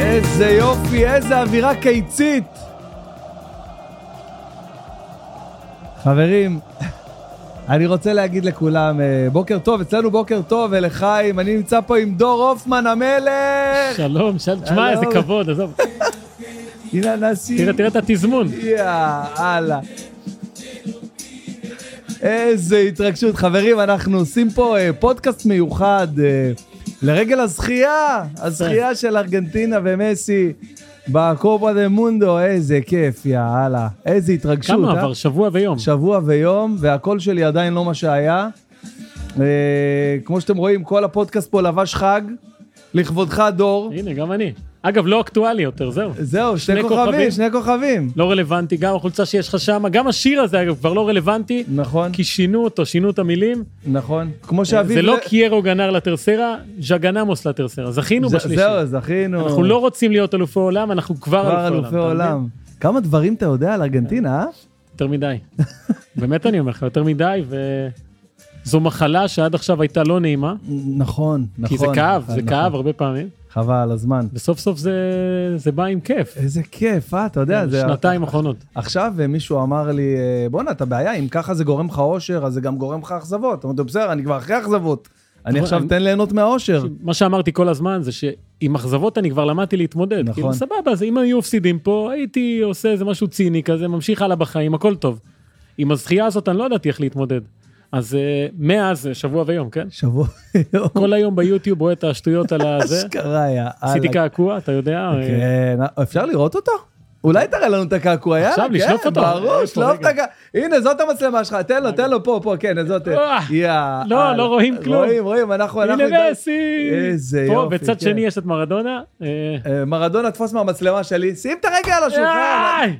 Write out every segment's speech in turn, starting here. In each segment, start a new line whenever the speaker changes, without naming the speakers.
איזה יופי, איזה אווירה קיצית. חברים, אני רוצה להגיד לכולם, אה, בוקר טוב, אצלנו בוקר טוב, ולחיים, אני נמצא פה עם דור הופמן המלך.
שלום, שלום, תשמע, איזה
שלום. כבוד,
כבוד, עזוב.
הנה הנשיא.
תראה, תראה את התזמון.
יאללה. איזה התרגשות. חברים, אנחנו עושים פה אה, פודקאסט מיוחד אה, לרגל הזכייה, הזכייה של ארגנטינה ומסי בקופה דה מונדו. איזה כיף, יאללה. איזה התרגשות.
כמה
אה?
עבר? שבוע ויום.
שבוע ויום, והקול שלי עדיין לא מה שהיה. אה, כמו שאתם רואים, כל הפודקאסט פה לבש חג. לכבודך, דור.
הנה, גם אני. אגב, לא אקטואלי יותר, זהו.
זהו, שני
שני
כוכבים,
כוכבים.
שני כוכבים.
לא רלוונטי, גם החולצה שיש לך שם, גם השיר הזה, אגב, כבר לא רלוונטי,
נכון,
כי שינו אותו, שינו את המילים.
נכון. כמו שאביב...
זה לא
ל-
קיירו גנר לטרסרה, ז'גנמוס לטרסרה. זכינו
זה-
בשלישי.
זהו, זכינו.
אנחנו לא רוצים להיות אלופי עולם, אנחנו כבר
כבר אלופי
אתה מבין?
עולם. כמה דברים אתה יודע על ארגנטינה, אה?
יותר מדי. באמת אני אומר לך, יותר מדי, וזו מחלה שעד עכשיו הייתה לא נעימה,
נכון, נכון.
כי זה כאב,
נכון,
זה
נכון.
כאב הרבה פעמים.
חבל על הזמן.
וסוף סוף זה, זה בא עם כיף.
איזה כיף, אה? אתה יודע, זה...
כן, שנתיים אחרונות.
עכשיו אה, מישהו אמר לי, אה, בואנה, אתה בעיה, אם ככה זה גורם לך אושר, אז זה גם גורם לך אכזבות. אמרתי, לו, בסדר, אני כבר אחרי אכזבות. אני
נכון,
עכשיו
אני-
תן ליהנות מהאושר.
מה שאמרתי כל הזמן זה שעם אכזבות אני כבר למדתי להתמודד.
נכון.
כאילו סבבה, אז אם היו הפסידים פה, הייתי עושה איזה משהו ציני כזה, ממשיך הלאה בחיים, הכל טוב. עם הזכייה הזאת אני לא ידעתי איך להתמודד. אז אה, מאז, אה, שבוע ויום, כן?
שבוע יום.
כל היום ביוטיוב רואה את השטויות על הזה.
אשכרה, יא
עשיתי קעקוע, אתה יודע? אה,
כן, אה, אפשר לראות אותו? אולי תראה לנו את הקעקוע, יאללה,
עכשיו, לשלוף
כן,
אותו.
ברור,
איפה,
שלוף את
רגע?
הקעקוע. הנה, זאת המצלמה שלך, תן לו, תן לו פה, פה, כן, זאת...
אה,
יא,
לא
אללה.
רואים כלום.
רואים, רואים, אנחנו... אנחנו
הנה
הגענו-
מסי!
איזה יופי,
פה בצד
כן.
שני יש את מרדונה. אה,
אה, מרדונה, תפוס מהמצלמה שלי, שים את הרגל על השולחן.
איי!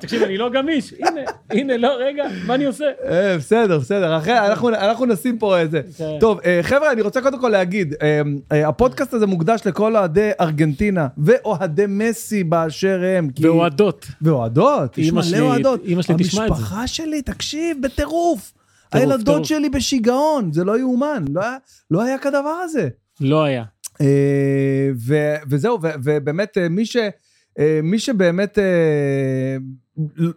תקשיב, אני לא גמיש. הנה, הנה, לא, רגע, מה אני עושה?
אה, בסדר, בסדר, אחרי, אנחנו- אנחנו נשים פה איזה.
כן.
טוב, אה, חבר'ה, אני רוצה קודם כל להגיד, אה, אה, הפודקאסט הזה מוקדש לכל אוהדי ארגנטינה ואוהדי מסי באשר הם. כי-
באוהדות.
ואוהדות, יש
אמא
מלא
שלי-
אוהדות.
אמא שלי תשמע את זה.
המשפחה שלי, תקשיב, בטירוף.
טירוף,
הילדות
טירוף.
שלי בשיגעון, זה לא יאומן, לא היה- לא היה כדבר הזה.
לא היה.
אה, ו- וזהו, ו- ובאמת, אה, מי, ש, אה, מי שבאמת אה,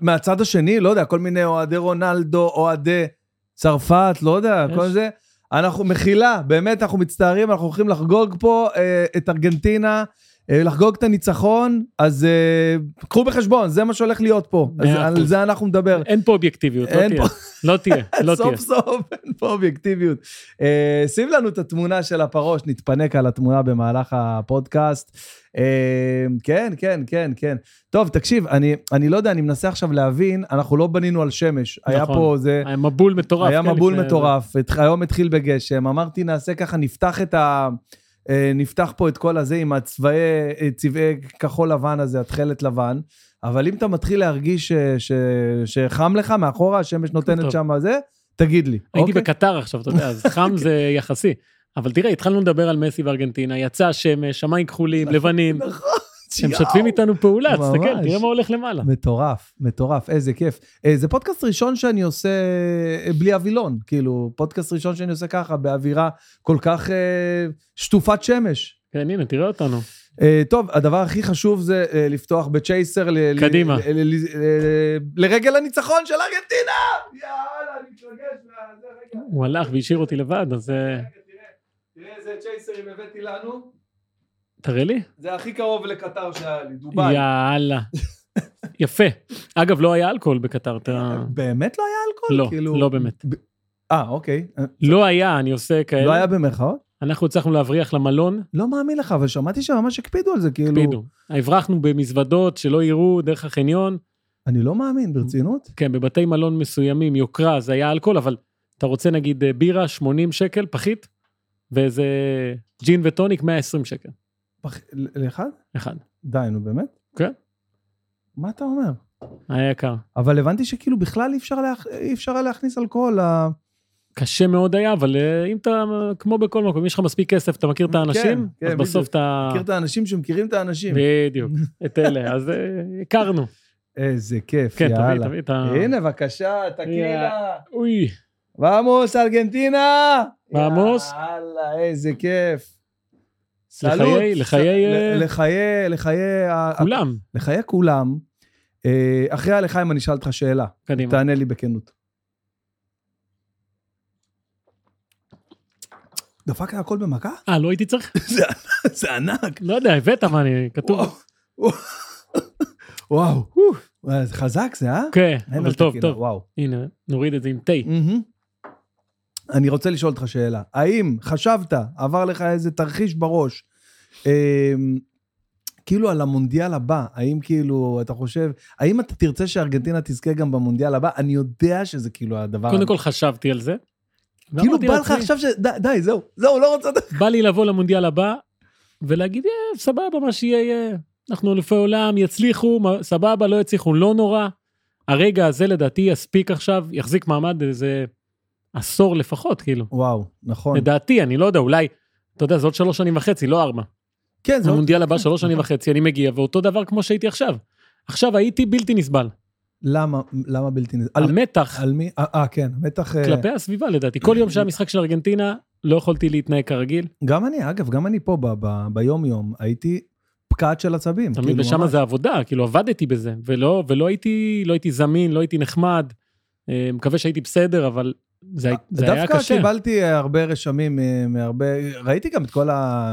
מהצד השני, לא יודע, כל מיני אוהדי רונלדו, אוהדי צרפת, לא יודע,
יש.
כל זה, אנחנו, מחילה, באמת, אנחנו מצטערים, אנחנו הולכים לחגוג פה אה, את ארגנטינה. אה, לחגוג את הניצחון, אז אה, קחו בחשבון, זה מה שהולך להיות פה. אז
מאה
על
אחוז.
זה אנחנו נדבר.
אין פה אובייקטיביות, לא
אין
תהיה. לא תהיה, לא תהיה.
סוף סוף אין פה אובייקטיביות. אה, שים לנו את התמונה של הפרוש, נתפנק על התמונה במהלך הפודקאסט. אה, כן, כן, כן, כן. טוב, תקשיב, אני, אני לא יודע, אני מנסה עכשיו להבין, אנחנו לא בנינו על שמש. היה
נכון.
פה זה...
היה מבול מטורף.
היה
כן,
מבול
לפני-
מטורף, התח- היום התחיל בגשם, אמרתי נעשה ככה, נפתח את ה... אה, נפתח פה את כל הזה עם הצבעי, אה, צבעי כחול לבן הזה, התכלת לבן, אבל אם אתה מתחיל להרגיש ש, ש, שחם לך מאחורה, השמש נותנת
טוב.
שם זה, תגיד לי.
הייתי
אוקיי?
בקטר עכשיו, אתה יודע, אז חם זה יחסי. אבל תראה, התחלנו לדבר על מסי וארגנטינה, יצא השמש, שמיים כחולים, לבנים, הם משתפים איתנו פעולה,
נכון. ממש.
תסתכל, תראה מה הולך למעלה.
מטורף, מטורף, איזה כיף. אה, זה פודקאסט ראשון שאני עושה אה, בלי הווילון, כאילו, פודקאסט ראשון שאני עושה ככה, באווירה כל כך אה, שטופת שמש.
כן, הנה, תראה אותנו.
אה, טוב, הדבר הכי חשוב זה אה, לפתוח בצ'ייסר ל- ל-
קדימה.
ל- ל- ל- ל- לרגל הניצחון של ארגנטינה! יאללה, אני מתרגש מהזה, רגע.
הוא הלך והשאיר אותי לבד, אז אה,
רגע, תראה, תראה איזה צ'ייסרים הבאתי לנו.
תראה לי.
זה הכי קרוב לקטר שהיה לי, דובאי.
יאללה. יפה. אגב, לא היה אלכוהול בקטר, אתה...
באמת לא היה אלכוהול?
לא,
כאילו-
לא באמת.
אה, אוקיי. אה,
לא היה, אני עושה
לא
כאלה.
היה במרכאות?
אנחנו הצלחנו להבריח למלון,
לא מאמין לך, אבל שמעתי שממש הקפידו על זה, כאילו...
הקפידו. הברחנו במזוודות שלא יראו דרך החניון.
אני לא מאמין, ברצינות?
כן, בבתי מלון מסוימים, יוקרה, זה היה אלכוהול, אבל אתה רוצה נגיד אה, בירה 80 שקל, פחית, ואיזה ג'ין וטוניק 120 שקל,
פח- ל- לאחד?
אחד.
די, נו, באמת?
כן.
מה אתה אומר?
היה יקר.
אבל הבנתי שכאילו בכלל אי אפשר, להכ... אי אפשר היה להכניס אלכוהול. ל-
קשה מאוד היה, אבל אה, אם אתה, אה, כמו בכל מקום, יש לך מספיק כסף, אתה מכיר את האנשים,
כן,
אז
בדיוק.
בסוף אתה...
מכיר את האנשים שמכירים את האנשים.
בדיוק, את אלה, אז אה, הכרנו.
איזה כיף,
כן, תביא,
יאללה.
תביא את ה...
הנה, בבקשה, תקילה.
אוי,
ועמוס, ארגנטינה!
ועמוס.
יאללה, איזה כיף. סלוט.
לחיי- לחיי, אה,
לחיי, לחיי, ה-
כולם,
לחיי כולם. אה, אחרי הלחיים אני אשאל אותך שאלה,
קדימה.
תענה לי בכנות. דפקת הכל במכה?
אה, לא הייתי צריך?
זה ענק.
לא יודע, הבאת מה אני, כתוב.
וואו. וואו. וואו, זה חזק זה, אה?
כן,
אין
אבל
על
טוב,
טקילה,
טוב.
וואו.
הנה, נוריד את זה עם תה.
מהמם. אני רוצה לשאול אותך שאלה. האם חשבת, עבר לך איזה תרחיש בראש, אמ, כאילו על המונדיאל הבא, האם כאילו, אתה חושב, האם אתה תרצה שארגנטינה תזכה גם במונדיאל הבא? אני יודע שזה כאילו הדבר...
קודם כל חשבתי על זה.
כאילו
ואמרתי
בא לך
לעצמי,
עכשיו ש... די, די, זהו, זהו, לא רוצה...
בא לי לבוא למונדיאל הבא ולהגיד, "אה, סבבה, מה שיהיה, יהיה. אנחנו אלופי עולם, יצליחו, מה- סבבה, לא יצליחו, לא נורא. הרגע הזה לדעתי יספיק עכשיו, יחזיק מעמד איזה עשור לפחות, כאילו.
וואו, נכון.
לדעתי, אני לא יודע, אולי, אתה יודע, זה עוד שלוש שנים וחצי, לא ארבע.
כן, זה עוד...
המונדיאל הבא שלוש שנים וחצי, אני מגיע, ואותו דבר כמו שהייתי עכשיו. עכשיו הייתי בלתי נסבל.
למה, למה בלתי נז... על-
המתח
על מי? אה, אה, כן, בטח... אה,
כלפי הסביבה לדעתי. כל יום שהיה משחק של ארגנטינה, לא יכולתי להתנהג כרגיל.
גם אני, אגב, גם אני פה ב- ב- ביום-יום, הייתי פקעת של עצבים.
אתה מבין?
כאילו,
ושם
ממש.
זה עבודה, כאילו עבדתי בזה, ולא, ולא הייתי, לא הייתי זמין, לא הייתי נחמד. אה, מקווה שהייתי בסדר, אבל זה, הי- זה היה
דווקא
קשה.
קיבלתי אה, הרבה רשמים אה, מהרבה, ראיתי גם את כל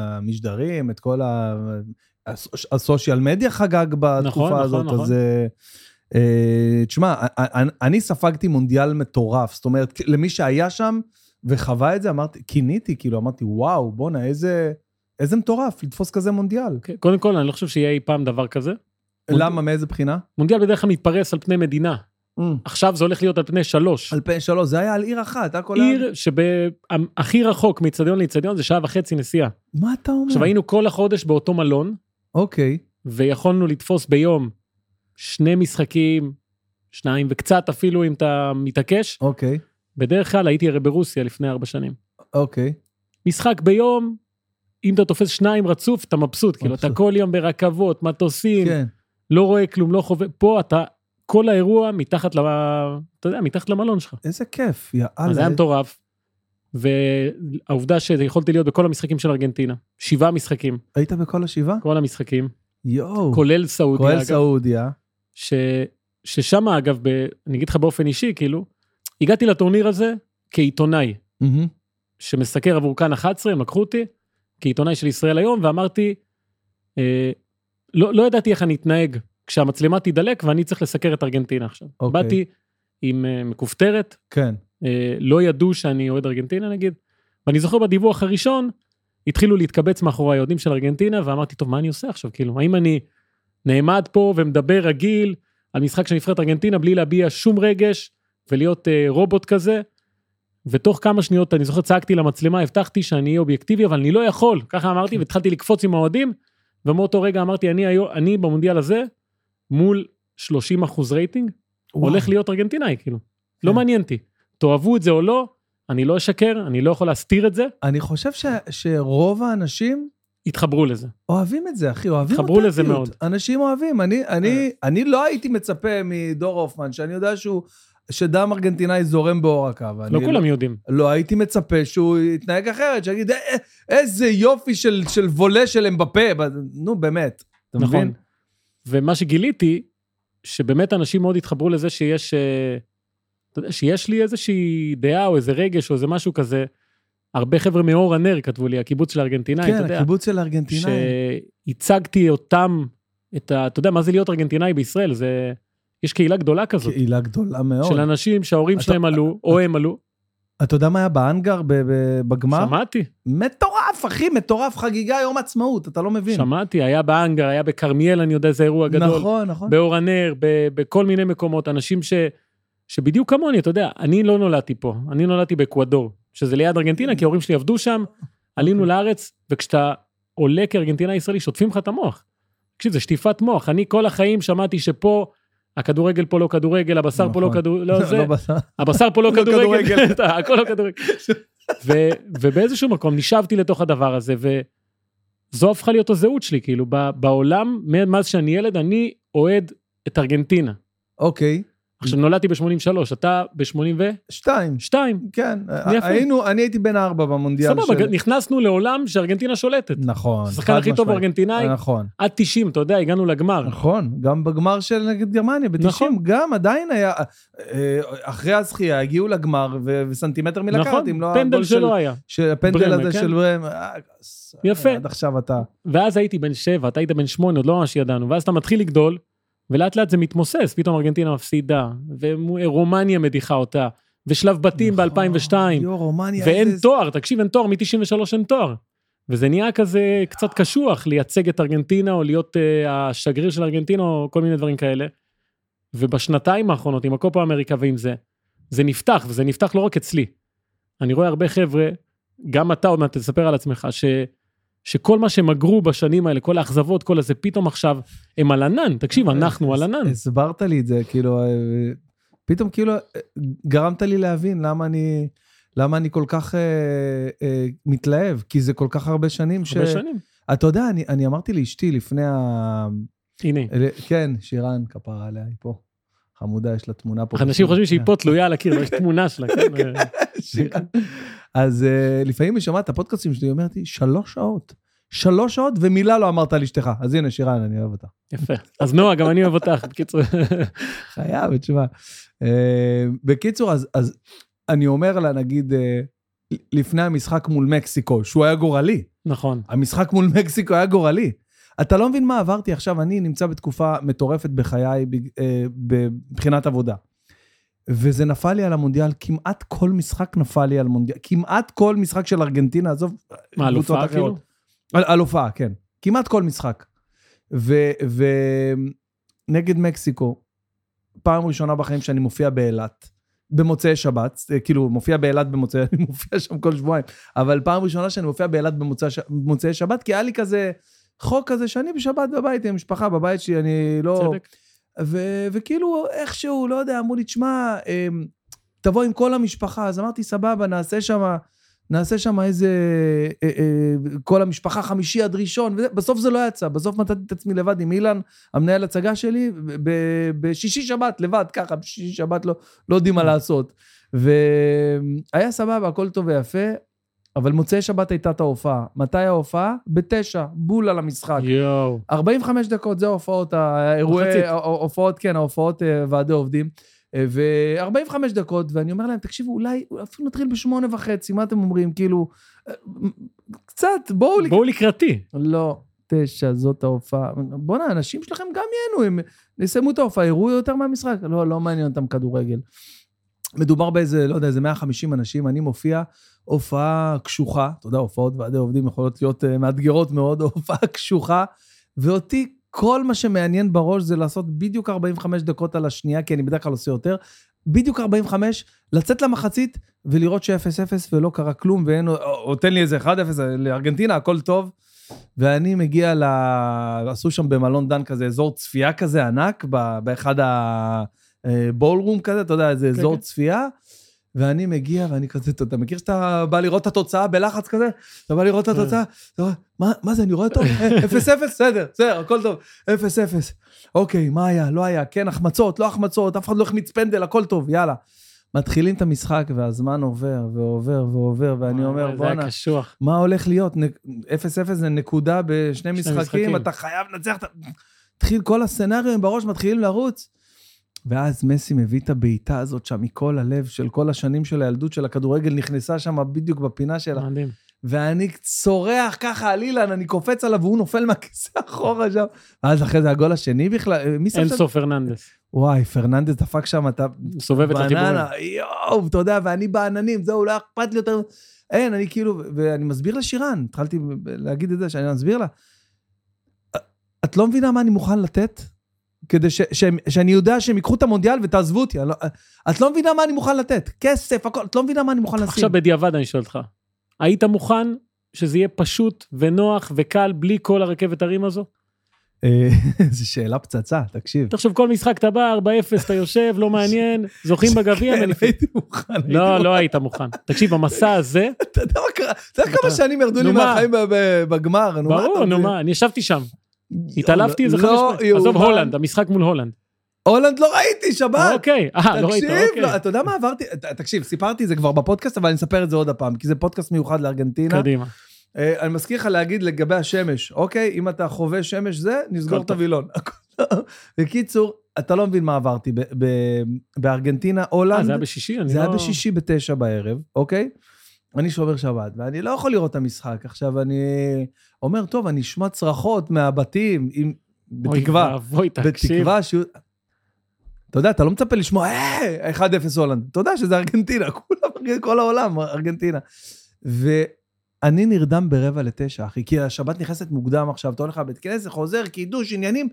המשדרים, את כל ה... הס- הסושיאל מדיה חגג
נכון,
בתקופה
נכון,
הזאת,
נכון.
אז... אה, אה, תשמע, א- א- אני ספגתי מונדיאל מטורף, זאת אומרת, למי שהיה שם וחווה את זה, אמרתי, קיניתי, כאילו, אמרתי, וואו, בואנה, איזה... איזה מטורף, לתפוס כזה מונדיאל.
אוקיי, קודם כל, אני לא חושב שיהיה אי פעם דבר כזה. מונדיאל-
למה, מאיזה בחינה?
מונדיאל בדרך כלל מתפרס על פני מדינה. עכשיו זה הולך להיות על פני שלוש.
על פני שלוש, זה היה על עיר אחת, הכל היה...
עיר שהכי רחוק מאיצטדיון לאיצטדיון זה שעה וחצי נסיעה.
מה אתה אומר?
עכשיו היינו כל החודש באותו מלון,
אוקיי.
ויכולנו לתפוס ביום שני משחקים, שניים וקצת אפילו אם אתה מתעקש.
אוקיי,
בדרך כלל הייתי הרי ברוסיה לפני ארבע שנים.
אוקיי.
משחק ביום, אם אתה תופס שניים רצוף, אתה מבסוט. כאילו, אתה
מבסוט.
כל יום ברכבות, מטוסים,
כן.
לא רואה כלום, לא חווה. פה אתה, כל האירוע מתחת ל... אתה יודע, מתחת למלון שלך.
איזה כיף, יא
אז זה היה
אללה.
מטורף. והעובדה שיכולתי להיות בכל המשחקים של ארגנטינה, שבעה משחקים,
היית בכל השבעה?
כל המשחקים,
יואו.
כולל סעודיה,
כולל
אגב.
סעודיה.
ש... ששם אגב, ב... אני אגיד לך באופן אישי, כאילו, הגעתי לטורניר הזה כעיתונאי
מהמם.
שמסקר עבור כאן 11, הם לקחו אותי, כעיתונאי של ישראל היום, ואמרתי, אה, לא, לא ידעתי איך אני אתנהג כשהמצלמה תידלק ואני צריך לסקר את ארגנטינה עכשיו.
אוקיי.
באתי עם אה, מכופתרת,
כן.
אה, לא ידעו שאני אוהד ארגנטינה נגיד, ואני זוכר בדיווח הראשון, התחילו להתקבץ מאחורי היהודים של ארגנטינה, ואמרתי, טוב, מה אני עושה עכשיו? כאילו, האם אני נעמד פה ומדבר רגיל על משחק של נבחרת ארגנטינה בלי להביע שום רגש ולהיות אה, רובוט כזה? ותוך כמה שניות, אני זוכר, צעקתי למצלמה, הבטחתי שאני אהיה אובייקטיבי, אבל אני לא יכול, ככה אמרתי, והתחלתי לקפוץ עם האוהדים, ומאותו רגע אמרתי, אני, היום- אני במונדיאל הזה, מול 30 אחוז רייטינג,
וואו.
הולך להיות ארגנטינאי, כאילו. לא
כן.
מעניין אותי. תאהבו את זה או לא, אני לא אשקר, אני לא יכול להסתיר את זה,
אני חושב ש- שרוב האנשים
התחברו לזה.
אוהבים את זה, אחי, אוהבים
התחברו לזה
אותנטיות.
מאוד. אה.
אנשים אוהבים. אני- אני- אני לא הייתי מצפה מדור הופמן, שאני יודע שהוא... שדם ארגנטינאי זורם באור הקו.
לא
אני-
כולם יודעים.
לא הייתי מצפה שהוא יתנהג אחרת, שיגיד, "אה, אה, איזה יופי של של וולה של אמבפה. ב- נו, באמת. אתה
נכון.
מבין?
ומה שגיליתי, שבאמת אנשים מאוד התחברו לזה שיש, אה, אתה יודע, שיש לי איזושהי דעה או איזה רגש או איזה משהו כזה. הרבה חבר'ה מאור הנר כתבו לי, הקיבוץ של הארגנטינאים, אתה
כן,
לא, יודע,
הקיבוץ של ארגנטינאים.
שהצגתי אותם, את ה... אתה יודע, מה זה להיות ארגנטינאי בישראל? זה... יש קהילה גדולה כזאת,
קהילה גדולה מאוד.
של אנשים שההורים
אתה-
שלהם עלו, או הם עלו.
אתה יודע מה היה בהאנגר ב- ב- בגמר?
שמעתי.
מטורף, אחי, מטורף, חגיגה יום עצמאות, אתה לא מבין.
שמעתי, היה באנגר, היה בכרמיאל, אני יודע, זה אירוע גדול. נכון.
נכון, נכון.
באור הנר, ב- בכל מיני מקומות, אנשים ש... שבדיוק כמוני, אתה יודע, אני לא נולדתי פה, אני נולדתי באקוודור, שזה ליד ארגנטינה, כי ההורים שלי עבדו שם, עלינו
אוקיי.
לארץ, וכשאתה עולה כארגנטינאי ישראלי, שוטפים לך את המוח. תקשיב, זה שטיפת מוח. אני כל החיים שמעתי שפה, הכדורגל פה לא כדורגל, הבשר פה לא
נכון.
כדורגל, לא זה,
בשר.
הבשר פה לא
לא
כדורגל,
כדורגל.
אתה- הכל לא כדורגל. ו- ובאיזשהו מקום נשאבתי לתוך הדבר הזה, וזו הפכה להיות הזהות שלי, כאילו, ב- בעולם, מאז שאני ילד, אני אוהד את ארגנטינה.
אוקיי,
עכשיו, נולדתי ב-83, אתה ב-82?
שתיים. כן,
יפה.
היינו, אני הייתי בן ארבע במונדיאל
סבבה, נכנסנו לעולם שארגנטינה שולטת.
נכון.
השחקן
חד
הכי טוב הוא
משמעית.
ארגנטינאי,
נכון.
עד 90, אתה יודע, הגענו לגמר.
נכון, גם בגמר של נגד גרמניה, ב-90,
נכון.
גם עדיין היה, אה, אחרי הזכייה הגיעו לגמר ו- וסנטימטר מלקחת, אם לא
נכון, פנדל
הגול של-
שלא היה.
של הפנדל
ברמה,
הזה
כן.
של ברם.
יפה.
עד עכשיו אתה...
ואז הייתי בן 7, אתה היית בן 8, עוד לא ממש ידענו, ואז אתה מתחיל לגדול, ולאט לאט זה מתמוסס, פתאום ארגנטינה מפסידה, ורומניה מדיחה אותה, ושלב בתים
נכון.
ב-2002,
יו, רומניה,
ואין
איזה-
תואר, תקשיב, אין תואר, מ-93 אין תואר. וזה נהיה כזה
אה.
קצת קשוח לייצג את ארגנטינה, או להיות uh, השגריר של ארגנטינה, או כל מיני דברים כאלה. ובשנתיים האחרונות, עם הקופה אמריקה ועם זה, זה נפתח, וזה נפתח לא רק אצלי. אני רואה הרבה חבר'ה, גם אתה עוד מעט תספר על עצמך, ש, שכל מה שהם אגרו בשנים האלה, כל האכזבות, כל הזה, פתאום עכשיו הם על ענן,
אה,
תקשיב, אנחנו על ענן.
הסברת לי את זה, כאילו, אה, פתאום כאילו אה, גרמת לי להבין למה אני... למה אני כל כך אה, אה, מתלהב? כי זה כל כך הרבה שנים ש...
הרבה שנים.
אתה יודע, אני, אני אמרתי לאשתי לפני ה...
הנה,
אלה- כן, שירן, כפרה עליה, היא פה. חמודה, יש לה תמונה פה. אה.
אנשים חושבים שהיא פה תלויה על הקיר, לא, יש תמונה שלה, כן?
שירן. אז אה, לפעמים היא שומעת את הפודקאסטים שלי, היא אומרת לי, שלוש שעות. שלוש שעות ומילה לא אמרת על אשתך. אז הנה, שירן, אני אוהב אותה.
יפה. אז נועה, גם אני אוהב אותך, בקיצור.
חייב, תשמע. אה, בקיצור, אז, אז אני אומר לה, נגיד, אה, לפני המשחק מול מקסיקו, שהוא היה גורלי.
נכון.
המשחק מול מקסיקו היה גורלי. אתה לא מבין מה עברתי עכשיו, אני נמצא בתקופה מטורפת בחיי בג- אה, מבחינת עבודה. וזה נפל לי על המונדיאל, כמעט כל משחק נפל לי על מונדיאל, כמעט כל משחק של ארגנטינה, עזוב,
מה, על
קבוצות
הופעה כאילו?
אחרות. על, על הופעה, כן. כמעט כל משחק. ונגד מקסיקו, פעם ראשונה בחיים שאני מופיע באילת, במוצאי שבת, אה, כאילו מופיע באילת במוצאי, אני מופיע שם כל שבועיים, אבל פעם ראשונה שאני מופיע באילת במוצאי, ש- במוצאי שבת, כי היה לי כזה חוק כזה שאני בשבת בבית עם המשפחה, בבית שלי, אני לא...
צדק.
ו- וכאילו איכשהו, לא יודע, אמרו לי, תשמע, אמ, תבוא עם כל המשפחה. אז אמרתי, סבבה, נעשה שם, נעשה שם איזה, אה, אה, כל המשפחה חמישי עד ראשון. וזה, בסוף זה לא יצא, בסוף מצאתי את עצמי לבד עם אילן, המנהל הצגה שלי, ב- ב- בשישי שבת, לבד, ככה, בשישי שבת לא, לא יודעים מה לעשות. והיה סבבה, הכל טוב ויפה. אבל מוצאי שבת הייתה את ההופעה. מתי ההופעה? בתשע, בול על המשחק.
יואו.
45 דקות, זה ההופעות, האירועי,
מחצית.
ההופעות, כן, ההופעות אה, ועדי עובדים. ו-45 דקות, ואני אומר להם, תקשיבו, אולי אפילו נתחיל בשמונה וחצי, מה אתם אומרים? כאילו, אה, קצת, בואו... לק-
בואו לקראתי.
לא, תשע, זאת ההופעה. בואנה, האנשים שלכם גם ייהנו, הם יסיימו את ההופעה, יראו יותר מהמשחק. לא, לא מעניין אותם כדורגל. מדובר באיזה, לא יודע, איזה 150 אנשים, אני מופיע הופעה קשוחה, אתה יודע, הופעות ועדי עובדים יכולות להיות אה, מאתגרות מאוד, הופעה קשוחה, ואותי כל מה שמעניין בראש זה לעשות בדיוק 45 דקות על השנייה, כי אני בדרך כלל עושה יותר, בדיוק 45, לצאת למחצית ולראות ש-0-0 ולא קרה כלום, ואין, או, או תן לי איזה 1-0 לארגנטינה, הכל טוב. ואני מגיע ל... עשו שם במלון דן כזה אזור צפייה כזה ענק, ב... באחד הבולרום כזה, אתה יודע, איזה
כן,
אזור
כן.
צפייה. ואני מגיע ואני כזה, אתה- אתה מכיר שאתה בא לראות את התוצאה בלחץ כזה? אתה בא לראות את
כן.
התוצאה, אתה אומר, מה, מה זה, אני רואה טוב? אה, 0-0? בסדר, בסדר, הכל טוב. 0-0. אוקיי, מה היה, לא היה, כן, החמצות, לא החמצות, אף אחד לא החמיץ פנדל, הכל טוב, יאללה. מתחילים את המשחק והזמן עובר ועובר ועובר, ואני אומר,
זה
בואנה,
היה קשוח.
מה הולך להיות? נק- 0-0 זה נקודה בשני
משחקים.
משחקים, אתה חייב לנצח. אתה- מתחיל, כל הסצנריו בראש מתחילים לרוץ. ואז מסי מביא את הבעיטה הזאת שם מכל הלב של כל השנים של הילדות של הכדורגל, נכנסה שם בדיוק בפינה שלה.
מדהים.
ואני צורח ככה על אילן, אני קופץ עליו והוא נופל מהכיסא אחורה שם. ואז אחרי זה הגול השני בכלל, אה, מי שם שם?
אינסוף פרננדס.
וואי, פרננדס דפק שם את ה...
סובב את החיבורים.
בננה, יואו, אתה יודע, ואני בעננים, זהו, לא היה אכפת לי יותר. אין, אני כאילו, ואני מסביר לשירן, התחלתי להגיד את זה, שאני מסביר לה. את לא מבינה מה אני מוכן לתת? כדי ש, שהם, שאני יודע שהם ייקחו את המונדיאל ותעזבו אותי. אני לא, את לא מבינה מה אני מוכן לתת. כסף, הכל, את לא מבינה מה אני מוכן לשים.
עכשיו בדיעבד אני שואל אותך, היית מוכן שזה יהיה פשוט ונוח וקל בלי כל הרכבת הרים הזו?
אה, זו שאלה פצצה, תקשיב.
תחשוב, כל משחק אתה בא, 4-0, אתה יושב, לא מעניין, זוכים בגביע,
כן,
מניפים.
הייתי מוכן. הייתי
לא,
מוכן.
לא היית מוכן. תקשיב, המסע הזה,
אתה יודע מה קרה? אתה יודע כמה שנים ירדו לי
נו, מה?
מהחיים ב- ב- בגמר? נו, מה אתה
ברור, נו
מבין?
מה, אני ישבתי שם, התעלפתי איזה
לא
חמש פעמים.
יאומן.
עזוב, הולנד, המשחק מול הולנד.
הולנד לא ראיתי, שבת.
אוקיי, אה, לא ראית,
תקשיב,
אוקיי.
לא, אתה יודע מה עברתי? ת- תקשיב, סיפרתי את זה כבר בפודקאסט, אבל אני אספר את זה עוד הפעם, כי זה פודקאסט מיוחד לארגנטינה.
קדימה.
אה, אני מזכיר לך להגיד לגבי השמש, אוקיי? אם אתה חווה שמש זה, נסגור
הכל
את
טוב.
הווילון. בקיצור, אתה לא מבין מה עברתי. ב- ב- בארגנטינה, הולנד...
אה, זה היה בשישי? אני
זה היה
לא-
בשישי בתשע בערב, אוקיי? אני שומר שבת, ואני לא יכול לראות את המשחק. עכשיו, אני אומר, טוב, אני אשמע צרחות מהבתים, עם...
אוי
בתקווה,
ואבוי, תקשיב.
בתקווה שיהיו... אתה יודע, אתה לא מצפה לשמוע, אה, 1-0 הולנד. אתה יודע שזה ארגנטינה, כולם, כל העולם, ארגנטינה. ואני נרדם ברבע לתשע, אחי, כי השבת נכנסת מוקדם עכשיו, אתה הולך לבית כנסת, חוזר, קידוש, עניינים.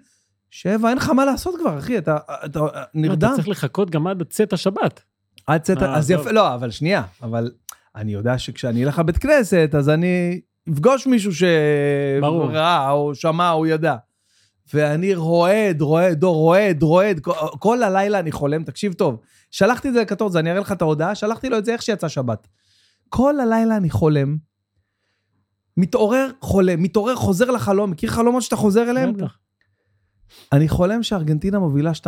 שבע, אין לך מה לעשות כבר, אחי, אתה, אתה נרדם.
לא, אתה צריך לחכות גם עד צאת השבת.
עד צאת,
אה,
אז
טוב.
יפה, לא, אבל שנייה, אבל אני יודע שכשאני אלך לבית כנסת, אז אני אפגוש מישהו
ברור.
שראה, או שמע, או ידע. ואני רועד, רועד, או רועד, רועד, כל- כל הלילה אני חולם, תקשיב טוב. שלחתי את זה לקטורזה, אני אראה לך את ההודעה, שלחתי לו את זה איך שיצא שבת. כל הלילה אני חולם, מתעורר, חולם, מתעורר, חוזר לחלום, מכיר חלומות שאתה חוזר אליהם?
בטח.
אני חולם שארגנטינה מובילה 2-0,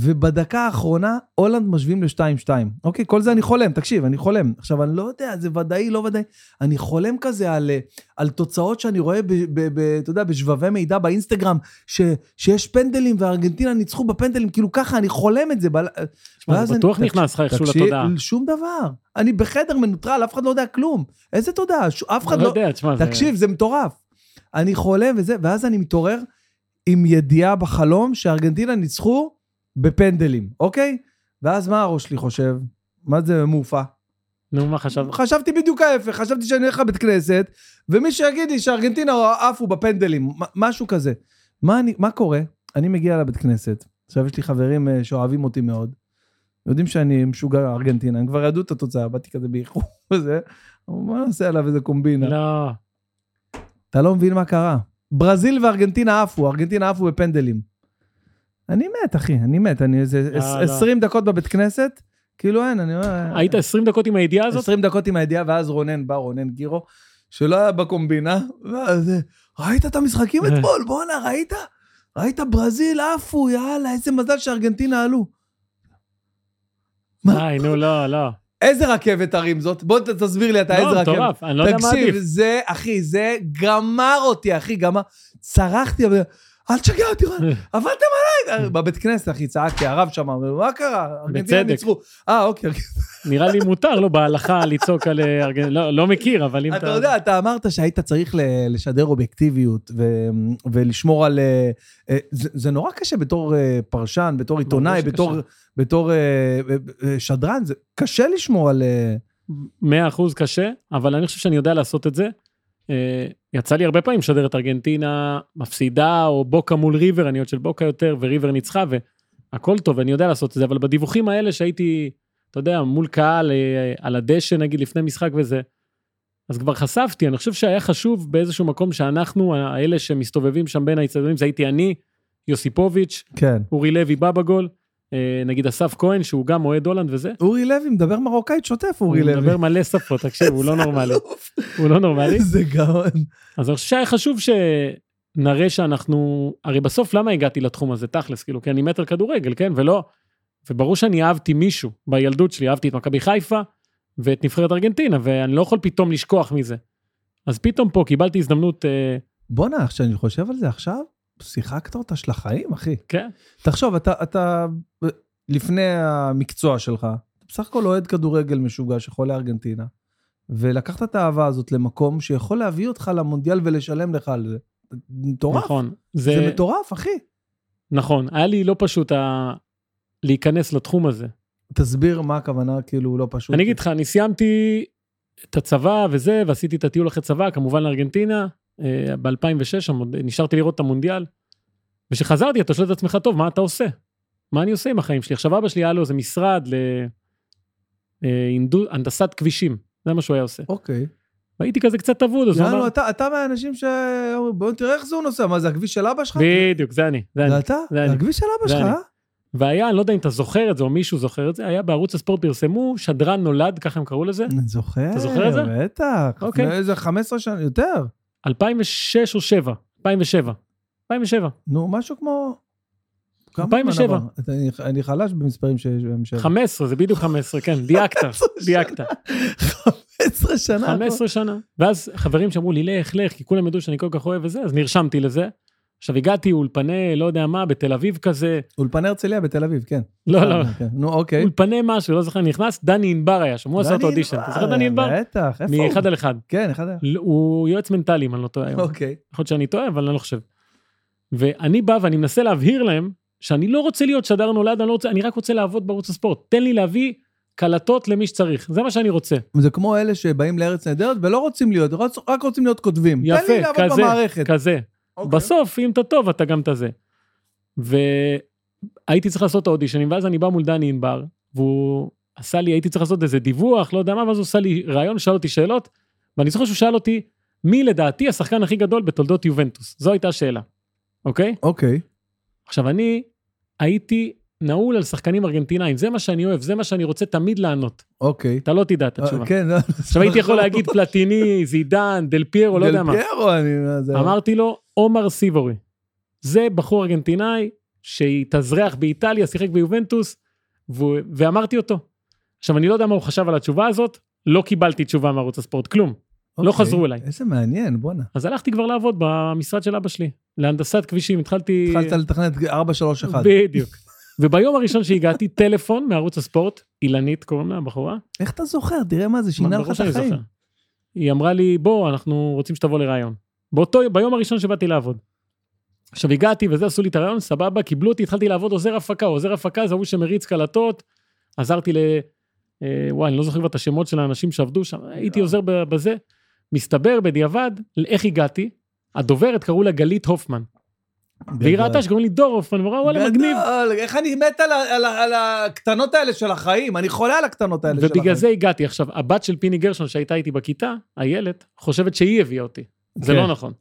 ובדקה האחרונה הולנד משווים ל-2-2. אוקיי, כל זה אני חולם, תקשיב, אני חולם. עכשיו, אני לא יודע, זה ודאי, לא ודאי. אני חולם כזה על, אה, על תוצאות שאני רואה, ב, ב, ב, אתה יודע, בשבבי מידע באינסטגרם, ש, שיש פנדלים וארגנטינה ניצחו בפנדלים, כאילו ככה, אני חולם את זה. בל...
שמע,
ואז
זה
אני-
בטוח
תקשיב-
נכנס לך איכשהו לתודעה.
שום דבר. אני בחדר מנוטרל, אף אחד לא יודע כלום. איזה תודעה? ש- אף אחד
לא
לא...
יודע, תשמע, זה...
תקשיב, זה מטורף. אני חולם וזה, ואז אני מתעורר עם ידיעה בחלום שארגנטינה ניצחו בפנדלים, אוקיי? ואז מה הראש שלי חושב? מה זה מופע?
נו, מה חשב?
חשבתי בדיוק ההפך, חשבתי שאני הולך לבית כנסת, ומי שיגיד לי שארגנטינה עפו בפנדלים, מ- משהו כזה. מה, אני, מה קורה? אני מגיע לבית כנסת, עכשיו יש לי חברים אה, שאוהבים אותי מאוד, יודעים שאני משוגע ארגנטינה, הם כבר ידעו את התוצאה, באתי כזה באיחור וזה, אמרו, מה נעשה עליו איזה קומבינה?
לא.
אתה לא מבין מה קרה. ברזיל וארגנטינה עפו, ארגנטינה עפו בפנדלים. אני מת, אחי, אני מת. אני איזה
לא, לא.
20 דקות בבית כנסת, כאילו אין, אני אומר...
היית 20 דקות עם הידיעה הזאת?
20 דקות עם הידיעה, ואז רונן בא, רונן גירו, שלא היה בקומבינה, ואז אה, ראית את המשחקים
אה.
אתמול? בואנה, ראית? ראית ברזיל עפו, יאללה, איזה מזל שארגנטינה עלו. מה?
די, נו, לא, לא.
איזה רכבת הרים זאת? בוא ת- תסביר לי אתה איזה
לא,
רכבת.
מטורף, אני לא יודע מה
כן. תקשיב,
עדיף.
זה, אחי, זה גמר אותי, אחי, גמר. צרחתי, אבל... אל תשגע אותי, רן, עבדתם עליי! אה, בבית כנסת, אחי, צעקתי, הרב שם, אמר, מה קרה? ארגנטינה
בצדק.
ניצחו. אה, אוקיי. אוקיי.
נראה לי מותר לו בהלכה לצעוק על ארגנ... לא, לא מכיר, אבל אם אתה...
אתה יודע, אתה אמרת שהיית צריך ל- לשדר אובייקטיביות ו- ולשמור על... אה, אה, זה זה נורא קשה בתור אה, פרשן, בתור עיתונאי,
שקשה.
בתור- בתור אה, אה, אה, שדרן, זה קשה לשמור על... אה,
100% קשה, אבל אני חושב שאני יודע לעשות את זה. אה, יצא לי הרבה פעמים לשדר את ארגנטינה מפסידה, או בוקה מול ריבר, אני עוד של בוקה יותר, וריבר ניצחה, והכל טוב, אני יודע לעשות את זה, אבל בדיווחים האלה שהייתי, אתה יודע, מול קהל, אה, על הדשא נגיד, לפני משחק וזה, אז כבר חשפתי, אני חושב שהיה חשוב באיזשהו מקום שאנחנו, האלה שמסתובבים שם בין האצטדיונים, זה הייתי אני, יוסיפוביץ',
כן.
אורי לוי בבגול, אה, נגיד אסף כהן, שהוא גם אוהד הולנד וזה,
אורי לוי מדבר מרוקאית שוטף, אורי
הוא
לוי.
מדבר מלא שפות, תקשיב, הוא לא נורמלי. הוא לא נורמלי.
איזה גאון.
אז אני חושב שהיה חשוב שנראה שאנחנו, הרי בסוף למה הגעתי לתחום הזה, תכלס, כאילו, כי אני מטר כדורגל, כן? ולא, וברור שאני אהבתי מישהו בילדות שלי, אהבתי את מכבי חיפה ואת נבחרת ארגנטינה, ואני לא יכול פתאום לשכוח מזה. אז פתאום פה קיבלתי הזדמנות, אה,
בואנה, כשאני חושב על זה עכשיו, שיחקת אותה של החיים, אחי.
כן?
תחשוב, אתה, אתה לפני המקצוע שלך, אתה בסך הכל אוהד כדורגל משוגע שחולה ארגנטינה, ולקחת את האהבה הזאת למקום שיכול להביא אותך למונדיאל ולשלם לך על זה. מטורף.
נכון.
זה, זה מטורף, אחי.
נכון, היה לי לא פשוט ה... להיכנס לתחום הזה.
תסביר מה הכוונה, כאילו, לא פשוט.
אני אגיד לך, אני סיימתי את הצבא וזה, ועשיתי את הטיול אחרי צבא, כמובן לארגנטינה, אה, ב-2006, נשארתי לראות את המונדיאל. וכשחזרתי, אתה שואל את עצמך, טוב, מה אתה עושה? מה אני עושה עם החיים שלי? עכשיו, אבא שלי היה לו איזה משרד להנדסת כבישים, זה מה שהוא היה עושה.
אוקיי.
והייתי כזה קצת אבוד, אז הוא אמר...
יאללה, אתה, אתה מהאנשים ש... בוא תראה איך זה הוא נוסע, מה זה הכביש של אבא שלך?
בדיוק, זה אני, זה אני.
זה אתה?
זה אני.
זה הכביש של אבא
זה
שלך,
אני.
אה?
והיה, אני לא יודע אם אתה זוכר את זה, או מישהו זוכר את זה, היה בערוץ הספורט פרסמו, שדרן נולד, ככה הם קראו לזה,
אני זוכר.
אתה זוכר את זה?
בטח.
אוקיי.
לפני איזה 15 שנה, יותר.
2006 או 7, 2007, 2007.
נו, משהו כמו... כמה זמן
2007.
עבר? אני- אני חלש במספרים שיש בהם שבע.
15, זה בדיוק 15, כן, דייקת, דייקת.
15 שנה.
15 שנה. ואז חברים שאמרו לי, לך, לך, כי כולם ידעו שאני כל כך אוהב וזה, אז נרשמתי לזה. עכשיו הגעתי אולפני, לא יודע מה, בתל אביב כזה,
אולפן הרצליה בתל אביב, כן.
לא, לא,
כן. נו, אוקיי.
אולפני משהו, לא זוכר, נכנס, דני ענבר היה שם, הוא עשה את
דני
האודישן.
ענבר,
אתה זוכר דני ענבר?
אה, בטח, איפה הוא?
מאחד על אחד.
כן, אחד היה.
ל- הוא יועץ מנטלי, אם אני לא טועה היום. יכול
אוקיי.
להיות שאני טועה, אבל אני לא חושב. ואני בא ואני מנסה להבהיר להם שאני לא רוצה להיות שדר נולד, אני, לא רוצה, אני רק רוצה לעבוד בערוץ הספורט. תן לי להביא קלטות למי שצריך, זה מה שאני רוצה.
זה כמו אלה שבאים לארץ נהדרת ולא רוצים להיות, רוצ- רק רוצים להיות כותבים.
יפה,
תן לי לעבוד
כזה,
במערכת.
כזה.
אוקיי.
בסוף, אם אתה טוב, אתה גם את הזה. והייתי צריך לעשות את האודישנים, ואז אני בא מול דני ענבר, והוא עשה לי, הייתי צריך לעשות איזה דיווח, לא יודע מה, ואז הוא עשה לי ראיון, שאל אותי שאלות, ואני זוכר שהוא שאל אותי, מי לדעתי השחקן הכי גדול בתולדות יובנטוס? זו הייתה השאלה, אוקיי?
אוקיי.
עכשיו, אני הייתי נעול על שחקנים ארגנטינאים, זה מה שאני אוהב, זה מה שאני רוצה תמיד לענות.
אוקיי.
אתה לא תדע את
אה,
התשובה.
כן, לא,
עכשיו, הייתי יכול להגיד פלטיני, זידן, דל פיירו, לא יודע מה.
דל פיירו, אני... זה-
אמרתי לו, עומר סיבורי. זה בחור ארגנטינאי שהתאזרח באיטליה, שיחק ביובנטוס, והוא- ואמרתי אותו. עכשיו, אני לא יודע מה הוא חשב על התשובה הזאת, לא קיבלתי תשובה מערוץ הספורט, כלום. לא
אוקיי.
חזרו אליי.
איזה מעניין, בואנה.
אז הלכתי כבר לעבוד במשרד של אבא שלי, להנדסת כבישים, התחלתי...
התחלת לתכנן את 431.
בדיוק. וביום הראשון שהגעתי, טלפון מערוץ הספורט, אילנית קוראים לה, הבחורה.
איך אתה זוכר? תראה מה זה, שינה
מה,
לך
ברור
את
שאני
החיים.
זוכר. היא אמרה לי, בוא, אנחנו רוצים שתבוא לראיון. באותו, ביום הראשון שבאתי לעבוד. עכשיו הגעתי וזה, עשו לי את הראיון, סבבה, קיבלו אותי, התחלתי לעבוד עוזר הפקה, עוזר הפקה זה ההוא שמריץ קלטות, עזרתי ל... אה, וואי, אני לא זוכר כבר את השמות של האנשים שעבדו שם, הייתי עוזר ב- בזה. מסתבר בדיעבד, איך הגעתי, הדוברת קראו לה גלית הופמן, והיא
גדול.
ראתה שקוראים לי דור הופמן, ואמרה, וואלה, מגניב.
גדול, איך אני מת על ה- על ה- על הקטנות האלה של החיים, אני חולה על הקטנות האלה של החיים.
ובגלל זה הגעתי. עכשיו, הבת של פיני גרשון שהייתה איתי בכיתה, איילת, חושבת שהיא הביאה אותי. זה
כן.
לא נכון.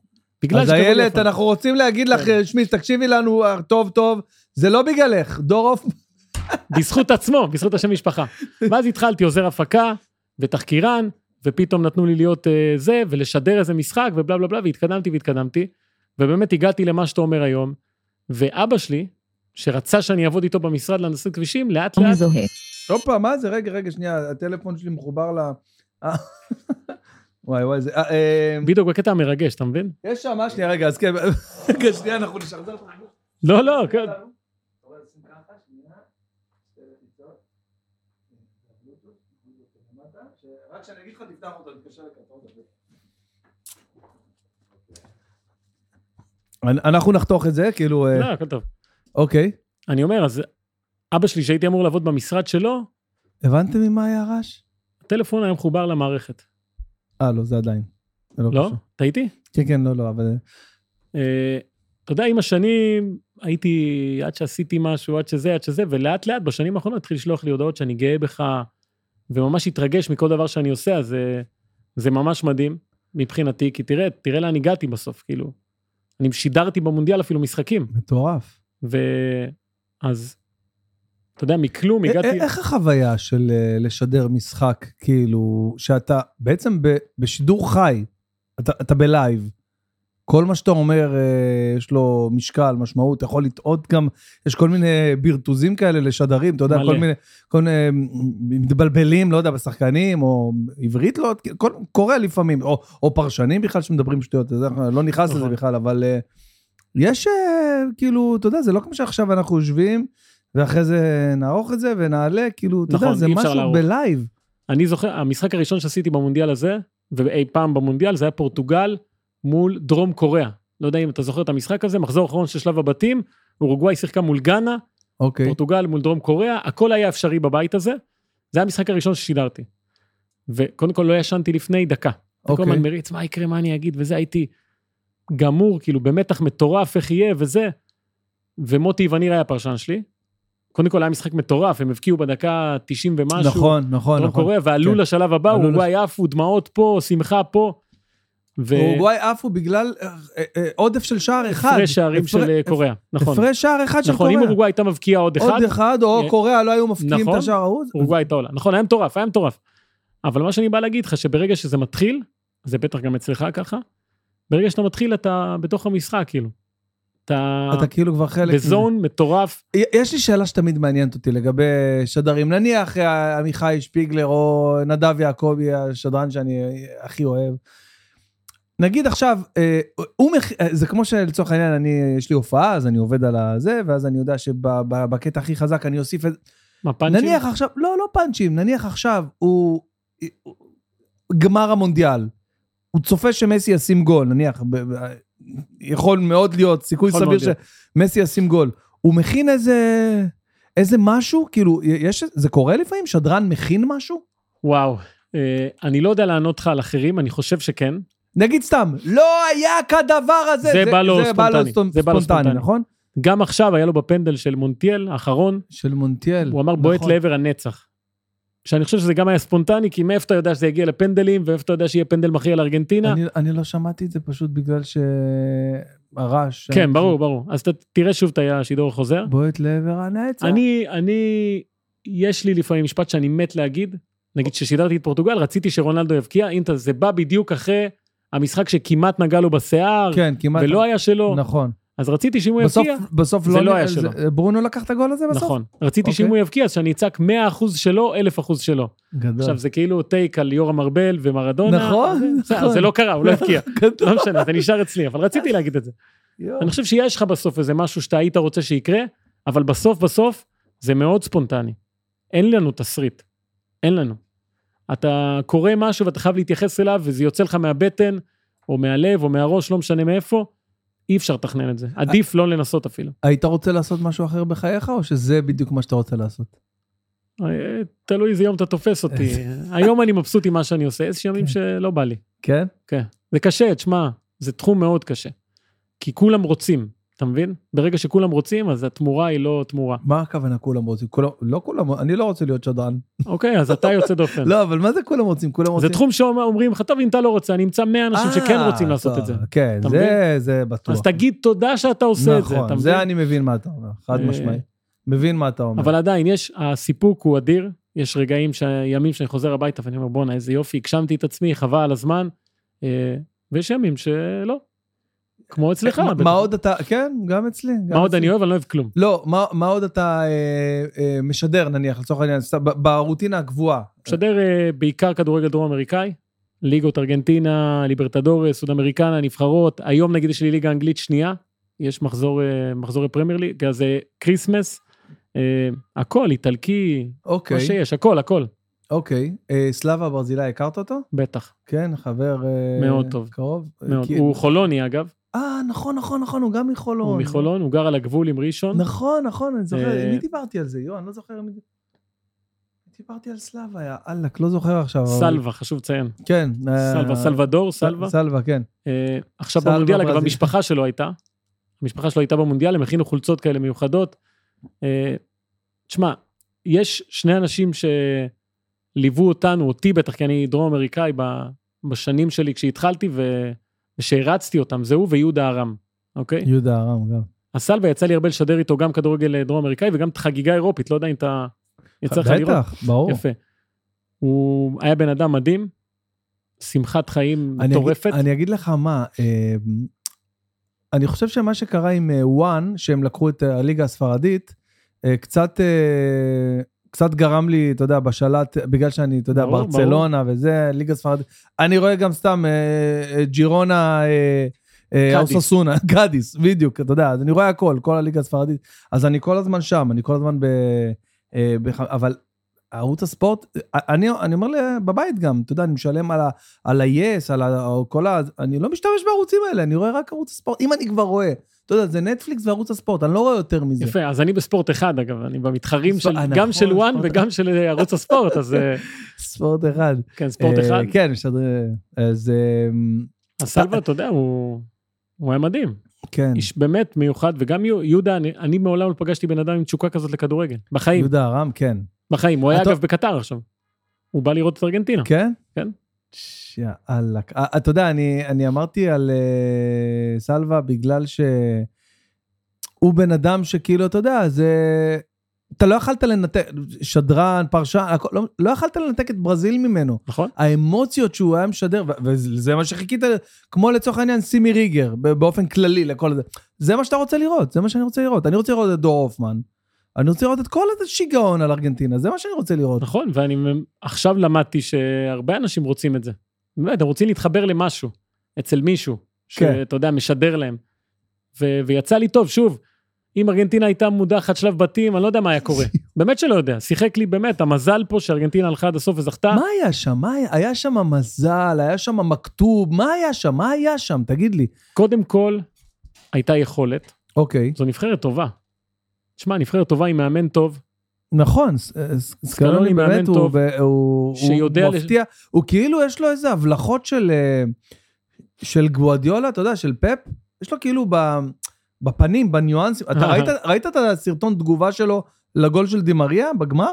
בגלל נכון.
אז
שקראו לי
איילת,
הופמן.
אנחנו רוצים להגיד לך,
כן.
שמי, תקשיבי לנו אה, טוב טוב, זה לא בגללך, דור הופמן.
בזכות עצמו, בזכות השם משפחה. ואז התחלתי עוזר הפקה ותחקירן, ופתאום נתנו לי להיות אה, זה, ולשדר איזה משחק, ובלה בלה בלה, והתקדמתי והתקדמתי, ובאמת הגעתי למה שאתה אומר היום, ואבא שלי, שרצה שאני אעבוד איתו במשרד להנדסת כבישים, לאט
לא
לאט,
מזוהה.
הופה, מה זה? רגע, רגע, שנייה, הטלפון שלי מחובר ל... אה, וואי וואי, זה... אה, אה,
בדיוק בקטע המרגש, אתה מבין?
יש שם, אה, שנייה, רגע, אז כן, רגע, שנייה, אנחנו נשחזר. את החיבור.
לא, לא, כן.
רק שאני אגיד לך, תפתח אותו, תתקשר לכאן. לא אנחנו נחתוך את זה, כאילו, אה,
לא, הכל טוב.
אוקיי.
אני אומר, אז אבא שלי, שהייתי אמור לעבוד במשרד שלו,
הבנתם ממה היה הרעש?
הטלפון היה מחובר למערכת.
אה, לא, זה עדיין. זה
לא?
קשור.
טעיתי?
כן, כן, לא, לא, אבל...
אה, אתה יודע, עם השנים הייתי, עד שעשיתי משהו, עד שזה, עד שזה, ולאט לאט בשנים האחרונות התחיל לשלוח לי הודעות שאני גאה בך, וממש התרגש מכל דבר שאני עושה, אז אה, זה ממש מדהים מבחינתי, כי תראה, תראה לאן הגעתי בסוף, כאילו. אני שידרתי במונדיאל אפילו משחקים,
מטורף.
ואז, אתה יודע, מכלום
א-
הגעתי...
א- אה, איך החוויה של אה, לשדר משחק, כאילו, שאתה בעצם ב- בשידור חי, אתה- אתה בלייב, כל מה שאתה אומר, אה, יש לו משקל, משמעות, אתה יכול לטעות גם, יש כל מיני ברטוזים כאלה לשדרים, אתה יודע,
מלא.
כל מיני, כל מיני מ- מ- מתבלבלים, לא יודע, בשחקנים, או עברית לא, כל- קורה לפעמים, או- או פרשנים בכלל שמדברים שטויות, אתה יודע, אנחנו לא נכנס לזה
נכון.
בכלל, אבל אה, יש אה, כאילו, אתה יודע, זה לא כמו שעכשיו אנחנו יושבים, ואחרי זה נערוך את זה ונעלה, כאילו, אתה יודע,
נכון,
זה
אי אפשר
משהו
לערוך.
בלייב.
אני זוכר, המשחק הראשון שעשיתי במונדיאל הזה, ואי פעם במונדיאל, זה היה פורטוגל מול דרום קוריאה. לא יודע אם אתה זוכר את המשחק הזה, מחזור אחרון של שלב הבתים, אורוגוואי שיחקה מול גאנה,
אוקיי.
פורטוגל מול דרום קוריאה, הכל היה אפשרי בבית הזה. זה המשחק הראשון ששידרתי. וקודם כל לא ישנתי לפני דקה. אתה כל
אוקיי.
הזמן מריץ, מה יקרה, מה אני אגיד, וזה, הייתי גמור, כאילו, במתח מטורף, איך יהיה, וזה. ומוטי וניר היה הפרשן שלי. קודם כל היה משחק מטורף, הם הבקיעו בדקה 90 ומשהו.
נכון, נכון,
דרום
נכון.
קוריאה, לא ועלו
כן.
לשלב הבא,
עלו
אורוגוואי עפו, דמעות פה, שמחה פה. ו-
אורוגוואי עפו בגלל אה, אה, עודף של שער אחד.
הפרש שערים
הפר-
של אה, קוריאה, נכון.
הפרש שער אחד של
נכון,
קוריאה.
אם אורוגוואי הייתה מבקיעה עוד אחד,
עוד אחד, או
אה,
קוריאה לא היו מפקיעים את
נכון.
השער ההוא.
אורוגוואי הייתה עולה. נכון, היה מטורף, היה מטורף. אבל מה שאני בא להגיד לך, שברגע שזה מתחיל, זה בטח גם אצלך ככה, ברגע שאתה מתחיל, אתה בתוך המשחק, כאילו. אתה,
אתה כאילו כבר חלק... מזה.
בזון מטורף.
יש לי שאלה שתמיד מעניינת אותי לגבי שדרים. נניח אה, עמיחי שפיגלר או נדב יעקבי, השדרן שאני הכי אוהב. נגיד עכשיו, אה, הוא מח... אה, זה כמו שלצורך העניין, אני, יש לי הופעה, אז אני עובד על הזה, ואז אני יודע שבקטע הכי חזק אני אוסיף את...
מה, פאנצ'ים?
נניח עכשיו, לא, לא פאנצ'ים, נניח עכשיו הוא הוא- גמר המונדיאל. הוא צופה שמסי ישים גול, נניח, ב- ב- יכול מאוד להיות, סיכוי
יכול
סביר
מאוד
שמסי ישים גול. הוא מכין איזה, איזה משהו, כאילו, יש, זה קורה לפעמים? שדרן מכין משהו?
וואו. אה, אני לא יודע לענות לך על אחרים, אני חושב שכן.
נגיד סתם, לא היה כדבר הזה.
זה בא לו
זה בא לו
ספונטני,
סטונ-
זה בא לו
ספונטני,
ספונטני.
נכון?
גם עכשיו היה לו בפנדל של מונטיאל, האחרון,
של מונטיאל.
הוא אמר בועט
נכון.
לעבר הנצח. שאני חושב שזה גם היה ספונטני, כי מאיפה אתה יודע שזה יגיע לפנדלים, ואיפה אתה יודע שיהיה פנדל מכריע לארגנטינה?
אני- אני לא שמעתי את זה פשוט בגלל שהרעש...
כן, ברור, ברור. אז אתה תראה שוב את השידור החוזר.
בועט לעבר הנצח.
אני, אני, יש לי לפעמים משפט שאני מת להגיד, נגיד ששידרתי את פורטוגל, רציתי שרונלדו יבקיע, אינטר, זה בא בדיוק אחרי המשחק שכמעט נגע לו בשיער,
כן, כמעט.
ולא היה שלו,
נכון.
אז רציתי שאם הוא
בסוף,
יבקיע,
בסוף
זה
לא...
לא היה
זה-
שלו.
ברונו לקח את הגול הזה בסוף?
נכון, רציתי שאם
אוקיי.
הוא יבקיע, אז שאני אצעק 100% שלו, 1000% שלו.
גדול.
עכשיו, זה כאילו טייק על יורם ארבל ומרדונה.
לא. נכון,
זה- בסדר,
נכון.
זה לא קרה, הוא לא הבקיע.
גדול.
לא משנה, זה נשאר אצלי, אבל רציתי להגיד את זה.
יואו.
אני חושב שיש לך בסוף איזה משהו שאתה היית רוצה שיקרה, אבל בסוף בסוף זה מאוד ספונטני. אין לנו תסריט. אין לנו. אתה קורא משהו ואתה חייב להתייחס אליו, וזה יוצא לך מהבטן, או מהלב, או מהראש, לא משנה מאיפה, אי אפשר לתכנן את זה. עדיף לא לנסות אפילו.
היית רוצה לעשות משהו אחר בחייך, או שזה בדיוק מה שאתה רוצה לעשות?
אה, תלוי איזה יום אתה תופס אותי. היום אני מבסוט עם מה שאני עושה, יש ימים
כן.
שלא בא לי.
כן?
כן. זה קשה, תשמע, זה תחום מאוד קשה. כי כולם רוצים, אתה מבין? ברגע שכולם רוצים, אז התמורה היא לא תמורה.
מה הכוונה כולם רוצים? כולם, לא כולם, אני לא רוצה להיות שדרן.
אוקיי, אז אתה יוצא דופן.
לא, אבל מה זה כולם רוצים? כולם רוצים...
זה תחום שאומרים לך, טוב, אם אתה לא רוצה, אני אמצא 100 אנשים שכן
אה,
רוצים לעשות
טוב,
את זה.
כן,
אתה
זה, זה בטוח.
אז תגיד תודה שאתה עושה את זה, אתה
נכון,
מבין?
זה אני מבין מה אתה אומר, חד
אה,
משמעי. מבין מה אתה אומר.
אבל עדיין, יש, הסיפוק הוא אדיר. יש רגעים, ש- ימים שאני חוזר הביתה ואני אומר, בואנה, איזה יופי, הגשמתי את עצמי, חבל על הזמן. אה, ויש ימים שלא. כמו אצלך.
מה-
בטח.
מה עוד אתה, כן, גם אצלי. גם
מה עוד
אצלי.
אני אוהב? אני לא אוהב כלום.
לא, מה, מה עוד אתה אה, אה, משדר נניח, לצורך העניין, סתם, ב- ברוטינה הקבועה?
משדר אה, בעיקר כדורגל דרום אמריקאי, ליגות ארגנטינה, ליברטדורס, סוד אמריקנה, נבחרות. היום נגיד יש לי ליגה אנגלית שנייה, יש מחזור, אה, מחזורי פרמייר ליג, אז אה, כריסמס, אה, הכל, איטלקי, מה
אוקיי,
שיש, הכל, הכל,
אוקיי. אה, סלאבה ברזילי, הכרת אותו?
בטח,
כן, חבר אה,
מאוד טוב.
קרוב. אה,
מאוד.
כי-
הוא חולוני אגב,
אה, נכון, נכון, נכון, הוא גם מחולון.
הוא מחולון, הוא גר על הגבול עם ראשון.
נכון, נכון, אני זוכר,
אה,
עם מי דיברתי על זה? יואו, אני לא זוכר עם מי... דיברתי על סלאבה, יא אללק, לא זוכר עכשיו. אבל-
סלווה, חשוב לציין.
כן. אה,
סלווה, סלוודור, סלווה.
סלווה, כן.
אה, עכשיו
סלווה
במונדיאל, אגב,
ברזיל.
המשפחה שלו הייתה, המשפחה שלו הייתה במונדיאל, הם הכינו חולצות כאלה מיוחדות. אה, תשמע, יש שני אנשים שליוו אותנו, אותי בטח, כי אני דרום אמריקאי ב- בשנים שלי כשהתחלתי ו- ושהרצתי אותם, זה הוא ויהודה ארם, אוקיי?
יהודה ארם גם.
אז סלווה יצא לי הרבה לשדר איתו גם כדורגל אה, דרום אמריקאי וגם את החגיגה האירופית, לא יודע אם אתה... יצא לך לראות.
בטח, ברור.
יפה. הוא היה בן אדם מדהים, שמחת חיים
אני
מטורפת.
אגיד, אני אגיד לך מה, אה, אני חושב שמה שקרה עם אה, וואן, שהם לקחו את אה, הליגה הספרדית, אה, קצת, אה, קצת גרם לי, אתה יודע, בשלט, בגלל שאני, אתה יודע,
ברור,
ברצלונה וזה, ליגה ספרדית. אני רואה גם סתם אה, אה, ג'ירונה, אה, אה,
קאדיס.
אוססונה, קאדיס, בדיוק, אתה יודע, אז אני רואה הכל, כל הליגה הספרדית. אז אני כל הזמן שם, אני כל הזמן ב... אה, בח- אבל ערוץ הספורט, אה, אני, אני אומר לה, בבית גם, אתה יודע, אני משלם על ה... על ה-yes, על ה- או כל ה... אני לא משתמש בערוצים האלה, אני רואה רק ערוץ הספורט. אם אני כבר רואה, אתה יודע, זה נטפליקס וערוץ הספורט, אני לא רואה יותר מזה.
יפה, אז אני בספורט אחד, אגב, אני במתחרים של,
אה, נכון,
גם של וואן
ספורט
וגם של ערוץ הספורט, אז אה,
ספורט אחד.
כן, ספורט
אה,
אחד.
כן, משדר... אז אמ,
אז סלווה, אתה יודע, הוא הוא היה מדהים.
כן,
איש באמת מיוחד, וגם יו- יהודה, אני- אני מעולם לא פגשתי בן אדם עם תשוקה כזאת לכדורגל. בחיים,
יהודה ארם, כן.
בחיים. הוא היה
אתה-
אגב בקטר עכשיו. הוא בא לראות את ארגנטינה.
כן?
כן.
יאללה. אתה יודע, אני, אני אמרתי על אה, סלווה בגלל שהוא בן אדם שכאילו, אתה יודע, זה... אתה לא יכלת לנתק, שדרן, פרשן, הכל- לא, לא יכלת לנתק את ברזיל ממנו.
נכון?
האמוציות שהוא היה משדר, ו- וזה מה שחיכית, כמו לצורך העניין סימי ריגר, ב- באופן כללי לכל זה. זה מה שאתה רוצה לראות, זה מה שאני רוצה לראות. אני רוצה לראות את דור הופמן, אני רוצה לראות את כל השיגעון על ארגנטינה, זה מה שאני רוצה לראות.
נכון, ואני עכשיו למדתי שהרבה אנשים רוצים את זה. באמת, הם רוצים להתחבר למשהו, אצל מישהו,
כן.
שאתה יודע, משדר להם. ו- ויצא לי טוב, שוב, אם ארגנטינה הייתה מודחת שלב בתים, אני לא יודע מה היה קורה. באמת שלא יודע, שיחק לי באמת, המזל פה שארגנטינה הלכה עד הסוף וזכתה.
מה היה שם? מה היה? היה שם מזל, היה שם מכתוב, מה היה שם? מה היה שם? תגיד לי.
קודם כל, הייתה יכולת,
אוקיי,
זו נבחרת טובה. תשמע, נבחרת טובה עם מאמן טוב,
נכון, ס- ס- סקלוני
מאמן
באמת הוא-
טוב,
ו- הוא
שיודע
הוא
לש-
מפתיע, הוא כאילו יש לו איזה הבלחות של אה, של גואדיולה, אתה יודע, של פאפ, יש לו כאילו ב- בפנים, בניואנסים,
אה,
אתה ראית- ראית את הסרטון תגובה שלו לגול של דימריה בגמר?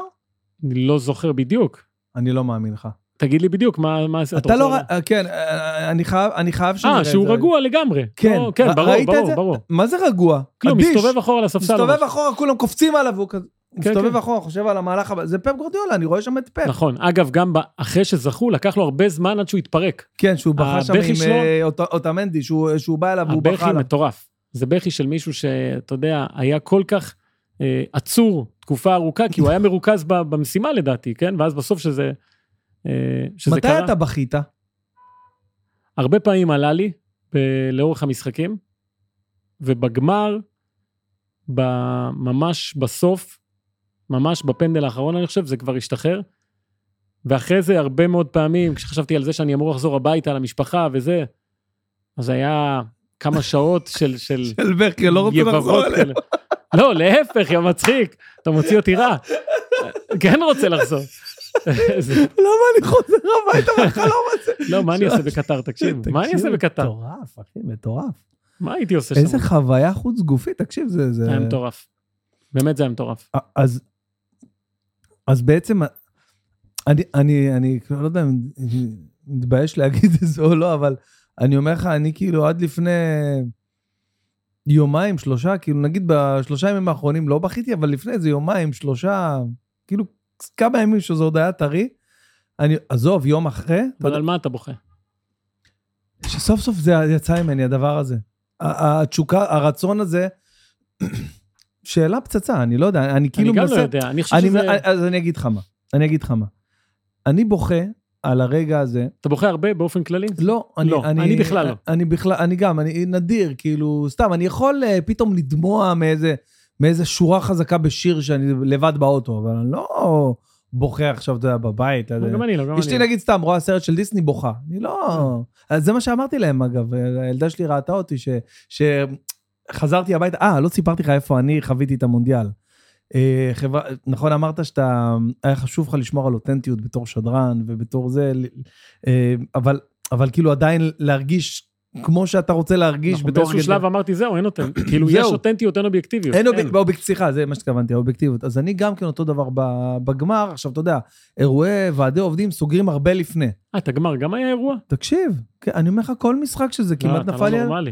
אני לא זוכר בדיוק.
אני לא מאמין לך.
תגיד לי בדיוק מה... מה
אתה לא,
רוצה-
ר- אה, כן, אה, אני חייב- אני חייב שנראה
אה,
את
שהוא
זה.
רגוע לגמרי.
כן,
לא, כן,
ר-
ברור,
ראית את
ברור,
זה?
ברור.
מה זה רגוע?
כלום,
אדיש.
מסתובב אחורה לספסל.
מסתובב
ממש.
אחורה, כולם קופצים עליו, והוא כזה...
כן,
מסתובב
כן.
אחורה, חושב על המהלך הבא, זה פפ גורדיולה, אני רואה שם את פפ.
נכון. אגב, גם ב- אחרי שזכו, לקח לו הרבה זמן עד שהוא התפרק.
כן, שהוא בכה שם
הבכי
עם
שלו-
אה, אוט- אוטמנדי, שהוא אה, שהוא בא אליו והוא בכה
הבכי
עליו.
מטורף. זה בכי של מישהו שאתה יודע, היה כל כך אה, עצור תקופה ארוכה, כי הוא היה מרוכז ב- במשימה לדעתי, כן? ואז בסוף שזה, אה, שזה
מתי
קרה.
אתה בכית?
הרבה פעמים עלה לי ב- לאורך המשחקים, ובגמר, ב- ממש בסוף, ממש בפנדל האחרון, אני חושב, זה כבר השתחרר. ואחרי זה, הרבה מאוד פעמים, כשחשבתי על זה שאני אמור לחזור הביתה למשפחה וזה, אז היה כמה שעות של... של...
של בכי, לא רוצה
יבבות
לחזור אליהם.
כאלה. לא, להפך, יא מצחיק, אתה מוציא אותי רע. כן רוצה לחזור. זה-
למה אני חוזר הביתה בחלום הזה?
לא, מה אני אעשה בקטר, תקשיב. מה אני אעשה בקטר?
מטורף, אחי, מטורף.
מה הייתי עושה שם?
איזה חוויה חוץ גופית, תקשיב, זה... זה-
זה היה מטורף. באמת זה היה מטורף.
אז, אז בעצם, אני, אני, אני כאילו לא יודע אם מתבייש להגיד את זה או לא, אבל אני אומר לך, אני כאילו עד לפני יומיים, שלושה, כאילו נגיד בשלושה ימים האחרונים לא בכיתי, אבל לפני איזה יומיים, שלושה, כאילו כמה ימים שזה עוד היה טרי, אני, עזוב, יום אחרי, אתה
אבל
יודע,
על מה אתה בוכה?
שסוף סוף זה יצא ממני, הדבר הזה. ה- התשוקה, הרצון הזה, שאלה פצצה, אני לא יודע, אני כאילו
אני גם
מנסה...
לא יודע, אני חושב
אני,
שזה...
אז אני אגיד לך מה, אני אגיד לך מה. אני בוכה על הרגע הזה.
אתה בוכה הרבה באופן כללי?
לא, אני,
לא, אני בכלל לא.
אני בכלל, אני גם, אני נדיר, כאילו, סתם, אני יכול אה, פתאום לדמוע מאיזה, מאיזה שורה חזקה בשיר שאני לבד באוטו, אבל אני לא בוכה עכשיו, אתה יודע, בבית. אתה
לא,
יודע.
גם אני לא, כן. גם אני
אשתי
לא.
נגיד סתם רואה סרט של דיסני בוכה, אני לא... אז זה מה שאמרתי להם אגב, הילדה שלי ראתה אותי ש... שחזרתי הביתה, אה, לא סיפרתי לך איפה אני חוויתי את המונדיאל. אה, חברה, נכון אמרת שאתה, היה חשוב לך לשמור על אותנטיות בתור שדרן ובתור זה, ל- אה, אבל, אבל כאילו עדיין להרגיש כמו שאתה רוצה להרגיש
אנחנו
בתור...
נכון, באיזשהו
ארגנטין.
שלב כן. אמרתי, זהו, אין אותם. כאילו, יש
זהו.
אותנטיות, אין אובייקטיביות.
אין אוביק- באוביק- סליחה, זה מה שהתכוונתי, האובייקטיביות. אז אני גם כן אותו דבר ב- בגמר, עכשיו אתה יודע, אירועי ועדי עובדים סוגרים הרבה לפני.
אה, את הגמר גם היה אירוע?
תקשיב, כן, אני אומר לך, כל משחק שזה
לא,
כמעט
אתה
נפל
לא
לי... על-
נורמלי.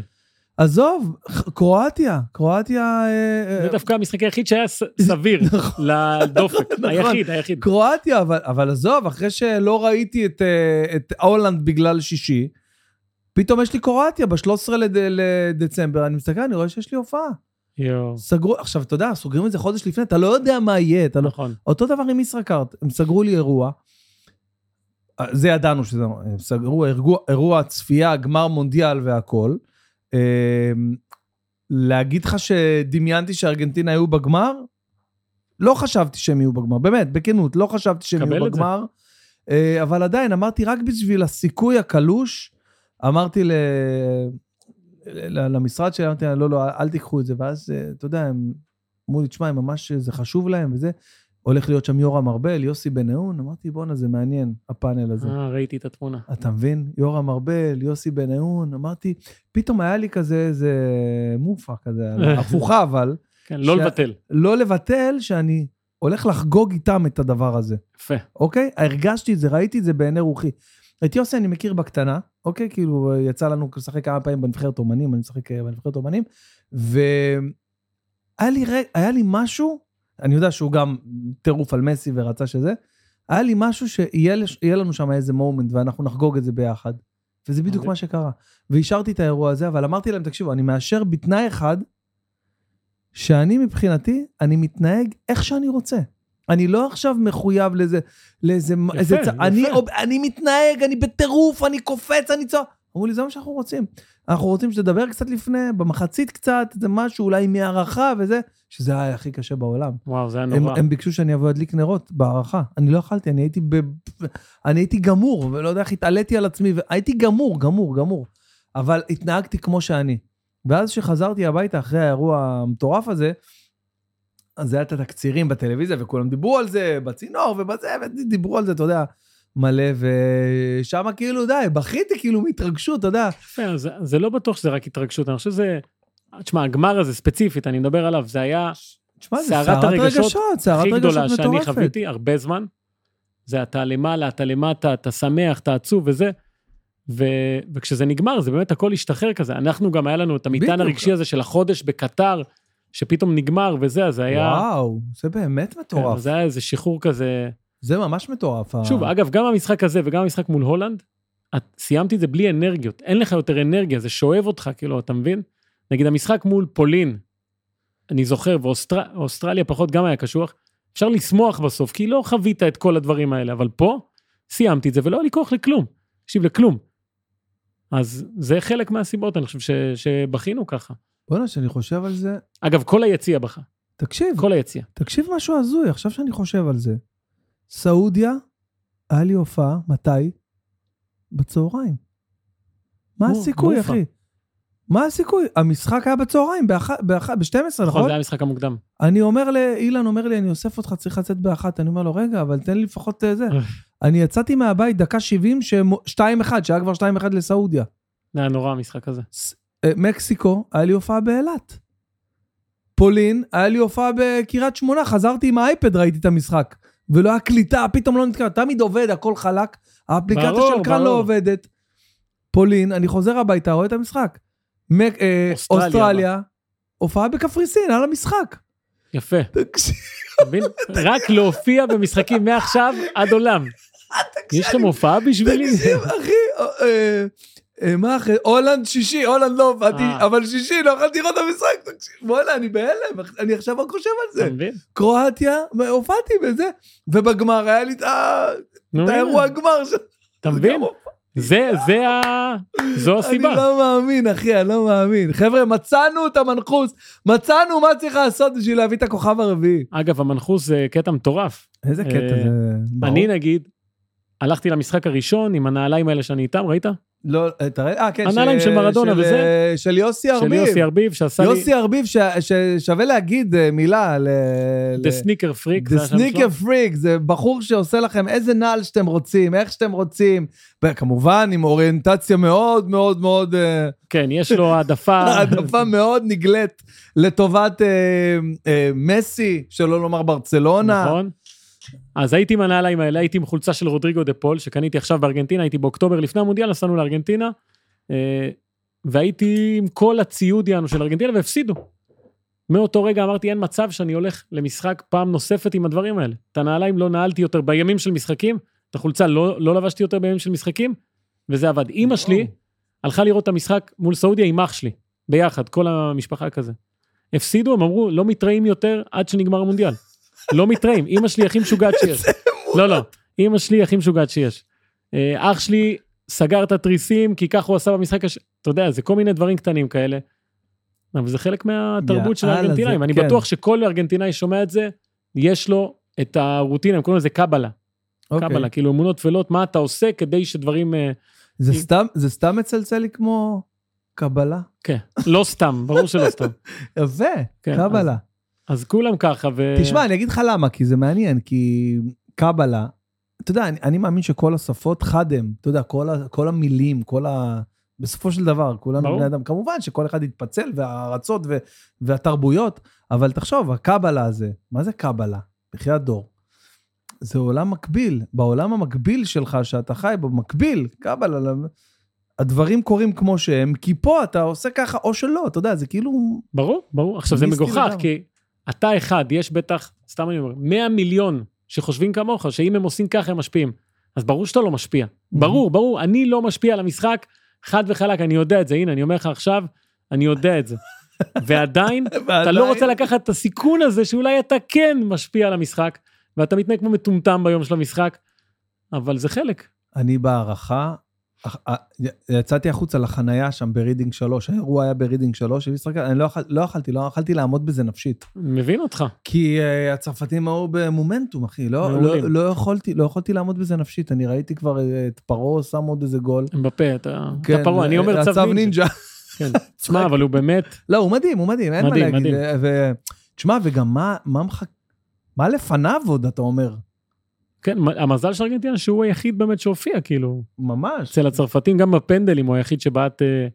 עזוב, ח- קרואטיה, קרואטיה... אה,
זה
אה,
דווקא המשחק היחיד שהיה ס- סביר לדופק.
נכון.
היחיד, היחיד.
קרואטיה, אבל, אבל עזוב, אחרי שלא ראיתי את, אה, את הולנד בגלל שישי, פתאום יש לי קרואטיה ב-13 לד, לדצמבר, אני מסתכל, אני רואה שיש לי הופעה.
יואו.
סגרו, עכשיו, אתה יודע, סוגרים את זה חודש לפני, אתה לא יודע מה יהיה, אתה לא...
נכון.
אותו דבר עם ישראכרט, הם סגרו לי אירוע. אה, זה ידענו שזה, הם סגרו אירוע, אירוע צפייה, גמר מונדיאל והכול. אה, להגיד לך שדמיינתי שארגנטינה היו בגמר? לא חשבתי שהם יהיו בגמר, באמת, בכנות, לא חשבתי שהם
קבל
יהיו
את זה.
בגמר. אה, אבל עדיין, אמרתי, רק בשביל הסיכוי הקלוש, אמרתי ל... ל- למשרד שלי, אמרתי להם, לא, לא, אל תיקחו את זה. ואז, אה, אתה יודע, הם אמרו לי, תשמע, הם ממש, אה, זה חשוב להם וזה. הולך להיות שם יורם ארבל, יוסי בניון, אמרתי, בואנה, זה מעניין, הפאנל הזה.
אה, ראיתי את התמונה.
אתה מבין? יורם ארבל, יוסי בניון, אמרתי, פתאום היה לי כזה איזה מופה כזה, הפוכה אבל,
כן, לא
ש-
לבטל.
לא לבטל שאני הולך לחגוג איתם את הדבר הזה.
יפה.
אוקיי? הרגשתי את זה, ראיתי את זה בעיני רוחי. את יוסי אני מכיר בקטנה, אוקיי? כאילו, אה, יצא לנו לשחק כמה פעמים בנבחרת אומנים, אני משחק אה, בנבחרת אומנים, והיה לי, ר- היה לי משהו אני יודע שהוא גם טירוף על מסי ורצה שזה, היה לי משהו שיהיה לש- יהיה לנו שם איזה מומנט ואנחנו נחגוג את זה ביחד. וזה בדיוק
אוקיי.
מה שקרה. ואישרתי את האירוע הזה, אבל אמרתי להם, תקשיבו, אני מאשר בתנאי אחד, שאני מבחינתי, אני מתנהג איך שאני רוצה. אני לא עכשיו מחויב לזה, לאיזה...
יפה,
איזה צ-
יפה.
אני, אוב- אני מתנהג, אני בטירוף, אני קופץ, אני צועק. אמרו לי, זה מה שאנחנו רוצים. אנחנו רוצים שתדבר קצת לפני, במחצית קצת, זה משהו, אולי מהערכה וזה, שזה היה הכי קשה בעולם.
וואו, זה היה
הם,
נורא.
הם ביקשו שאני אבוא להדליק נרות בהערכה. אני לא יכלתי, אני הייתי, ב... אני הייתי גמור, ולא יודע איך התעליתי על עצמי, הייתי גמור, גמור, גמור. אבל התנהגתי כמו שאני. ואז כשחזרתי הביתה אחרי האירוע המטורף הזה, אז היה את התקצירים בטלוויזיה, וכולם דיברו על זה, בצינור ובזה, ודיברו על זה, אתה יודע, מלא, ושם כאילו, די, בכיתי כאילו מהתרגשות, אתה יודע.
יפה, זה- זה לא בטוח שזה רק התרגשות, אני חושב שזה... תשמע, הגמר הזה ספציפית, אני מדבר עליו, זה היה
תשמע, זה
סערת
סערת
הרגשות
הרגשות, סערת
הכי
רגשות
גדולה שאני
מטורפת.
חוויתי הרבה זמן. זה אתה למעלה, אתה למטה, אתה שמח, אתה עצוב וזה. ו... וכשזה נגמר, זה באמת הכל השתחרר כזה. אנחנו גם, היה לנו את המטען
בדיוק.
הרגשי הזה של החודש בקטר, שפתאום נגמר וזה, אז זה היה...
וואו, זה באמת
כן,
מטורף.
זה היה איזה שחרור כזה.
זה ממש מטורף. ה-
שוב, אגב, גם המשחק הזה וגם המשחק מול הולנד, את סיימתי את זה בלי אנרגיות. אין לך יותר אנרגיה, זה שואב אותך, כאילו, אתה מבין? נגיד, המשחק מול פולין, אני זוכר, ואוסטרליה פחות גם היה קשוח, אפשר לשמוח בסוף, כי לא חווית את כל הדברים האלה, אבל פה סיימתי את זה, ולא היה לי כוח לכלום. תקשיב, לכלום. אז זה חלק מהסיבות, אני חושב, ש, שבכינו ככה.
בוא'נה, שאני חושב על זה,
אגב, כל היציע בכה,
תקשיב, כל...
כל היציע.
תקשיב משהו הזוי, עכשיו שאני חושב על זה. סעודיה, היה לי הופעה, מתי? בצהריים. מה
נו,
הסיכוי,
באופה.
אחי? מה הסיכוי? המשחק היה בצהריים, באח- באח- ב-12,
נכון,
נכון?
זה היה המשחק המוקדם.
אני אומר לאילן, אומר לי, אני אוסף אותך, צריך לצאת באחת. אני אומר לו, רגע, אבל תן לי לפחות אה, זה. אני יצאתי מהבית דקה 70, שהם 2-1, שהיה כבר 2-1 לסעודיה.
זה היה נורא המשחק הזה.
אה, מקסיקו, היה לי הופעה באילת. פולין, היה לי הופעה בקריית שמונה, חזרתי עם האייפד, ראיתי את המשחק. ולא היה קליטה, פתאום לא נתקע, תמיד עובד, הכל חלק, האפליקציה
ברור,
של כאן
ברור.
לא עובדת. פולין, אני חוזר הביתה, רואה את המשחק. מק- אה,
אוסטרליה,
אוסטרליה, הופעה בקפריסין, על המשחק.
יפה.
תקשיב,
אתה מבין? רק להופיע במשחקים מעכשיו עד עולם. יש לכם הופעה בשבילי?
אחי, אה, אה, אה, מה אחרי, הולנד שישי, הולנד לא הופעתי,
אה.
אבל שישי, לא יכולתי לראות את המשחק, תקשיב, וואלה, אני בהלם, אני עכשיו רק חושב על זה.
אתה מבין?
קרואטיה, הופעתי בזה, ובגמר היה לי את ה-
נו,
את האירוע גמר שם.
אתה מבין? זה, זה ה... זו הסיבה.
אני לא מאמין, אחי, אני לא מאמין. חבר'ה, מצאנו את המנחוס, מצאנו מה צריך לעשות בשביל להביא את הכוכב הרביעי.
אגב, המנחוס זה קטע מטורף.
איזה קטע
אה,
זה, ברור.
אני נגיד, הלכתי למשחק הראשון עם הנעליים האלה שאני איתם, ראית?
לא, אה, תראה, אה, כן,
הנעליים
ש-
של מרדונה
של,
וזה.
אה, של יוסי
של
ארביב.
יוסי ארביב, שעשה לי
יוסי ארביב, ש- ששווה להגיד אה, מילה ל... ל-
The Sneaker Freak. זה
The
השם שלו.
sneaker freak, זה בחור שעושה לכם איזה נעל שאתם רוצים, איך שאתם רוצים, וכמובן עם אוריינטציה מאוד מאוד מאוד, אה,
כן, יש לו העדפה.
העדפה מאוד נגלית לטובת אה, אה, מסי, שלא לומר ברצלונה.
נכון. אז הייתי עם הנעליים האלה, הייתי עם חולצה של רודריגו דה פול, שקניתי עכשיו בארגנטינה, הייתי באוקטובר לפני המונדיאל, נסענו לארגנטינה, אה, והייתי עם כל הציוד יענו של ארגנטינה, והפסידו. מאותו רגע אמרתי, אין מצב שאני הולך למשחק פעם נוספת עם הדברים האלה. את הנעליים לא נעלתי יותר בימים של משחקים, את החולצה לא, לא לבשתי יותר בימים של משחקים, וזה עבד. אימא שלי הלכה לראות את המשחק מול סעודיה עם אח שלי, ביחד, כל המשפחה כזה. הפסידו, הם אמרו, לא מתראים יותר עד שנגמר המונדיאל. לא מתראים, אימא שלי הכי משוגעת שיש. לא, לא, אימא שלי הכי משוגעת שיש. אה, אח שלי סגר את התריסים, כי כך הוא עשה במשחק הש... אתה יודע, זה כל מיני דברים קטנים כאלה. אבל זה חלק מהתרבות של
יאללה, זה-
הארגנטינאים. אני
כן.
בטוח שכל ארגנטינאי שומע את זה, יש לו את הרוטינה, הם קוראים לזה קבלה.
אוקיי.
קבלה, כאילו אמונות טפלות, מה אתה עושה כדי שדברים... אה,
זה סתם- זה סתם מצלצל לי כמו קבלה.
כן, לא סתם, ברור שלא סתם.
יפה,
כן,
קבלה.
אז כולם ככה, ו...
תשמע, אני אגיד לך למה, כי זה מעניין, כי קבלה, אתה יודע, אני, אני מאמין שכל השפות חד הם, אתה יודע, כל, ה, כל המילים, כל ה... בסופו של דבר, כולנו
ברור.
בני אדם, כמובן שכל אחד יתפצל, והארצות ו, והתרבויות, אבל תחשוב, הקבלה הזה, מה זה קבלה? בחיית דור. זה עולם מקביל, בעולם המקביל שלך, שאתה חי בו, מקביל, קבלה, הדברים קורים כמו שהם, כי פה אתה עושה ככה או שלא, אתה יודע, זה כאילו
ברור, ברור. עכשיו, זה
מיסטי
מגוחך,
לגמרי.
כי אתה אחד, יש בטח, סתם אני אומר, 100 מיליון שחושבים כמוך, שאם הם עושים ככה הם משפיעים. אז ברור שאתה לא
Mhm.
משפיע. ברור, ברור, אני לא משפיע על המשחק, חד וחלק, אני יודע את זה, הנה, אני אומר לך עכשיו, אני יודע את זה. ועדיין, אתה לא רוצה לקחת את הסיכון הזה שאולי אתה כן משפיע על המשחק, ואתה מתנהג כמו מטומטם ביום של המשחק, אבל זה חלק.
אני בהערכה, אח- אה, יצאתי החוצה לחנייה שם ברידינג 3, האירוע היה ברידינג 3, ומשחק- אני לא אכל- לא אכלתי, לא יכלתי לעמוד בזה נפשית.
מבין אותך.
כי אה, הצרפתים היו במומנטום, אחי, לא-
מעולים.
לא- לא יכולתי- לא יכולתי לעמוד בזה נפשית, אני ראיתי כבר אה, את פרעה שם עוד איזה גול.
הם בפה, אתה
כן,
אתה פרוע, אני אומר צו נינג'ה. כן. תשמע, אבל הוא באמת,
לא, הוא מדהים, הוא מדהים, אין מה
מדהים,
להגיד.
מדהים.
ו- תשמע, וגם מה- מה מחכה, מה לפניו עוד, אתה אומר?
כן, מ- המזל של ארגנטינה שהוא היחיד באמת שהופיע, כאילו,
ממש.
אצל הצרפתים, גם בפנדלים הוא היחיד שבעט אה,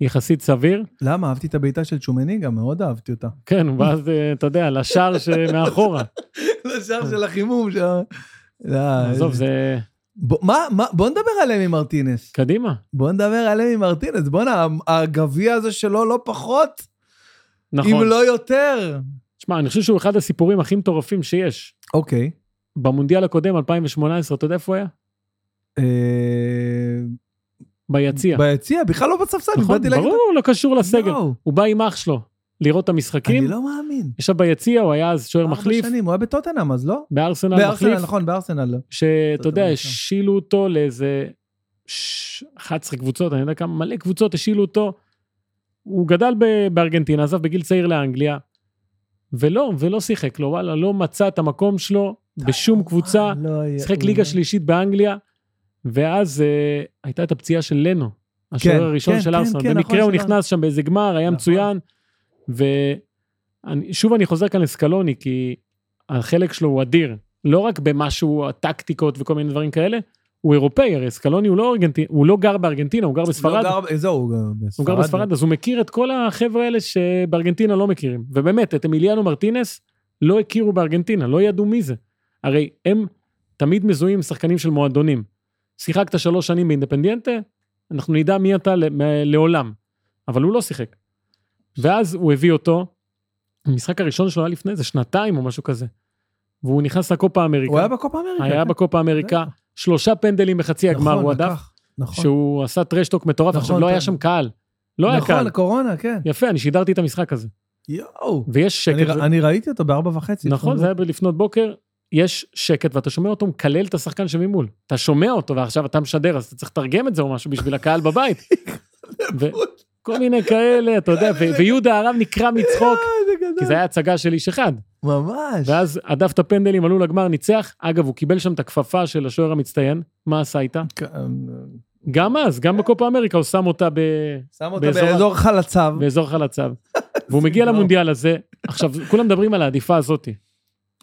יחסית סביר.
למה? אהבתי את הבעיטה של צ'ומני גם, מאוד אהבתי אותה.
כן, ואז אה, אתה יודע, לשער שמאחורה.
לשער של החימום שם. לא,
כן. עזוב, זה... כן.
בוא- מה, מה, בוא נדבר על אמי מרטינס.
קדימה.
בוא נדבר על אמי מרטינס. בואנה, הגביע הזה שלו לא פחות, אם
נכון.
לא יותר.
שמע, אני חושב שהוא אחד הסיפורים הכי מטורפים שיש.
אוקיי.
במונדיאל הקודם, 2018, אתה יודע איפה הוא היה?
אה,
ביציע.
ביציע, בכלל לא בספסל,
כן. נכון,
באתי להגיד-
ברור, לא קשור לסגל.
וואו,
הוא בא עם אח שלו לראות את המשחקים.
אני לא מאמין.
ישב ביציע, הוא היה אז שוער
ארבע
מחליף,
שנים, הוא היה בטוטנאם, אז לא?
בארסנל מחליף,
בארסנל, נכון, בארסנל. לא.
שאתה יודע,
טוטנהאם,
השילו אותו לאיזה ש- 11 קבוצות, אני יודע כמה, מלא קבוצות השילו אותו. הוא גדל ב- בארגנטינה, עזב בגיל צעיר לאנגליה, ולא, ולא שיחק לו, וואלה, לא מצא את המקום שלו בשום קבוצה,
וואי, לא יהיה-
שיחק
הוא
ליגה
לא-
שלישית באנגליה, ואז אה, הייתה את הפציעה של לנו, השוער
כן,
הראשון
כן,
של
כן,
ארסנל.
כן, נכון,
במקרה הוא
של
נכנס שם באיזה גמר, היה
נכון.
מצוין. ושוב אני חוזר כאן לסקלוני, כי החלק שלו הוא אדיר. לא רק במשהו, הטקטיקות וכל מיני דברים כאלה, הוא אירופאי, הרי סקלוני הוא לא ארגנטין, הוא לא גר בארגנטינה, הוא גר בספרד.
לא גר- אה, זהו, הוא גר בספרד.
הוא גר בספרד, אז הוא מכיר את כל החבר'ה האלה שבארגנטינה לא מכירים. ובאמת, את אמיליאנו מרטינס לא הכירו בארגנטינה, לא ידעו מי זה. הרי הם תמיד מזוהים עם שחקנים של מועדונים. שיחקת שלוש שנים באינדפנדיאנטה, אנחנו נדע מי אתה ל- מ- לעולם. אבל הוא לא שיחק. ואז הוא הביא אותו, המשחק הראשון שלו היה לפני איזה שנתיים או משהו כזה. והוא נכנס לקופה אמריקה.
הוא היה בקופה אמריקה.
היה
כן.
בקופה אמריקה, שלושה פנדלים בחצי
נכון,
הגמר הוא הדף,
לקח, נכון.
שהוא עשה טרשטוק מטורף, עכשיו
נכון,
לא היה
פנדל.
שם קהל. לא היה קהל.
נכון, הקורונה, כן.
יפה, אני שידרתי את המשחק הזה.
יואו.
ויש
אני
שקט,
ר- אני ראיתי אותו בארבע וחצי.
נכון,
לפנות
זה היה בלפנות בוקר, יש שקט ואתה שומע אותו מקלל את השחקן שממול. אתה שומע אותו ועכשיו אתה משדר, אז אתה צריך לתרגם את זה או משהו בשביל הקהל בבית. וכל מיני כאלה, אתה יודע, ו- ויהודה הרב נקרע מצחוק,
בוקר. אה,
כי זה היה הצגה של איש אחד.
ממש.
ואז הדף את הפנדלים, עלו לגמר, ניצח. אגב, הוא קיבל שם את הכפפה של השוער המצטיין, מה עשה איתה?
כ-
גם אז, גם בקופה אמריקה, הוא שם אותה ב...
אה, שם אותה
באזור-
באזור חלציו.
באזור חלציו. והוא מגיע
גרוע.
למונדיאל הזה, עכשיו, כולם מדברים על העדיפה הזאת,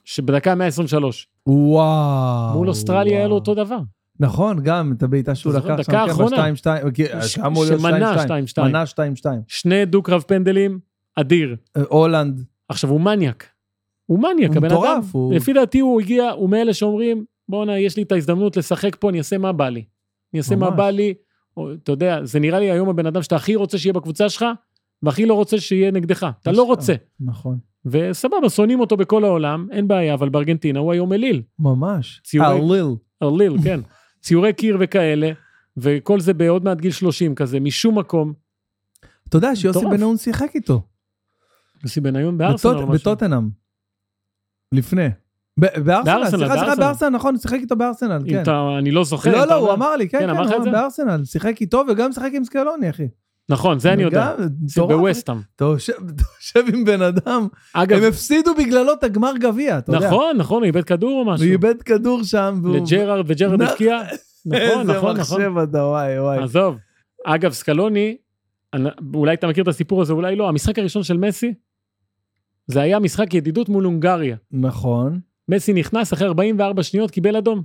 שבדקה 123,
וואו.
מול אוסטרליה היה לו
וואו.
אותו דבר.
נכון, גם את הבעיטה שהוא
אתה זוכר?
לקח שם,
דקה
כן,
האחרונה.
ב-2-2, כי
ש-
היה אמור להיות 2-2.
שמנע 2-2.
מנה 2-2.
שני דו-קרב פנדלים, אדיר.
אה, הולנד,
עכשיו, הוא מניאק. הוא מניאק,
הוא
הבן אדם.
מטורף, הוא-
לפי דעתי הוא הגיע, הוא מאלה שאומרים, בואנה, יש לי את ההזדמנות לשחק פה, אני אעשה מה בא לי. אני אעשה מה
ממש.
בא לי, או, אתה יודע, זה נראה לי היום הבן אדם שאתה הכי רוצה שיהיה בקבוצה שלך, והכי לא רוצה שיהיה נגדך. אתה לא
נכון.
רוצה.
נכון.
וסבבה, שונאים אותו בכל העולם, אין בעיה, אבל בארגנטינה הוא היום אליל.
ממש. אה,
ציורי-
ארליל.
ארליל, כן. ציורי קיר וכאלה, וכל זה בעוד מעט גיל 30 כזה, משום מקום.
אתה יודע שיוסי
מטורף.
בן-נון שיחק איתו.
יוסי בניון בארסנל או
בטוט-
משהו.
בטוטנאם. לפני. ב- בארסנל,
בארסנל,
סליחה, סליחה,
בארסנל.
בארסנל, נכון, הוא שיחק איתו בארסנל,
אם
כן.
אתה, אני לא זוכר.
לא,
אתה
לא, הוא
אומר-
אמר לי, כן,
כן,
כן,
אמר לך
הוא
את זה?
אמר בארסנל, שיחק איתו וגם שיחק עם סקלוני, אחי.
נכון, זה אני יודע.
וגם-
זה
מטורף.
בווסטאם.
אתה יושב אתה יושב עם בן אדם,
אגב,
הם הפסידו בגללו את הגמר גביע, אתה יודע.
נכון, נכון, הוא איבד כדור או
הוא
משהו.
איבד כדור שם, והוא...
לג'רארד וג'רארד
נ-
הבקיע. נכון, נכון,
איזה
נכון.
מחשב אתה, וואי, וואי.
עזוב. אגב, סקלוני, אני- אולי אתה מכיר את הסיפור הזה, אולי לא. המשחק הראשון של מסי, זה היה משחק ידידות מול הונגריה.
נכון.
מסי נכנס אחרי 44 שניות, קיבל אדום.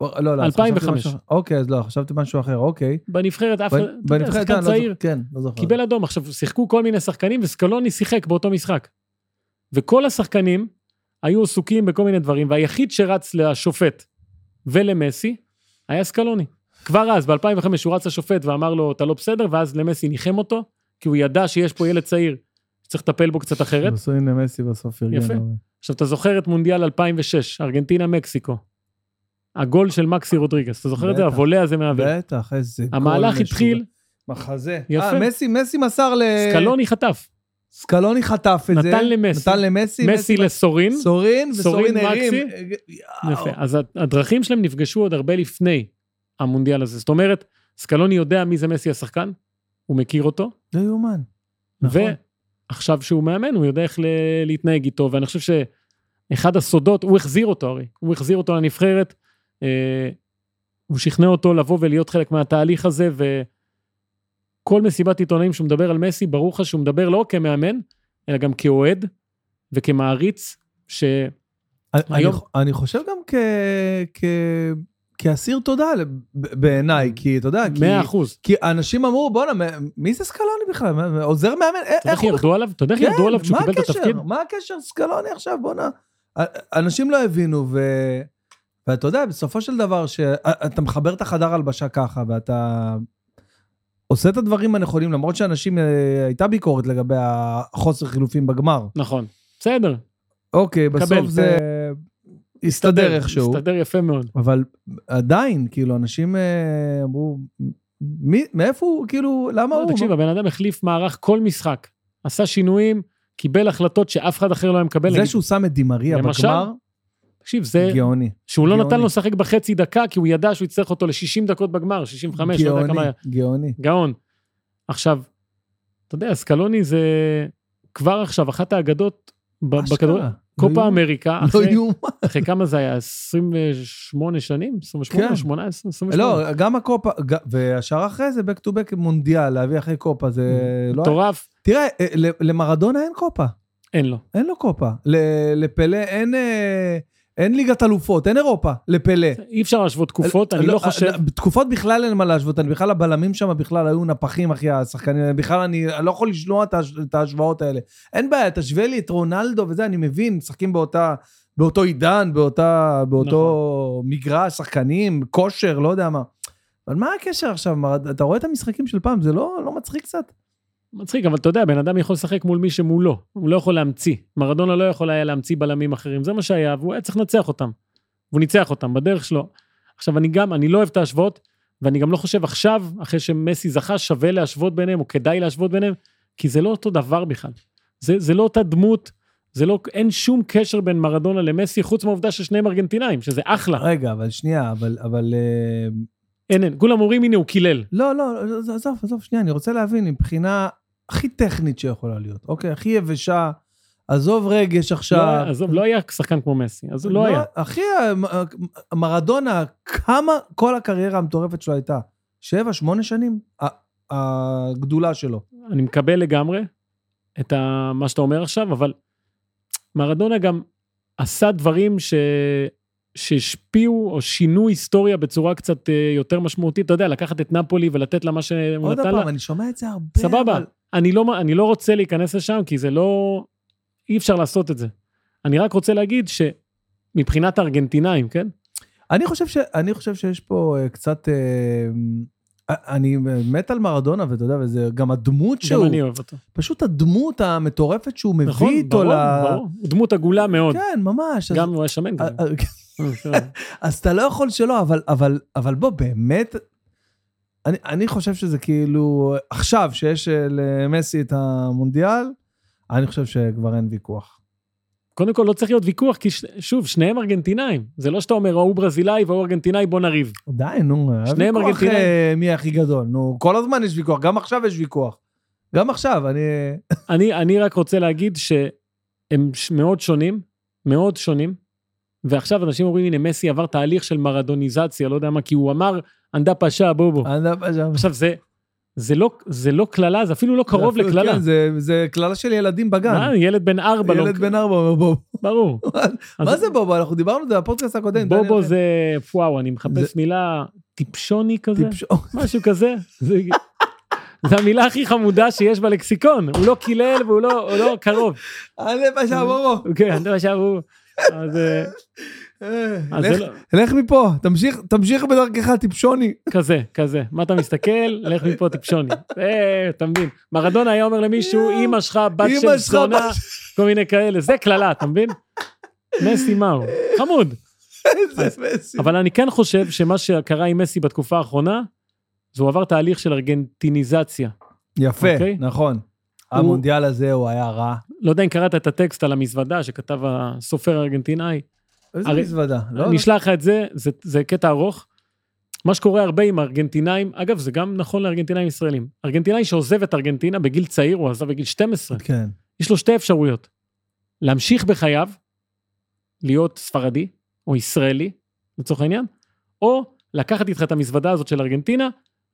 לא, לא, אז
2005.
חשבתי משהו אחר. אוקיי, אז לא, חשבתי משהו אחר, אוקיי.
בנבחרת, אף
בנ-
אחד, אתה יודע,
בנבחרת,
שחקן
אה, לא זוכר,
צעיר.
כן, לא זוכר.
קיבל אדום. עכשיו, שיחקו כל מיני שחקנים, וסקלוני שיחק באותו משחק. וכל השחקנים היו עסוקים בכל מיני דברים, והיחיד שרץ לשופט ולמסי היה סקלוני. כבר אז, ב-2005, הוא רץ לשופט ואמר לו, אתה לא בסדר, ואז למסי ניחם אותו, כי הוא ידע שיש פה ילד צעיר שצריך לטפל בו קצת אחרת.
נשואים למסי בסוף ארגן.
יפה. עכשיו, אתה זוכר את מונדיאל 2006, ארגנטינה-מקסיקו. הגול של מקסי רודריגס, אתה זוכר את זה?
בטח.
הוולה הזה מהאוויר.
בטח, איזה גול.
אה, המהלך
משוגע.
התחיל,
מחזה.
יפה.
אה, מסי, מסי מסר ל...
סקלוני חטף,
סקלוני חטף את זה.
נתן למסי.
נתן למסי.
מסי לסורין.
סורין, וסורין
סורין
הרים.
מקסי.
יאו.
יפה, אז הד- הדרכים שלהם נפגשו עוד הרבה לפני המונדיאל הזה. זאת אומרת, סקלוני יודע מי זה מסי השחקן, הוא מכיר אותו,
לא יאומן. נכון.
ועכשיו שהוא מאמן, הוא יודע איך ל- להתנהג איתו, ואני חושב שאחד הסודות, הוא החזיר אותו הרי, הוא החזיר אותו לנבחרת, אה, הוא שכנע אותו לבוא ולהיות חלק מהתהליך הזה, וכל מסיבת עיתונאים שהוא מדבר על מסי, ברור לך שהוא מדבר לא כמאמן, אלא גם כאוהד וכמעריץ, ש...
אה, אני-
היום-
אני- אני חושב גם כ... כ- כאסיר תודה ל- ב- בעיניי, כי אתה יודע, כי...
100 אחוז.
כי אנשים אמרו, בואנה, מ- מי זה סקלוני בכלל? מה- מה- עוזר מאמן? א-
אתה יודע
איך
איך
הוא
ירדו עליו? אתה יודע איך
כן,
ירדו עליו כשהוא
מה
קיבל את
הקשר?
התפקיד?
מה הקשר סקלוני עכשיו? בואנה. א- אנשים לא הבינו, ו... ואתה יודע, בסופו של דבר, שאתה מחבר את החדר הלבשה ככה, ואתה עושה את הדברים הנכונים, למרות שאנשים, אה, הייתה ביקורת לגבי החוסר חילופים בגמר.
נכון. בסדר.
אוקיי,
קבל.
בסוף זה הסתדר איכשהו,
אה, הסתדר יפה מאוד.
אבל עדיין, כאילו, אנשים אה, אמרו, מי- מאיפה הוא, כאילו, למה
לא,
הוא?
תקשיב, הבן אדם החליף מערך כל משחק. עשה שינויים, קיבל החלטות שאף אחד אחר לא היה מקבל.
זה
נגיד,
שהוא שם את דימריה
למשל,
בגמר,
תקשיב, זה
גאוני.
שהוא לא
גאוני.
נתן לו לשחק בחצי דקה, כי הוא ידע שהוא יצטרך אותו ל-60 דקות בגמר, 65, לא יודע כמה היה.
גאוני, גאוני.
גאון. עכשיו, אתה יודע, סקלוני זה כבר עכשיו אחת האגדות ב-
אשכרה.
בכדור...
לא
קופה
יאומן.
אמריקה,
לא
אחרי-
יאומן.
אחרי כמה זה היה? 28 שנים? 28?
כן.
18? 28?
לא, גם הקופה, ג- והשאר אחרי זה back to back מונדיאל, להביא אחרי קופה, זה לא... היה-
Mm, מטורף.
תראה, אה, ל- למרדונה אין קופה,
אין לו.
אין לו קופה. ל- לפלא אין... אה, אין ליגת אלופות, אין אירופה, לפלא.
אי אפשר להשוות תקופות, אני לא חושב.
תקופות אה, בכלל אין מה להשוות, אני בכלל, הבלמים שם בכלל היו נפחים, אחי, השחקנים, אני בכלל, אני לא יכול לשמוע את ההש- את ההשוואות האלה. אין בעיה, תשווה לי את רונלדו וזה, אני מבין, משחקים באותה, באותו עידן, באותה, באותו מגרש, שחקנים, כושר, לא יודע מה. אבל מה הקשר עכשיו? מה, אתה רואה את המשחקים של פעם, זה לא, לא מצחיק קצת?
מצחיק, אבל אתה יודע, בן אדם יכול לשחק מול מי שמולו, הוא לא יכול להמציא. מרדונה לא יכול היה להמציא בלמים אחרים, זה מה שהיה, והוא היה צריך לנצח אותם. והוא ניצח אותם בדרך שלו. עכשיו, אני גם, אני לא אוהב את ההשוואות, ואני גם לא חושב עכשיו, אחרי שמסי זכה, שווה להשוות ביניהם, או כדאי להשוות ביניהם, כי זה לא אותו דבר בכלל. זה, זה לא אותה דמות, זה לא, אין שום קשר בין מרדונה למסי, חוץ מהעובדה ששניהם ארגנטינאים, שזה אחלה.
רגע, אבל שנייה, אבל... אבל אה,
אין, אין, כולם אומרים, הנה, הוא קילל.
לא, לא, לא, עזוב, עזוב, שנייה, אני רוצה להבין, מבחינה הכי טכנית שיכולה להיות, אוקיי? הכי יבשה, עזוב רגש
לא,
עכשיו.
היה- עזוב, לא היה שחקן כמו מסי, אז לא היה.
אחי, מ- אה, מרדונה, כמה כל הקריירה המטורפת שלו הייתה? שבע, שמונה שנים? ה- הגדולה שלו.
אני מקבל לגמרי את ה, מה שאתה אומר עכשיו, אבל מרדונה גם עשה דברים ש, שהשפיעו או שינו היסטוריה בצורה קצת אה, יותר משמעותית. אתה יודע, לקחת את נפולי ולתת לה מה שהוא
עוד
נתן לה.
פעם, אני שומע את זה הרבה.
סבבה,
אבל-
אני לא, אני לא רוצה להיכנס לשם, כי זה לא... אי אפשר לעשות את זה. אני רק רוצה להגיד שמבחינת הארגנטינאים, כן?
אני חושב, ש... אני חושב שיש פה אה, קצת... אה, אני מת על מרדונה, ואתה יודע, וזה גם הדמות שהוא,
גם אני אוהב אותו.
פשוט הדמות המטורפת שהוא מביא
נכון?
איתו
ברור,
ל...
ברור. הוא דמות עגולה מאוד.
כן, ממש. אז-
גם הוא היה שמן כזה.
אה, אה, אז אתה לא יכול שלא, אבל, אבל, אבל בוא, באמת, אני, אני חושב שזה כאילו, עכשיו שיש אה, למסי את המונדיאל, אני חושב שכבר אין ויכוח.
קודם כל, לא צריך להיות ויכוח, כי ש... שוב, שניהם ארגנטינאים. זה לא שאתה אומר, ההוא ברזילאי וההוא ארגנטינאי, בוא נריב.
די, נו, היה
שניהם
ויכוח
ארגנטינאים.
אה, מי הכי גדול. נו, כל הזמן יש ויכוח, גם עכשיו יש ויכוח. גם עכשיו, אני...
אני, אני רק רוצה להגיד שהם ש- מאוד שונים, מאוד שונים, ועכשיו אנשים אומרים, הנה, מסי עבר תהליך של מרדוניזציה, לא יודע מה, כי הוא אמר, אנדה פאשה, בובו.
אני לא יודע מה שם.
עכשיו, זה, זה לא זה לא קללה, זה אפילו לא קרוב
אפילו,
לקללה.
כן, זה- זה קללה של ילדים בגן.
מה, ילד בן ארבע, לא...
ילד בן ארבע אומר בוב.
ברור. אז-
מה זה בובו? אנחנו דיברנו על זה בפודקאסט הקודם.
בובו
דניאל כן.
זה, וואו, אני מחפש
זה-
מילה טיפשוני כזה.
טיפש-
משהו כזה. זה זה המילה הכי חמודה שיש בלקסיקון, הוא לא קילל והוא לא, הוא לא קרוב. אוקיי,
אני פשע בובו.
כן, אתה יודע עכשיו הוא... אז אה,
אה,
אז זה
לך-
לא-
לך מפה, תמשיך- תמשיך בדרכך, טיפשוני.
כזה, כזה. מה אתה מסתכל? לך מפה טיפשוני. אה, אתה מבין. מרדונה היה אומר למישהו,
יואו,
אמא שלך, בת
אמא
של
שלך,
זונה,
בת-
כל מיני כאלה. זה קללה, אתה מבין? מסי מהו. חמוד.
איזה מסי.
אבל אני כן חושב שמה שקרה עם מסי בתקופה האחרונה, זה הוא עבר תהליך של ארגנטיניזציה.
יפה,
אוקיי.
נכון.
הוא-
המונדיאל הזה הוא היה רע.
לא יודע אם קראת את הטקסט על המזוודה שכתב הסופר הארגנטינאי.
איזה
הרי-
מזוודה. לא, לא.
אני אשלח לך את זה, זה, זה קטע ארוך. מה שקורה הרבה עם ארגנטינאים, אגב, זה גם נכון לארגנטינאים ישראלים. ארגנטינאי שעוזב את ארגנטינה בגיל צעיר, הוא עזב בגיל 12,
כן.
יש לו שתי אפשרויות. להמשיך בחייו, להיות ספרדי, או ישראלי, לצורך העניין, או לקחת איתך את המזוודה הזאת של ארגנטינה,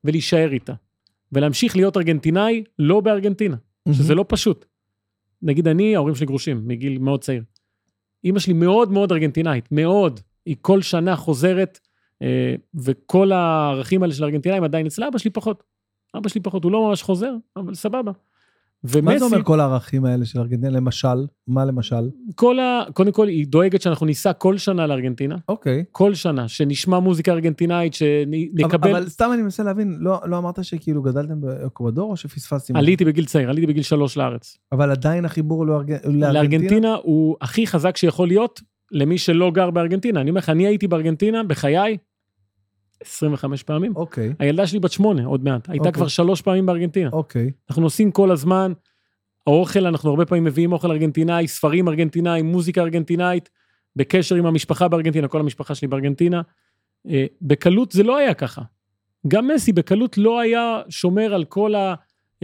ולהישאר איתה. ולהמשיך להיות ארגנטינאי לא בארגנטינה. שזה לא פשוט. נגיד אני, ההורים שלי גרושים מגיל מאוד צעיר. אימא שלי מאוד מאוד ארגנטינאית, מאוד. היא כל שנה חוזרת, אה, וכל הערכים האלה של ארגנטינאים עדיין אצל אבא שלי פחות. אבא שלי פחות, הוא לא ממש חוזר, אבל סבבה.
מה זה
ומסי,
אומר כל הערכים האלה של ארגנטינה? למשל, מה למשל?
כל ה... קודם כל, היא דואגת שאנחנו ניסע כל שנה לארגנטינה,
אוקיי.
כל שנה, שנשמע מוזיקה ארגנטינאית, שנקבל...
אבל- אבל סתם אני מנסה להבין, לא לא אמרת שכאילו גדלתם באקוודור או שפספסתי? משהו?
עליתי בגיל צעיר, עליתי בגיל שלוש לארץ.
אבל עדיין החיבור לא ארג- לארגנטינה?
לארגנטינה הוא הכי חזק שיכול להיות למי שלא גר בארגנטינה. אני אומר לך, אני הייתי בארגנטינה בחיי 25 פעמים.
אוקיי,
הילדה שלי בת שמונה עוד מעט, הייתה
אוקיי.
כבר שלוש פעמים בארגנטינה.
אוקיי.
אנחנו נוסעים כל הזמן, האוכל, אנחנו הרבה פעמים מביאים אוכל ארגנטינאי, ספרים ארגנטינאיים, מוזיקה ארגנטינאית, בקשר עם המשפחה בארגנטינה, כל המשפחה שלי בארגנטינה. אה, בקלות זה לא היה ככה. גם מסי בקלות לא היה שומר על כל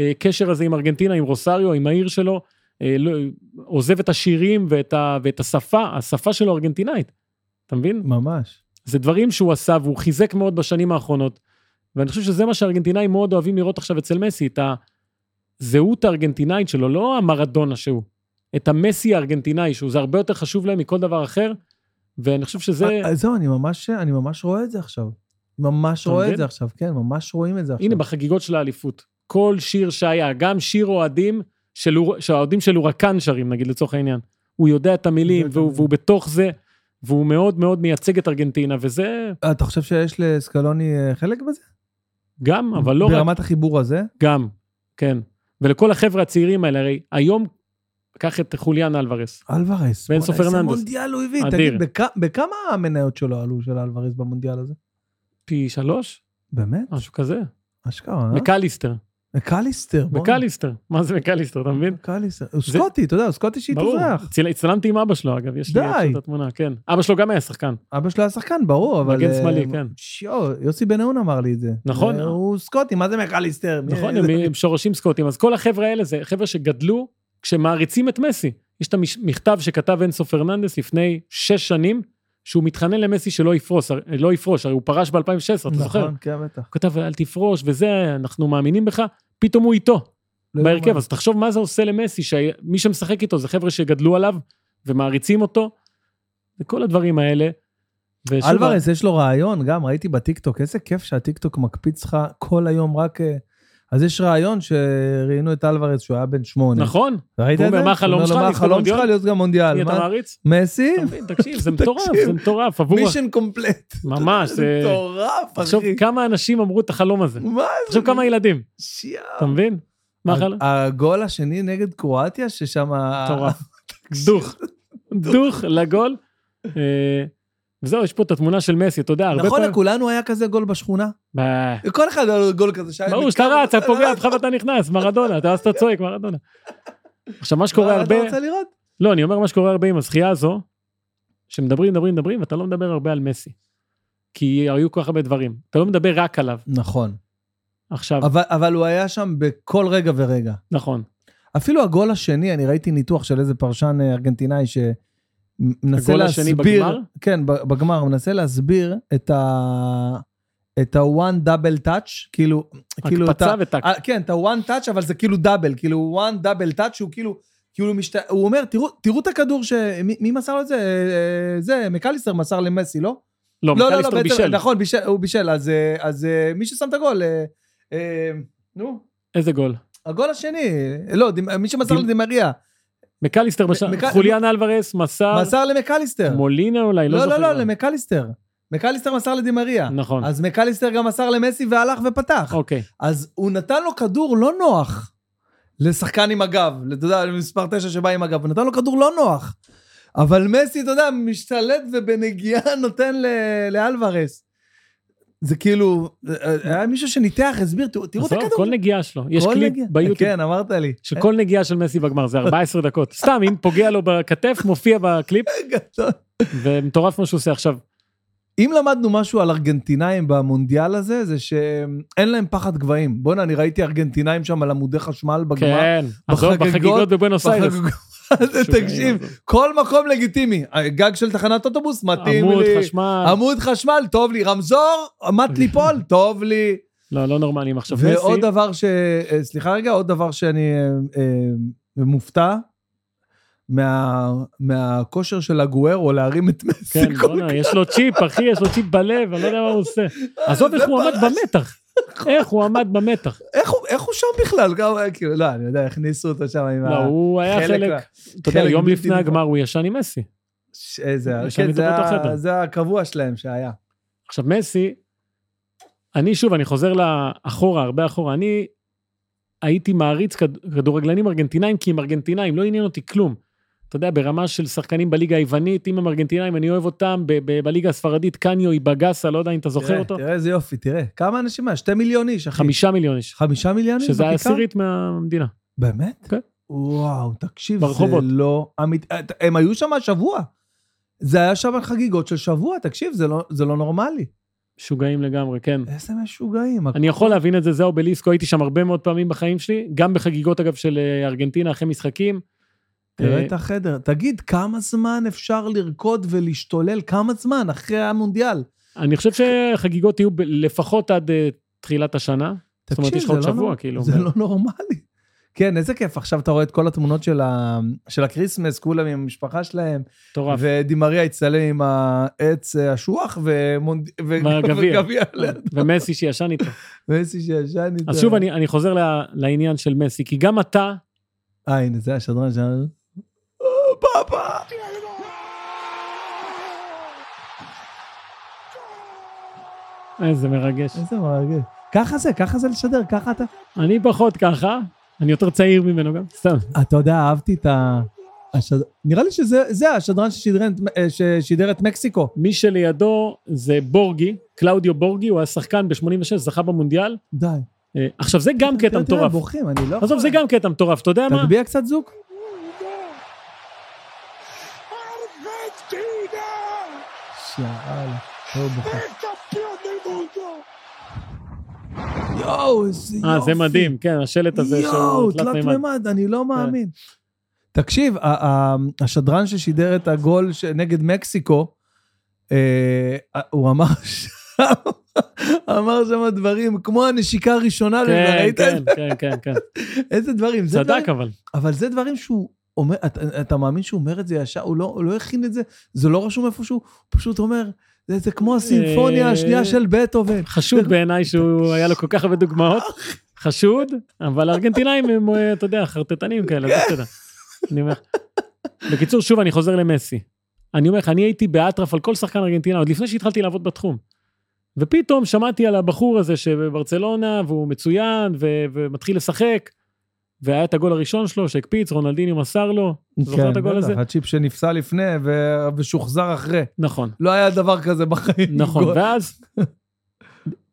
הקשר הזה עם ארגנטינה, עם רוסריו, עם העיר שלו, אה, לא- עוזב את השירים ואת, ה, ואת השפה, השפה שלו ארגנטינאית, אתה מבין?
ממש.
זה דברים שהוא עשה והוא חיזק מאוד בשנים האחרונות. ואני חושב שזה מה שהארגנטינאים מאוד אוהבים לראות עכשיו אצל מסי, את הזהות הארגנטינאית שלו, לא המרדונה שהוא, את המסי הארגנטינאי שהוא, זה הרבה יותר חשוב להם מכל דבר אחר, ואני חושב שזה,
אה, זהו, אני ממש אני ממש רואה את זה עכשיו. ממש
אתה
רואה את
מבין?
זה עכשיו, כן, ממש רואים את זה עכשיו.
הנה בחגיגות של האליפות, כל שיר שהיה, גם שיר אוהדים, של אור- שהאוהדים של אורקן שרים נגיד לצורך העניין, הוא יודע את המילים
יודע את
והוא,
המילים.
והוא בתוך זה, והוא מאוד מאוד מייצג את ארגנטינה, וזה
אה, אתה חושב שיש לסקלוני אה, חלק בזה?
גם, אבל לא רק
ברמת החיבור הזה?
גם, כן. ולכל החבר'ה הצעירים האלה, הרי היום, קח את חוליאן אלוורס.
אלוורס.
ואנסו
בואנה, איזה
פרננדס.
מונדיאל הוא הביא.
אדיר.
תגיד, בכ- בכמה המניות שלו עלו, של אלוורס במונדיאל הזה?
פי שלוש?
באמת?
משהו כזה.
אשכרה, אה?
מקליסטר.
מקליסטר. בואנה.
מקליסטר. מה זה מקליסטר, אתה מבין?
מקליסטר. הוא סקוטי, אתה יודע, הוא סקוטי שהתאזרח.
צל- הצטלמתי עם אבא שלו, אגב, יש לי
די.
עכשיו את התמונה, כן. אבא שלו גם היה שחקן.
אבא שלו היה שחקן, ברור, אבל...
מגן
אה,
שמאלי, כן.
שיו, יוסי בן-אהון אמר לי את זה.
נכון.
אה, הוא סקוטי, מה זה מקליסטר? מי-
נכון, הם הם שורשים סקוטים. אז כל החבר'ה האלה זה חבר'ה שגדלו כשמעריצים את מסי. יש את המכתב שכתב אינסו פרננדס לפני שש שנים, שהוא מתחנן למסי שלא יפרוש, הרי- לא יפרוש, הרי הוא פרש ב-2016, אתה זוכר?
נכון, כן, בטח.
הוא כתב, אל תפרוש וזה, אנחנו מאמינים בך, פתאום הוא איתו
לא
בהרכב.
יאומן.
אז תחשוב מה זה עושה למסי, שמי שמשחק איתו זה חבר'ה שגדלו עליו ומעריצים אותו, וכל הדברים האלה. ושוב,
אלוורס, יש לו רעיון, גם ראיתי בטיקטוק, איזה כיף שהטיקטוק מקפיץ לך כל היום רק... אה, אז יש רעיון שראיינו את אלוורס שהוא היה בן שמונה.
נכון?
ראית
והוא
את זה?
אומר, "מה החלום
הוא אומר לו,
שלך?
מה
לזכות
החלום
במונדיאל?"
שלך להיות גם
מי
מונדיאל.
אתה
מה?
מעריץ?
מסי?
אתה מבין, תקשיב, זה מטורף,
תקשיב.
זה מטורף, עבור... ה-
מישן קומפלט.
ממש,
זה
זה-
מטורף,
תחשוב
אחי.
כמה אנשים אמרו את החלום הזה.
מה זה?
תחשוב כמה ילדים,
שיאו.
אתה מבין?
אה,
מה החלום?
הגול השני נגד קרואטיה, ששם... ה-
מטורף. דוך, דוך לגול. אה, וזהו, יש פה את התמונה של מסי, אתה יודע, הרבה
נכון,
פעמים...
לכולנו היה כזה גול בשכונה?
נכון,
לכל אחד היה לו גול כזה שהיה... אה,
ברור שאתה רץ, אתה פוגע בך ואתה נכנס, מרדונה, אתה אז אתה צועק, מרדונה. עכשיו, מה שקורה הרבה,
אה, אתה רוצה לראות?
לא, אני אומר מה שקורה הרבה עם הזכייה הזו, שמדברים, מדברים, מדברים, ואתה לא מדבר הרבה על מסי. כי היו כל כך הרבה דברים. אתה לא מדבר רק עליו.
נכון.
עכשיו,
אבל, אבל הוא היה שם בכל רגע ורגע.
נכון.
אפילו הגול השני, אני ראיתי ניתוח של איזה פרשן אה, ארגנטינאי שמנסה
הגול
להסביר...
השני בגמר?
כן, ב- בגמר, הוא מנסה להסביר את ה... את ה-one double touch, כאילו, כאילו, את ה-
הקפצה וטק.
אה, כן, אתה one touch, אבל זה כאילו דאבל, כאילו one double touch, הוא כאילו, כאילו משת... הוא אומר, תראו, תראו את הכדור ש... מי, מי מסר לו את זה? אה, אה, זה, מקליסטר מסר למסי, לא?
לא, מקליסטר בישל.
נכון, בישל, הוא בישל, אז, אה, אז אה, מי ששם את הגול, אה, אה, נו,
איזה גול.
הגול השני, אה, לא, דימ- מי שמסר
דימ-
לדימריה,
מקליסטר בשער,
מק-
חוליאן אלוורס, מסר,
מסר למקליסטר.
מולינה אולי, אה, לא
לא,
זוכר.
לא, לא, למקליסטר. מקליסטר מסר לדימריה.
נכון,
אז מקליסטר גם מסר למסי והלך ופתח.
אוקיי.
אז הוא נתן לו כדור לא נוח לשחקן עם הגב, אתה יודע, למספר תשע שבא עם הגב, הוא נתן לו כדור לא נוח. אבל מסי, אתה יודע, משתלט ובנגיעה נותן ל- לאלוורס. זה כאילו, היה מישהו שניתח, הסביר, תראו תראו את
עזוב,
הכדור.
כל נגיעה שלו, יש
כל
קליפ
נגיעה.
ביוטיוב.
כן, אמרת לי.
שכל נגיעה של מסי בגמר זה 14 דקות. סתם, אם פוגע לו בכתף, מופיע בקליפ,
גדול.
ומטורף מה שהוא עושה עכשיו.
אם למדנו משהו על ארגנטינאים במונדיאל הזה, זה שאין להם פחד גבהים. בואנה, אני ראיתי ארגנטינאים שם על עמודי חשמל בגמר.
כן, לא עזוב,
בחגיגות-
בחגיגות בבואנוס איירס. אה,
בחגיגות. תקשיב, כל מקום לגיטימי. גג של תחנת אוטובוס, מתאים
עמוד,
לי.
חשמל,
עמוד חשמל, טוב לי. רמזור, מת ליפול, טוב לי.
לא, לא נורמליים עכשיו.
ועוד
מסי,
דבר ש... אה, סליחה רגע, עוד דבר שאני אה, אה, מופתע. מה, מהכושר של הגוארו להרים את מסי.
כן,
כל
בוא'נה, יש לו צ'יפ, אחי, יש לו צ'יפ בלב, אני לא יודע מה הוא עושה. עזוב איך
אה, זה
הוא עמד
פרש.
במתח. איך הוא עמד במתח.
איך הוא, איך הוא שם בכלל? גם, כאילו, לא, אני יודע, הכניסו אותו שם עם
לא, הוא היה חלק, אתה יודע,
אה, חלק
יום
בלתי
לפני
נפרד.
הגמר הוא ישן עם מסי.
ש- איזה,
הוא שם
כן,
איתו
זה,
באותו
ה-
חדר.
זה הקבוע שלהם שהיה.
עכשיו, מסי, אני שוב, אני חוזר לאחורה, הרבה אחורה. אני הייתי מעריץ כד- כדורגלנים ארגנטינאים, כי הם ארגנטינאים, לא עניין אותי כלום. אתה יודע, ברמה של שחקנים בליגה היוונית, אם הם ארגנטינאים, אני אוהב אותם, ב- ב- בליגה הספרדית, קניו, איבגסה, לא יודע אם אתה זוכר
תראה,
אותו.
תראה איזה יופי, תראה. כמה אנשים היה? שתי מיליון איש, אחי.
חמישה מיליון איש,
חמישה מיליון איש
שזה
בכיכר?
העשירית מהמדינה.
באמת?
כן.
וואו, תקשיב,
ברחובות.
זה לא אמיתי. הם היו שם השבוע. זה היה שם חגיגות של שבוע, תקשיב, זה לא, זה לא נורמלי.
משוגעים לגמרי, כן.
איזה משוגעים.
אני יכול להבין את זה, זהו בליסקו, הייתי שם הרבה מאוד פעמים בחיים שלי, גם בחגיגות, אגב, של אה, ארגנטינה, אחרי משחקים.
תראה
אה,
את החדר. תגיד, כמה זמן אפשר לרקוד ולהשתולל? כמה זמן אחרי המונדיאל?
אני חושב שחגיגות יהיו ב- לפחות עד אה, תחילת השנה. זאת אומרת, יש לך
זה
עוד
לא
שבוע,
נור-
כאילו.
זה לא נורמלי. כן, איזה כיף. עכשיו אתה רואה את כל התמונות של, ה... של הקריסמס, כולם עם המשפחה שלהם,
מטורף.
ודימריה הצטלם עם העץ אה, אשוח ומונד... ו...
והגביע.
וגביע ליד.
ומסי שישן איתו.
ואיזשהו שישן איתו.
אז שוב, אני אני חוזר ל- לעניין של מסי, כי גם אתה,
אה, הנה, זה השדרן שלנו. "אה, פאפה!
איזה מרגש.
איזה מרגש. ככה זה, ככה זה לשדר, ככה אתה...
אני פחות ככה, אני יותר צעיר ממנו גם, סתם.
אתה יודע, אהבתי את ה... השד... נראה לי שזה זה השדרן ששידר, את- אה, ששידר את מקסיקו.
מי שלידו זה בורגי, קלאודיו בורגי, הוא היה שחקן ב-86, זכה במונדיאל.
די.
אה, עכשיו, זה גם קטע
תראה, תראה,
מטורף.
בוכים, אני לא...
עזוב,
יכול.
זה גם קטע מטורף, אתה יודע מה?
תגביה קצת זוק.
Argentina
שאלה, לא בוכה.
es campeón del mundo.
יואו, איזה יופי.
אה, זה מדהים, כן, השלט הזה
יואו,
שהוא תלת
תלת
מימד. כן.
מימד, אני לא מאמין. תקשיב, ה- ה- השדרן ששידר את הגול ש- נגד מקסיקו, אה, הוא אמר שם, אמר שם דברים, כמו הנשיקה הראשונה,
כן,
ראית?
כן, כן, כן, כן.
איזה דברים. זה דברים-
צדק אבל.
אבל זה דברים שהוא אומר, אתה, אתה מאמין שהוא אומר את זה ישר, הוא לא, הוא לא הכין את זה, זה לא רשום איפשהו, הוא פשוט אומר, זה, זה כמו הסימפוניה
אה,
השנייה של בטהובן.
חשוד בעיניי שהוא היה לו כל כך הרבה דוגמאות. חשוד, אבל הארגנטינאים הם, אה, אתה יודע, חרטטנים כאלה, זה בסדר. אני אומר לך. בקיצור, שוב, אני חוזר למסי. אני אומר לך, אני הייתי באטרף על כל שחקן ארגנטינה, עוד לפני שהתחלתי לעבוד בתחום. ופתאום שמעתי על הבחור הזה שבברצלונה, והוא מצוין, ו- ומתחיל לשחק, והיה את הגול הראשון שלו שהקפיץ, רונלדיניו מסר לו.
כן,
זוכר את הגול הזה?
הצ'יפ שנפסל לפני ו- ושוחזר אחרי.
נכון.
לא היה דבר כזה בחיים.
נכון,
גול.
ואז,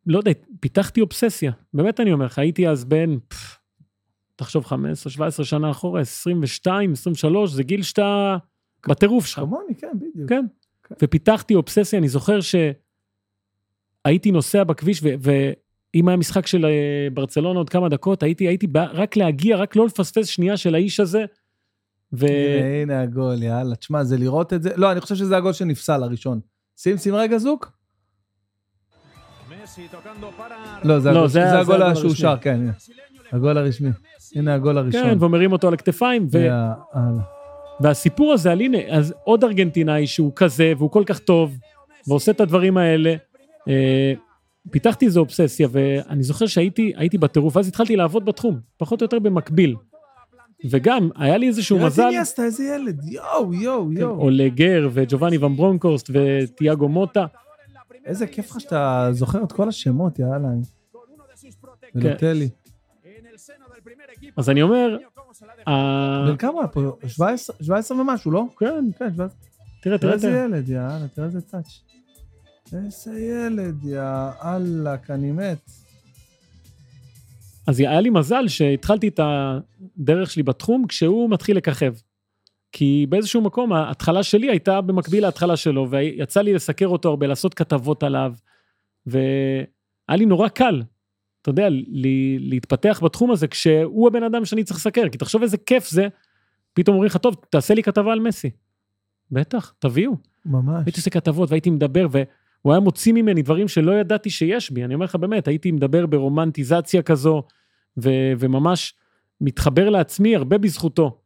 לא יודע, פיתחתי אובססיה. באמת אני אומר לך, הייתי אז בן, פפ, תחשוב, 15-17 שנה אחורה, 22, 23, זה גיל שאתה בטירוף שלך.
כמוני, כן, בדיוק.
כן. ופיתחתי אובססיה, אני זוכר שהייתי נוסע בכביש, ו- ואם היה משחק של אה, ברצלונה עוד כמה דקות, הייתי, הייתי בא, רק להגיע, רק לא לפספס שנייה של האיש הזה. ו...
הנה, אה, הנה הגול, יאללה. תשמע, זה לראות את זה, לא, אני חושב שזה הגול שנפסל הראשון. שים, שים רגע זוק. לא, זה
לא,
הגול-
זה היה-
זה
זה
הגול
הגול
שהושר, כן, הנה. הגול הרשמי. הנה הגול
כן,
הראשון.
ומרים אותו על הכתפיים, ו...
יאללה.
והסיפור הזה על הנה, אז עוד ארגנטינאי שהוא כזה, והוא כל כך טוב, ועושה את הדברים האלה. אה, פיתחתי איזו אובססיה, ואני זוכר שהייתי הייתי בטירוף, ואז התחלתי לעבוד בתחום, פחות או יותר במקביל. וגם, היה לי איזשהו
תראה את
מזל,
איניאסטה, איזה ילד, יואו, יואו,
כן,
יואו.
עולה גר וג'ובאני ון ברונקורסט וטיאגו מוטה,
איזה כיף לך שאתה זוכר את כל השמות, יאללה. זה
כן.
נותן לי.
אז אני אומר, ה...
בן כמה היה פה? 17 17 ומשהו, לא?
כן,
כן, 17.
תראה,
תראה
תראה,
איזה
תראה,
ילד, יאללה, תראה איזה טאץ'. איזה ילד, יאללה, אני מת.
אז היה לי מזל שהתחלתי את הדרך שלי בתחום כשהוא מתחיל לככב. כי באיזשהו מקום ההתחלה שלי הייתה במקביל להתחלה שלו, ויצא לי לסקר אותו הרבה, לעשות כתבות עליו, והיה לי נורא קל, אתה יודע, לי, להתפתח בתחום הזה כשהוא הבן אדם שאני צריך לסקר, כי תחשוב איזה כיף זה, פתאום אומרים לך, טוב, תעשה לי כתבה על מסי. בטח, תביאו.
ממש.
הייתי עושה כתבות והייתי מדבר, והוא היה מוציא ממני דברים שלא ידעתי שיש בי, אני אומר לך באמת, הייתי מדבר ברומנטיזציה כזו, ו- וממש מתחבר לעצמי הרבה בזכותו.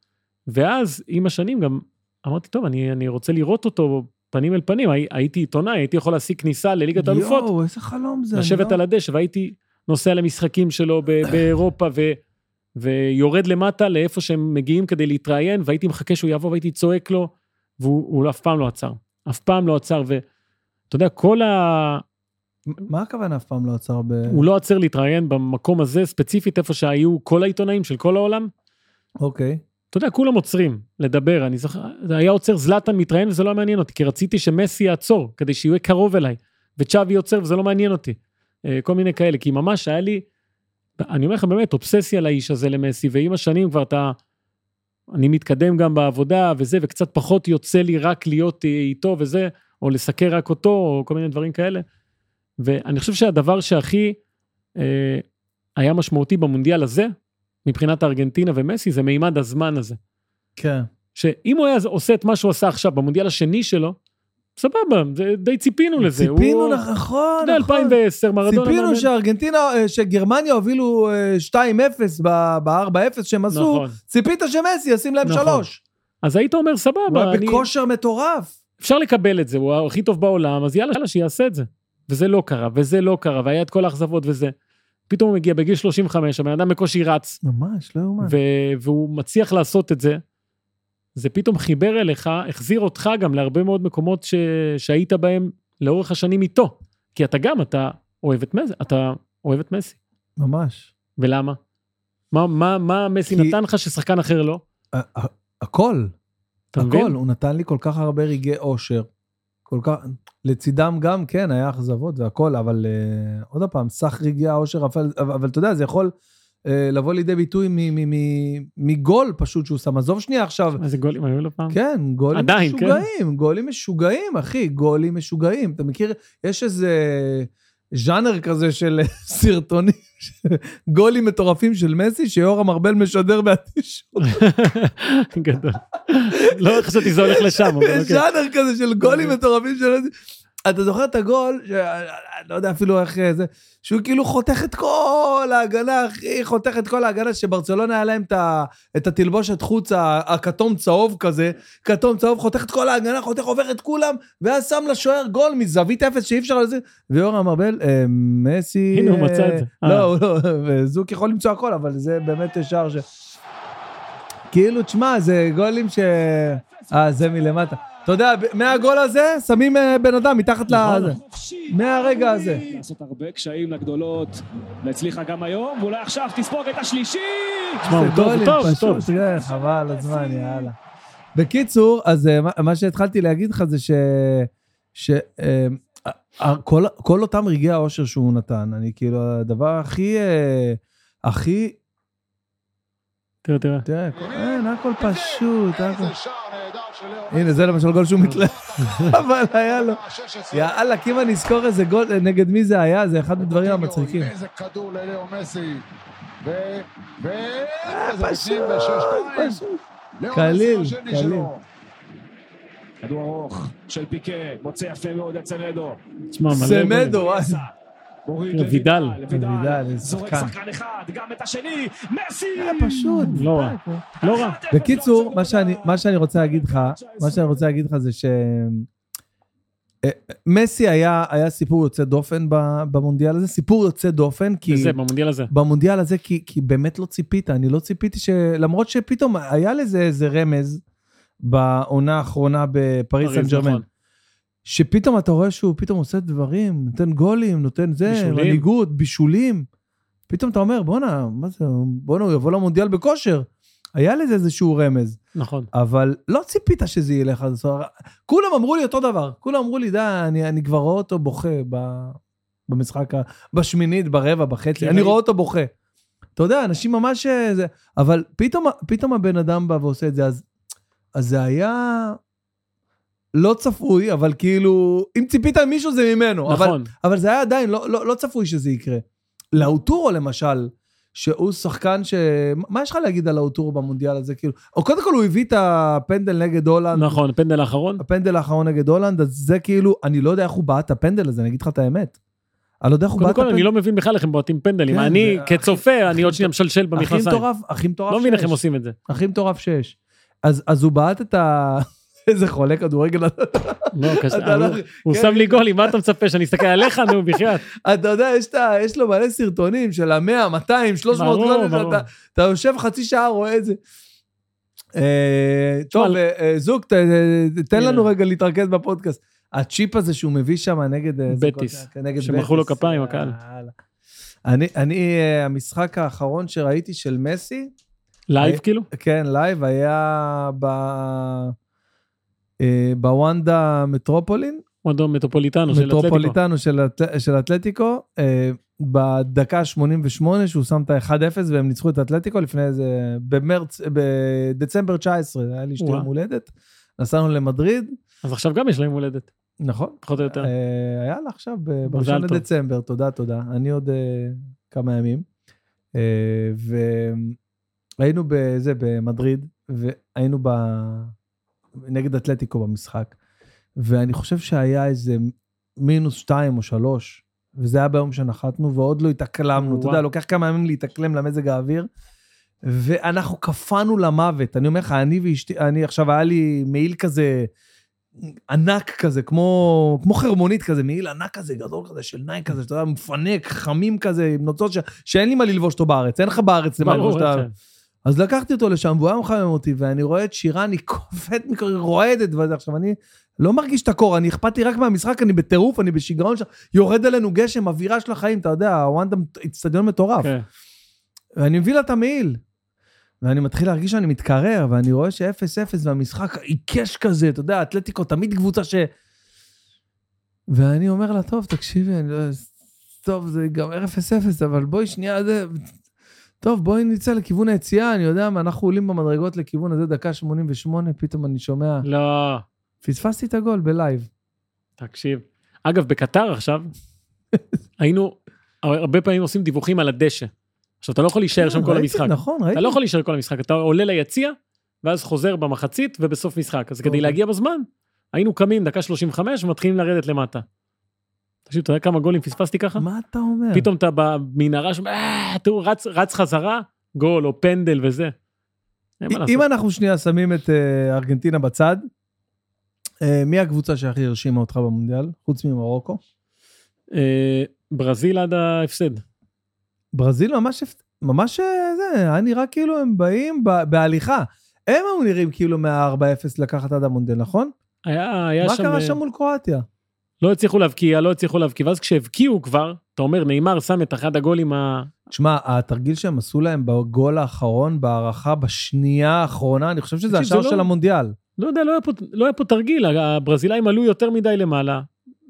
ואז עם השנים גם אמרתי, טוב, אני, אני רוצה לראות אותו פנים אל פנים, הי, הייתי עיתונאי, הייתי יכול להשיג כניסה לליגת האלופות,
יואו, איזה חלום זה. אני
לשבת
לא-
על הדשא, והייתי נוסע למשחקים שלו ב- באירופה, ו... ויורד למטה לאיפה שהם מגיעים כדי להתראיין, והייתי מחכה שהוא יבוא והייתי צועק לו, והוא הוא אף פעם לא עצר. אף פעם לא עצר, ואתה יודע, כל ה...
מה הכוונה אף פעם לא עצר ב...
הוא לא עצר להתראיין במקום הזה, ספציפית איפה שהיו כל העיתונאים של כל העולם.
אוקיי.
אתה יודע, כולם עוצרים לדבר, אני זוכר, זה היה עוצר זלאטן מתראיין וזה לא מעניין אותי, כי רציתי שמסי יעצור, כדי שהוא יהיה קרוב אליי, וצ'אבי עוצר וזה לא מעניין אותי. אה, כל מיני כאלה, כי ממש היה לי, אני אומר לך באמת, אובססיה לאיש הזה למסי, ועם השנים כבר אתה, אני מתקדם גם בעבודה וזה, וקצת פחות יוצא לי רק להיות אה, איתו וזה, או לסקר רק אותו, או כל מיני דברים כאלה. ואני חושב שהדבר שהכי אה, היה משמעותי במונדיאל הזה, מבחינת ארגנטינה ומסי, זה מימד הזמן הזה.
כן.
שאם הוא היה עושה את מה שהוא עשה עכשיו במונדיאל השני שלו, סבבה, זה- די ציפינו לזה.
ציפינו
הוא-
לך, נכון,
אתה יודע,
נכון.
2010, מרדונה.
ציפינו
מאמן.
שארגנטינה, אה, שגרמניה הובילו אה, 2-0 ב-4-0 שהם עשו,
נכון.
ציפית שמסי ישים להם
נכון.
3.
אז היית אומר,
הוא
סבבה,
היה
אני-
בכושר מטורף.
אפשר לקבל את זה, הוא הכי טוב בעולם, אז יאללה, יאללה, שיעשה את זה. וזה לא קרה, וזה לא קרה, והיה את כל האכזבות וזה. פתאום הוא מגיע בגיל 35, הבן אדם בקושי רץ,
ממש, לא יאומן.
ו- והוא מצליח לעשות את זה, זה פתאום חיבר אליך, החזיר אותך גם להרבה מאוד מקומות ש- שהיית בהם לאורך השנים איתו. כי אתה גם, אתה אוהב את מסי, אתה אוהב את מסי.
ממש.
ולמה? מה, מה, מה מסי
כי-
נתן לך ששחקן אחר לא?
ה- ה- הכל,
אתה
הכל.
מבין?
הוא נתן לי כל כך הרבה רגעי אושר. כל כך, לצידם גם, כן, היה אכזבות והכל, אבל אה, עוד פעם, סך רגעי האושר, אבל, אבל, אבל אתה יודע, זה יכול אה, לבוא לידי ביטוי מ- מ- מ- מגול פשוט שהוא שם. עזוב שנייה עכשיו,
איזה גולים היו לו פעם?
כן, גולים
אה. עדיין, כן.
משוגעים, כן. גולים משוגעים, אחי, גולים משוגעים. אתה מכיר, יש איזה ז'אנר כזה של סרטונים, ש- גולים מטורפים של מסי, שיורם ארבל משדר באדישות.
גדול. לא חשבתי שזה הולך לשם, אבל
יש
אוקיי.
ז'אנר כזה של גולים
אוקיי.
מטורפים של מסי. אתה זוכר את הגול, ש- לא יודע אפילו איך אה, זה, שהוא כאילו חותך את כל ההגנה, אחי, חותך את כל ההגנה, שברצלונה היה להם את ה- את התלבושת חוץ, ה- הכתום צהוב כזה, כתום צהוב, חותך את כל ההגנה, חותך, עובר את כולם, ואז שם לשוער גול מזווית אפס שאי אפשר לזה. ויורם ארבל, אה, מסי...
הנה, הוא
אה,
מצא את זה.
לא,
אה.
הוא לא, זוק יכול למצוא הכל, אבל זה באמת שער ש... כאילו, תשמע, זה גולים ש... אה, זה מלמטה. אתה יודע, ב- מהגול הזה שמים אה, בן אדם מתחת
נכון.
לזה. מהרגע הזה.
לעשות הרבה קשיים לגדולות, והצליחה גם היום, ואולי עכשיו תספוג את השלישי!
תשמע, הוא
זה
טוב,
גולים,
הוא טוב, הוא
פשוט,
טוב.
כן, חבל הזמן, יאללה. בקיצור, אז אה, מה- מה שהתחלתי להגיד לך זה ש... ש... אה, ה- ה- כל, כל אותם רגעי האושר שהוא נתן, אני כאילו, הדבר הכי... אה, הכי...
תראה, תראה.
תראה, אין, הכל פשוט, הכל... הנה, זה למשל גול שהוא
אה.
מתלהב, אבל היה לו. לא. יאללה, כי אם אני אזכור איזה גול, אה, נגד מי זה היה, זה אחד הדברים
אוקיי,
המצחיקים.
איזה כדור ללאו מסי. ו... ו...
אה, פשוט, פשוט. קליל,
קליל,
קליל.
קליל.
כדור ארוך של פיקה, מוצא יפה מאוד את סמדו.
תשמע, אוקיי. מלא גולים.
סמדו, אה,
מוריד
תראה, וידל.
וידל, איזה
זורק
שחקן.
שחקן אחד, גם את השני, מסי!
היה פשוט.
לא רע, לא רע.
בקיצור, מה שאני, מה שאני רוצה להגיד לך, מה שאני רוצה להגיד לך זה ש... אה, מסי היה, היה סיפור יוצא דופן ב- במונדיאל הזה, סיפור יוצא דופן, כי...
זה, במונדיאל הזה.
במונדיאל הזה, כי, כי באמת לא ציפית, אני לא ציפיתי ש... למרות שפתאום היה לזה איזה רמז בעונה האחרונה בפריס
פריז,
סן ג'רמן,
נכון.
שפתאום אתה רואה שהוא פתאום עושה דברים, נותן גולים, נותן זה,
בישולים.
מנהיגות, בישולים. פתאום אתה אומר, בואנה, מה זה, בואנה, הוא יבוא למונדיאל בכושר. היה לזה איזשהו רמז,
נכון.
אבל לא ציפית שזה ילך עד הסוף. כולם אמרו לי אותו דבר, כולם אמרו לי, די, אני, אני כבר רואה אותו בוכה ב, במשחק, ה- בשמינית, ברבע, בחצי,
כי
אני
ראית-
רואה אותו בוכה. אתה יודע, אנשים ממש... אה, זה, אבל פתאום, פתאום הבן אדם בא ועושה את זה, אז, אז זה היה לא צפוי, אבל כאילו, אם ציפית ממישהו זה ממנו. אבל,
נכון.
אבל זה היה עדיין לא, לא, לא צפוי שזה יקרה. לאוטורו למשל, שהוא שחקן ש... מה יש לך להגיד על האוטורו במונדיאל הזה? כאילו, או קודם כל הוא הביא את הפנדל נגד הולנד,
נכון, הפנדל האחרון.
הפנדל האחרון נגד הולנד, אז זה כאילו, אני לא יודע איך הוא בעט את הפנדל הזה, אני אגיד לך את האמת. אני לא יודע איך הוא בעט את
קודם כל,
הפנדל.
אני לא מבין בכלל איך הם בועטים פנדלים.
כן,
אני,
זה הכי-
כצופה, אני עוד שנייה משלשל
הכי
במכנסיים.
מטורף, הכי מטורף
לא מבין איך
שיש.
הם עושים את זה.
הכי מטורף שיש. אז, אז הוא בעט את ה... איזה חולה כדורגל.
לא, קשה.
אתה לא-
הוא- הוא
כן,
שם לי גולים, מה אתה מצפה, שאני אסתכל עליך, נו, בחייאת.
אתה יודע, יש, את ה... יש לו מלא סרטונים של המאה, 200, 300
ברור,
גולים,
ברור.
אתה, אתה יושב חצי שעה, רואה את זה. אה, טוב,
תשמע,
אה, אה, זוג, ת, ת- תן
הנה.
לנו רגע להתרכז בפודקאסט. הצ'יפ הזה שהוא מביא שם נגד... אה, זה
בטיס,
כל- נגד
שמחאו לו
בטיס,
כפיים, הקהל.
יאללה. אני, אני, אה, המשחק האחרון שראיתי של מסי,
לייב,
אה,
כאילו?
כן, לייב, היה ב... אה, בוונדה מטרופולין,
מועדון מטרופוליטנו של אתלטיקו.
מטרופוליטנו של, אתל... של אתלטיקו, אה, בדקה ה-88 שהוא שם את ה-1-0 והם ניצחו את אתלטיקו לפני איזה, במרץ, בדצמבר 19, היה לי שתי
וואו.
יום הולדת, נסענו למדריד,
אז עכשיו גם יש להם הולדת,
נכון,
פחות או יותר.
אה, היה לה עכשיו, ב-
מזל
בראשון
טוב.
לדצמבר, תודה, תודה. אני עוד אה, כמה ימים. אה, והיינו בזה, במדריד, והיינו ב... נגד אתלטיקו במשחק, ואני חושב שהיה איזה מינוס שתיים או שלוש, וזה היה ביום שנחתנו, ועוד לא התאקלמנו. אתה
וואו.
יודע, לוקח כמה ימים להתאקלם למזג האוויר, ואנחנו קפאנו למוות. אני אומר לך, אני ואשתי, אני עכשיו, היה לי מעיל כזה ענק כזה, כמו, כמו חרמונית כזה, מעיל ענק כזה, גדול כזה, של ניין כזה, שאתה יודע, מפנק, חמים כזה, עם נוצות ש... שאין לי מה ללבוש אותו בארץ, אין לך בארץ למה
ברור,
ללבוש את ה...
אין לך.
אז לקחתי אותו לשם, והוא היה מחמם אותי, ואני רואה את שירן, היא קופאת, מכ- היא רועדת, וזה עכשיו, אני לא מרגיש את הקור, אני אכפת לי רק מהמשחק, אני בטירוף, אני בשיגעון שם, יורד עלינו גשם, אווירה של החיים, אתה יודע, הוואנדה, איצטדיון מטורף.
כן.
ואני מביא לה את המעיל. ואני מתחיל להרגיש שאני מתקרר, ואני רואה ש-0-0 והמשחק עיקש כזה, אתה יודע, אתלטיקו תמיד קבוצה ש... ואני אומר לה, טוב, תקשיבי, אני לא... טוב, זה גם 0-0, אבל בואי שנייה, זה... טוב, בואי נצא לכיוון היציאה, אני יודע מה, אנחנו עולים במדרגות לכיוון הזה, דקה 88, פתאום אני שומע,
לא,
פספסתי את הגול בלייב.
תקשיב. אגב, בקטר עכשיו, היינו, הרבה פעמים עושים דיווחים על הדשא. עכשיו, אתה לא יכול להישאר שם כל
ראיתי,
המשחק.
נכון, ראיתי.
אתה לא יכול להישאר כל המשחק, אתה עולה ליציע, ואז חוזר במחצית ובסוף משחק. אז כדי
אוקיי.
להגיע בזמן, היינו קמים דקה 35 ומתחילים לרדת למטה. תקשיב, אתה יודע כמה גולים פספסתי ככה?
מה אתה אומר?
פתאום אתה במנהרה שם, אה, תראו, רץ, רץ חזרה, גול או פנדל וזה. אין מה
אם
לעשות.
אנחנו שנייה שמים את אה, ארגנטינה בצד, אה, מי הקבוצה שהכי הרשימה אותך במונדיאל, חוץ ממרוקו?
אה, ברזיל עד ההפסד.
ברזיל ממש, הפ- ממש אה, זה, היה נראה כאילו הם באים ב- בהליכה. הם היו נראים כאילו מה-4-0 לקחת עד המונדיאל, נכון?
היה, היה
מה
שם,
קרה
אה,
שם מול קרואטיה?
לא הצליחו להבקיע, לא הצליחו להבקיע, ואז כשהבקיעו כבר, אתה אומר, נאמר שם את אחד הגולים ה...
תשמע, התרגיל שהם עשו להם בגול האחרון, בהערכה בשנייה האחרונה, אני חושב שזה
תקשיב, זה
השער
לא-
של המונדיאל.
לא יודע, לא היה, פה, לא היה פה תרגיל, הברזילאים עלו יותר מדי למעלה,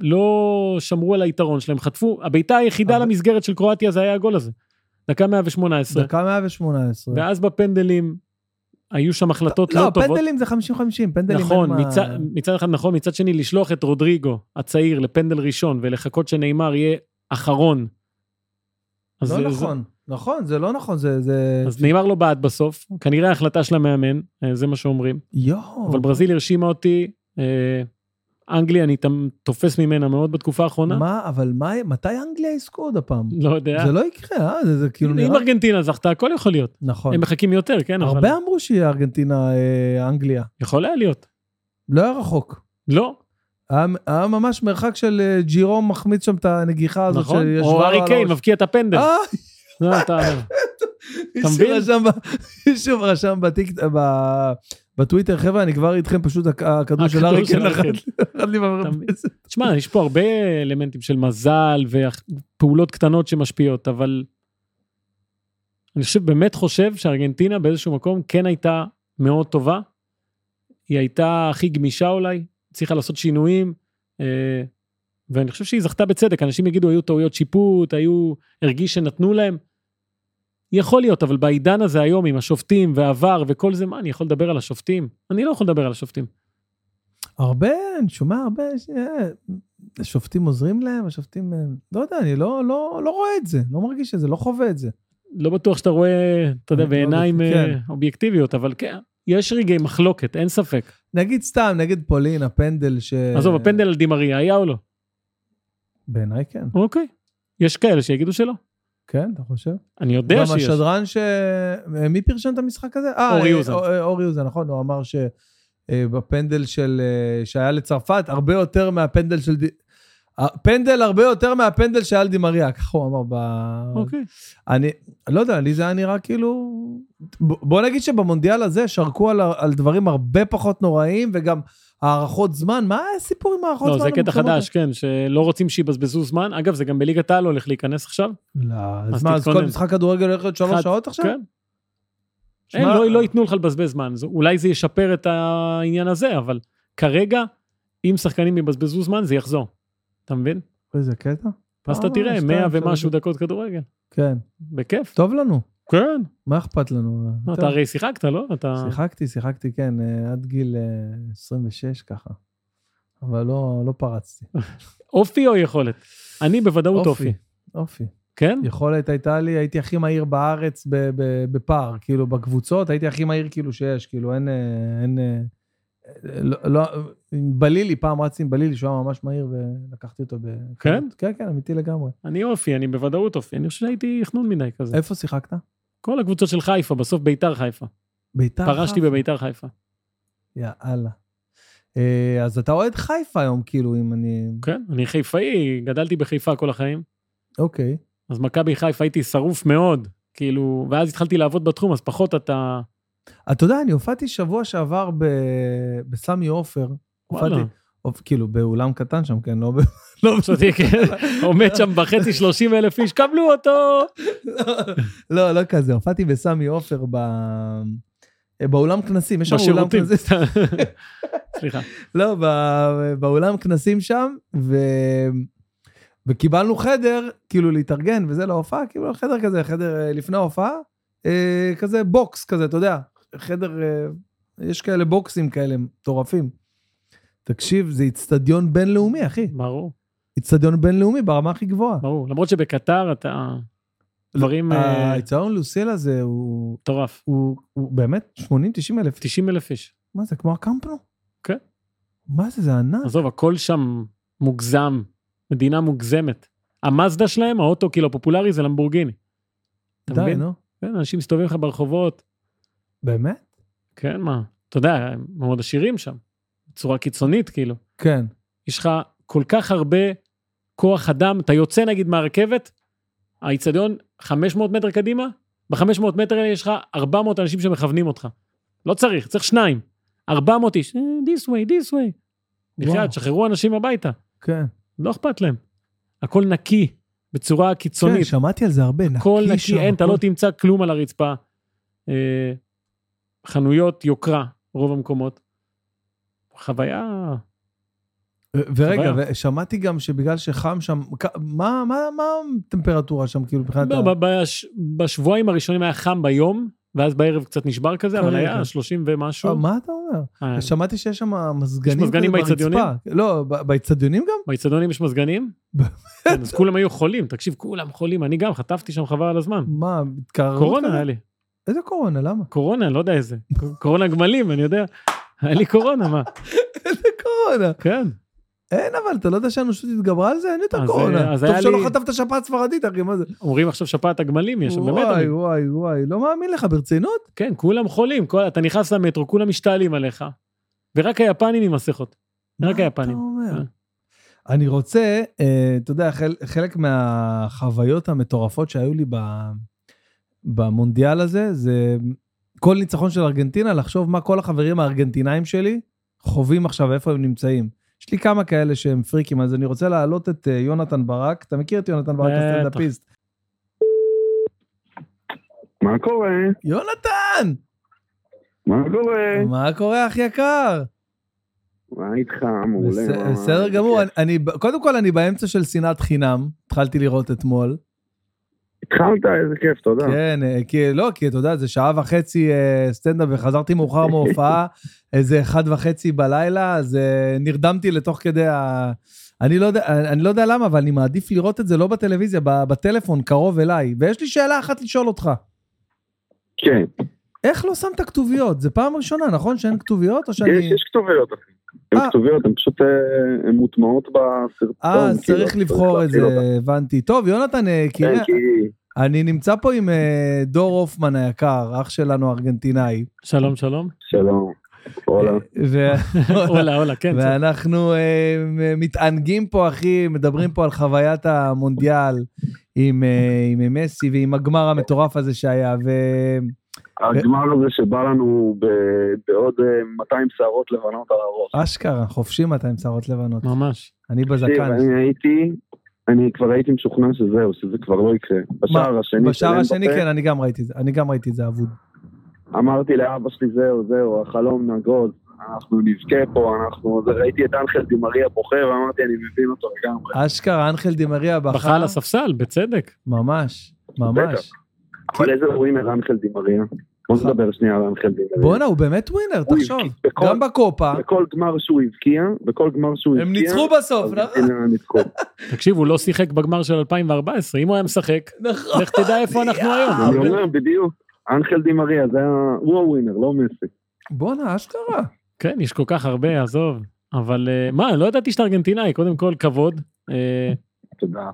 לא שמרו על היתרון שלהם, חטפו, הבעיטה היחידה
אבל-
למסגרת של קרואטיה זה היה הגול הזה. דקה 118,
דקה 118.
ואז בפנדלים היו שם החלטות לא,
לא,
טובות.
פנדלים זה 50-50, פנדלים אין
נכון,
מה-
מצ... מצד אחד נכון, מצד שני לשלוח את רודריגו הצעיר לפנדל ראשון ולחכות שנאמר יהיה אחרון. אז
לא
זה-
נכון, נכון, זה לא נכון, זה- זה...
זה, אז נאמר לא בעט בסוף, כנראה ההחלטה של המאמן, אה, זה מה שאומרים.
יואו.
אבל ברזיל הרשימה אותי, אה, אנגליה אני תמ- תופס ממנה מאוד בתקופה האחרונה.
מה, אבל מה, מתי אנגליה יזכו עוד הפעם?
לא יודע.
זה לא יקרה, אה? זה, זה כאילו
אם
נראה...
ארגנטינה זכתה, הכל יכול להיות.
נכון.
הם מחכים יותר, כן, אבל...
הרבה אמרו שיהיה ארגנטינה, אה, אנגליה.
יכול היה להיות.
לא היה רחוק.
לא,
היה- היה ממש מרחק של אה, ג'ירום מחמיץ שם את הנגיחה הזאת
נכון?
שישבה
או
לו על
ארי קיין
הראש.
מבקיע את הפנדל.
אה,
לא, אתה-
מישהו
מבין?
רשם ב- מישהו רשם בטיק- ב- בטוויטר, חבר'ה, אני כבר איתכם, פשוט הכ- הכדור של
הכדור
ארי
של
קיין
ארי
נחת
קיין.
נחת לי במרפסת.
תשמע, יש פה הרבה אלמנטים של מזל ופעולות קטנות שמשפיעות, אבל אני חושב, באמת חושב שארגנטינה באיזשהו מקום כן הייתה מאוד טובה. היא הייתה הכי גמישה אולי, הצליחה לעשות שינויים, אה, ואני חושב שהיא זכתה בצדק. אנשים יגידו, היו טעויות שיפוט, היו, הרגיש שנתנו להם. יכול להיות, אבל בעידן הזה היום עם השופטים והעבר וכל זה, מה, אני יכול לדבר על השופטים? אני לא יכול לדבר על השופטים.
הרבה, אני שומע הרבה, ש- אה, השופטים עוזרים להם, השופטים, אה, לא יודע, אני לא- לא לא רואה את זה, לא מרגיש את זה, לא חווה את זה.
לא בטוח שאתה רואה, אתה יודע,
אני לא
בעיניים
בטוח, כן.
אה, אובייקטיביות, אבל כן, יש רגעי מחלוקת, אין ספק.
נגיד סתם, נגד פולין, הפנדל ש...
עזוב, הפנדל על דימריה היה או לא?
בעיניי כן.
אוקיי. יש כאלה שיגידו שלא.
כן, אתה חושב?
אני יודע
גם
שיש.
השדרן ש... אה, מי פרשן את המשחק הזה? אה,
אורי
אה,
יוזן.
אה, אורי יוזן, נכון, הוא אמר שבפנדל של... אה, שהיה לצרפת, הרבה יותר מהפנדל של... ד- הפנדל הרבה יותר מהפנדל שהיה לדמריה, ככה הוא אמר ב...
אוקיי.
אני לא יודע, לי זה היה נראה כאילו... ב- בוא נגיד שבמונדיאל הזה שרקו על, ה- על דברים הרבה פחות נוראים, וגם הארכות זמן, מה הסיפור עם הארכות
לא,
זמן?
זה קטע
המוקדמות?
חדש, כן, שלא רוצים שיבזבזו זמן. אגב, זה גם בליגת העל הולך להיכנס עכשיו.
לא, אז
אז
מה, אז כל
תתכונן.
משחק כדורגל הולך להיות שלוש
חד-
שעות עכשיו?
כן. אין,
שמע, אה.
לא- לא ייתנו לך לבזבז זמן. זה- אולי זה ישפר את העניין הזה, אבל כרגע, אם שחקנים יבזבזו זמן, זה יחזור. אתה מבין?
איזה קטע?
ואז אתה
אה,
תראה,
שתיים,
100
שלוש
ומשהו
דקות.
דקות כדורגל.
כן.
בכיף.
טוב לנו,
כן.
מה אכפת לנו?
לא, אתה
טוב.
הרי שיחקת, לא? אתה...
שיחקתי, שיחקתי, כן, אה, עד גיל אה, 26 ככה. אבל לא לא פרצתי.
אופי או יכולת? אני בוודאות אופי.
אופי.
כן?
יכולת הייתה לי, הייתי הכי מהיר בארץ ב- ב- בפער, כאילו בקבוצות, הייתי הכי מהיר כאילו שיש, כאילו אין, אה, אין, אה, לא, לא, עם בלילי, פעם רצתי עם בלילי, שהוא היה ממש מהיר ולקחתי אותו ב...
כן? Mm.
כן, כן, אמיתי לגמרי.
אני אופי, אני בוודאות אופי. אני חושב שהייתי חנון מדי כזה.
איפה שיחקת?
כל הקבוצות של חיפה, בסוף ביתר חיפה.
ביתר?
פרשתי
חיפה?
בביתר חיפה.
יאללה. אה, אז אתה אוהד חיפה היום, כאילו, אם אני...
כן, אני חיפאי, גדלתי בחיפה כל החיים.
אוקיי.
אז מכבי חיפה הייתי שרוף מאוד. כאילו, ואז התחלתי לעבוד בתחום, אז פחות אתה...
אתה יודע, אני הופעתי שבוע שעבר ב... בסמי עופר.
וואלה.
הופעתי, הופ- כאילו, באולם קטן שם, כן, לא ב... לא ב-
פשוט כן, עומד שם בחצי 30 אלף איש, קבלו אותו!
לא, לא כזה, הופעתי בסמי עופר ב... באולם כנסים, יש שם אולם
בשירותים.
כנסים.
סליחה.
לא, ב- באולם כנסים שם, ו... וקיבלנו חדר, כאילו להתארגן, וזה להופעה, קיבלנו חדר כזה, חדר אה, לפני ההופעה, אה, כזה בוקס כזה, אתה יודע, חדר, אה, יש כאלה בוקסים כאלה מטורפים. תקשיב, זה איצטדיון בינלאומי, אחי.
ברור,
איצטדיון בינלאומי ברמה הכי גבוהה.
ברור. למרות שבקטר אתה...
לא,
דברים אה,
האיצטדיון לוסיל הזה הוא,
מטורף.
הוא, הוא באמת 80-90 אלף,
90 אלף איש.
מה זה, כמו הקמפנו?
כן.
מה זה, זה ענק.
עזוב, הכל שם מוגזם, מדינה מוגזמת. המאזדה שלהם, האוטו כאילו הפופולרי זה למבורגיני. אתה
די,
מבין?
נו.
כן, אנשים מסתובבים לך ברחובות,
באמת?
כן, מה, אתה יודע, הם מאוד עשירים שם, בצורה קיצונית כאילו.
כן.
יש לך כל כך הרבה כוח אדם, אתה יוצא נגיד מהרכבת, האיצטדיון 500 מטר קדימה, ב-500 מטר האלה יש לך 400 אנשים שמכוונים אותך. לא צריך, צריך שניים. 400 איש, "אה, this way, this way.
וואו.
בחייאת, תשחררו אנשים הביתה.
כן.
לא אכפת להם. הכל נקי, בצורה
כן,
קיצונית.
שמעתי על זה הרבה, נקי שם.
הכל נקי, אין, אתה
הכל-
לא תמצא כלום על הרצפה. אה, חנויות יוקרה, רוב המקומות. חוויה,
ו- ורגע,
חוויה.
שמעתי גם שבגלל שחם שם, כ- מה מה- מה הטמפרטורה שם, כאילו, מבחינת... ה-
לא, ב- בש- בשבועיים הראשונים היה חם ביום, ואז בערב קצת נשבר כזה, אבל
כרגע.
היה 30
כן, אה,
ומשהו.
מה אתה אומר?
אה,
שמעתי שיש שם מזגנים
יש מזגנים
כזה
באצטדיונים?
ברצפה. לא, ב- באצטדיונים גם?
באיצטדיונים יש מזגנים?
באמת?
כן, אז כולם היו חולים, תקשיב, כולם חולים, אני גם חטפתי שם חבל על הזמן.
מה, התקררות? כזה?
קורונה היה לי.
איזה קורונה? למה?
קורונה, לא יודע איזה. קורונה גמלים, אני יודע. היה לי קורונה, מה?
איזה קורונה?
כן.
אין, אבל אתה לא יודע שהאנושות התגברה על זה? אין יותר
אז,
קורונה.
אה, אז
טוב
היה
שלא
לי-
חטפת שפעת ספרדית, אחי, מה זה?
אומרים עכשיו שפעת הגמלים, יש שם באמת...
וואי,
אומרים.
וואי, וואי, לא מאמין לך, ברצינות?
כן, כולם חולים, כל, אתה נכנס למטרו, כולם משתעלים עליך, ורק היפנים עם מסכות. רק היפנים.
מה אתה
אה.
אומר? אני רוצה, אה, אתה יודע, חל- חלק מהחוויות המטורפות שהיו לי ב- במונדיאל הזה, זה כל ניצחון של ארגנטינה, לחשוב מה כל החברים הארגנטינאים שלי חווים עכשיו, איפה הם נמצאים. יש לי כמה כאלה שהם פריקים, אז אני רוצה להעלות את אה, יונתן ברק. אתה מכיר את יונתן ברק,
בטח.
הסטנדאפיסט?
מה קורה?
יונתן!
מה קורה?
מה קורה, אח יקר?
מה איתך? מעולה.
בס-
מה- כן.
בסדר
איזה
גמור.
כיף.
אני- אני, ב- קודם כל, אני באמצע של שנאת חינם, התחלתי לראות אתמול.
התחלת? איזה כיף, תודה.
כן, אה, כי לא, כי אתה יודע, זה שעה וחצי אה, סטנדאפ וחזרתי מאוחר מההופעה, איזה אחד וחצי בלילה, אז אה, נרדמתי לתוך כדי ה... אני לא, יודע, אני אני לא יודע למה, אבל אני מעדיף לראות את זה לא בטלוויזיה, ב- בטלפון, קרוב אליי. ויש לי שאלה אחת לשאול אותך.
כן.
איך לא שמת כתוביות? זה פעם ראשונה, נכון? שאין כתוביות? או שאני...
יש יש כתוביות אחי.
אה.
הן כתוביות, הן פשוט אה, הן מוטמעות בסרטון.
אה, אז
כאילו,
צריך לבחור את זה,
להפעיל אותן.
הבנתי. טוב, יונתן, אה, כי
כן, כי
אני נמצא פה עם אה, דור הופמן היקר, אח שלנו הארגנטינאי.
שלום, שלום.
שלום.
אה,
וואלה.
ו-
הולה, הולה, כן. זה-
ואנחנו אה, מתענגים פה, אחי, מדברים פה על חוויית המונדיאל עם, אה, עם מסי ועם הגמר המטורף הזה שהיה, ואשכרה,
הגמר הזה שבא לנו ב- בעוד אה, 200 שערות לבנות על
אה,
הראש.
חופשים אתה עם שערות לבנות.
ממש.
אני
תקשיב,
בזקן.
אני הייתי, אני כבר הייתי משוכנע שזהו, שזה כבר לא יקרה. בשער השני,
בשער
של
השני,
אמבפה,
כן, אני גם ראיתי את זה, אני גם ראיתי את זה אבוד.
אמרתי לאבא שלי, זהו, זהו, החלום נגוז, אנחנו נבכה פה, אנחנו... זה, ראיתי את אנחל דימריה בוכה, ואמרתי, אני מבין אותו לגמרי.
אשכרה, אנחל דימריה
בכה
בחר,
על הספסל, בצדק.
ממש, ממש.
אבל איזה ווינר אנחל דימריה. בוא
נכון.
נדבר שנייה על אנחל דימריה.
בואנה, הוא באמת ווינר,
הוא
תחשוב.
הבקיע בכל-
גם בקופה,
בכל גמר שהוא הבקיע, בכל גמר שהוא הבקיע...
הם ניצחו בסוף, נכון?
ארגנטינה ניצחו.
תקשיב, הוא לא שיחק בגמר של 2014, אם הוא היה משחק,
נכון.
לך תדע איפה אנחנו
אה,
אני
אוקיי.
היום.
אומר, בדיוק, אנחל דימריה, זה ה... הוא הווינר, לא מסי.
בואנה, אשכרה.
כן, יש כל כך הרבה, עזוב. אבל אה, מה, לא ידעתי שאתה ארגנטינאי, קודם כל, כבוד. אה,
תודה.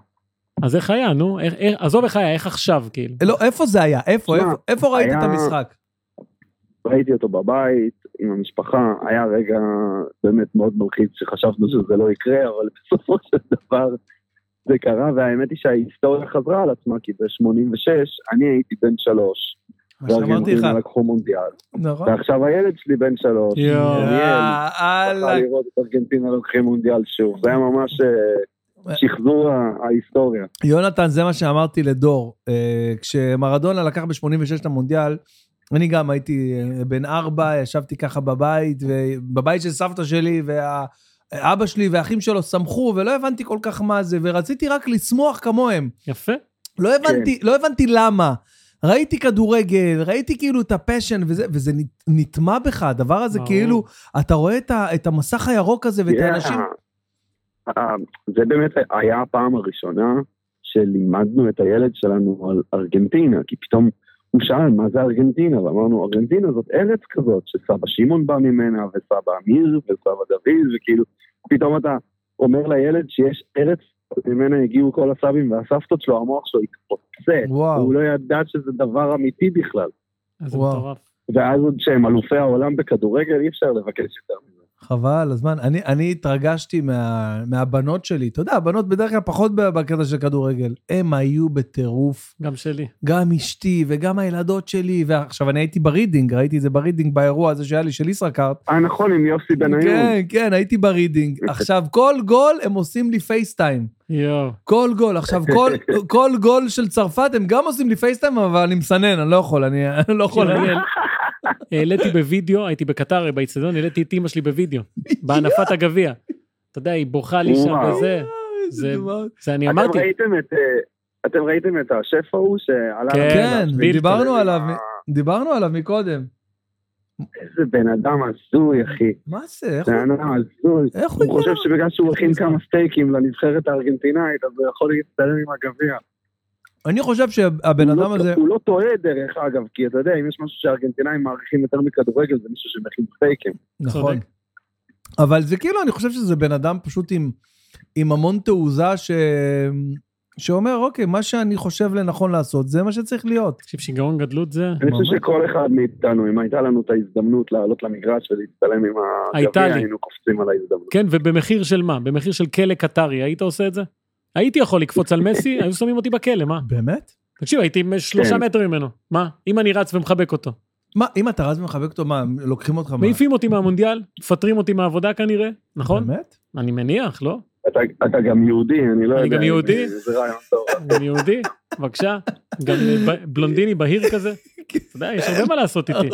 אז איך היה, נו? איך- איך- עזוב איך היה, איך עכשיו, כאילו.
לא, איפה זה היה? איפה,
שמע,
איפה- איפה ראית
היה-
את המשחק?
ראיתי אותו בבית, עם המשפחה, היה רגע באמת מאוד מלחיץ שחשבנו שזה לא יקרה, אבל בסופו של דבר זה קרה, והאמת היא שההיסטוריה חזרה על עצמה, כי ב-86 אני הייתי בן שלוש,
מה שאמרתי לך,
וארגנטינה לקחו מונדיאל,
נכון?
ועכשיו הילד שלי בן שלוש,
יואו.
אה,
זכה
אללה,
לראות את ארגנטינה לוקחים מונדיאל שוב, זה היה ממש אה, שחזור ה- ההיסטוריה.
יונתן, זה מה שאמרתי לדור. אה, כשמרדונה לקח ב-86 את המונדיאל, אני גם הייתי אה, בן ארבע, ישבתי ככה בבית, ו- בבית של סבתא שלי, וה... אבא שלי והאחים שלו שמחו, ולא הבנתי כל כך מה זה, ורציתי רק לשמוח כמוהם.
יפה.
לא הבנתי, לא הבנתי למה. ראיתי כדורגל, ראיתי כאילו את הפשן, וזה, וזה נט- נטמע בך, הדבר הזה,
ברור.
כאילו, אתה רואה את, ה, את המסך הירוק הזה ואת
תראה,
האנשים...
ה- ה- אה, זה באמת היה הפעם הראשונה שלימדנו את הילד שלנו על ארגנטינה, כי פתאום הוא שאל מה זה ארגנטינה, ואמרנו, ארגנטינה זאת ארץ כזאת, שסבא שמעון בא ממנה, וסבא אמיר, וסבא דוד, וכאילו, פתאום אתה אומר לילד שיש ארץ ממנה הגיעו כל הסבים והסבתות שלו, המוח שלו התפוצץ,
וואו.
הוא לא ידע שזה דבר אמיתי בכלל.
איזה
וואו.
מטורף.
ואז עוד שהם אלופי העולם בכדורגל, אי אפשר לבקש יותר מזה.
חבל, הזמן. אני, אני התרגשתי מה, מהבנות שלי. אתה יודע, הבנות בדרך כלל פחות בקטע של כדורגל. הן היו בטירוף,
גם שלי.
גם אשתי וגם הילדות שלי. ועכשיו, אני הייתי ברידינג, ראיתי את זה ברידינג באירוע הזה שהיה לי של ישראכרט.
אה, נכון, עם יוסי בניון.
כן, כן, הייתי ברידינג. עכשיו, כל גול הם עושים לי פייסטיים.
יואו.
כל גול. עכשיו, כל, כל גול של צרפת הם גם עושים לי פייסטיים, אבל אני מסנן, אני לא יכול, אני, אני לא יכול. אני...
נכון, העליתי בווידאו, הייתי בקטר, באיצטדיון, העליתי את אימא שלי בווידאו, בהנפת הגביע. אתה יודע, היא בוכה לי שם
וואו.
וזה,
איזה דבר.
זה אני אמרתי,
אתם ראיתם את, אה, אתם ראיתם את השף ההוא שעלה...
כן,
כן,
בלתי.
דיברנו עליו,
אה,
דיברנו עליו מקודם.
איזה בן אדם הזוי, אחי.
מה זה? איך הוא-
בן אדם הזוי.
איך הוא
הוא
הגיע?
חושב שבגלל שהוא הכין
מזמן.
כמה סטייקים לנבחרת הארגנטינאית, אז הוא יכול להצטלם עם הגביע.
אני חושב שהבן
הוא
אדם
לא-
הזה,
הוא לא טועה, דרך אגב, כי אתה יודע, אם יש משהו שהארגנטינאים מעריכים יותר מכדורגל, זה מישהו שמכין סטייקים.
נכון. אבל זה כאילו, אני חושב שזה בן אדם פשוט עם, עם המון תעוזה ש... שאומר, אוקיי, מה שאני חושב לנכון לעשות, זה מה שצריך להיות.
תקשיב, שיגעון גדלות זה...
אני חושב
ממש.
שכל אחד מאיתנו, אם הייתה לנו את ההזדמנות לעלות למגרש ולהצטלם עם
הייתה
הגביע,
לי.
היינו קופצים על ההזדמנות.
כן, ובמחיר של מה? במחיר של כלא קטרי, היית עושה את זה? הייתי יכול לקפוץ על מסי, היו שמים אותי בכלא, מה?
באמת?
תקשיב, הייתי עם שלושה מטר ממנו. מה? אם אני רץ ומחבק אותו.
כן. מה, אם אתה רץ ומחבק אותו, מה, הם לוקחים אותך? מה?
מעיפים אותי מהמונדיאל, מפטרים אותי מהעבודה כנראה, נכון?
באמת?
אני מניח, לא?
אתה- אתה גם יהודי, אני לא
אני
יודע.
גם
אם-
יהודי?
זה רעיון טוב.
אני יהודי, בבקשה. גם אה, ב- בלונדיני בהיר כזה. אתה יודע, יש הרבה מה לעשות איתי.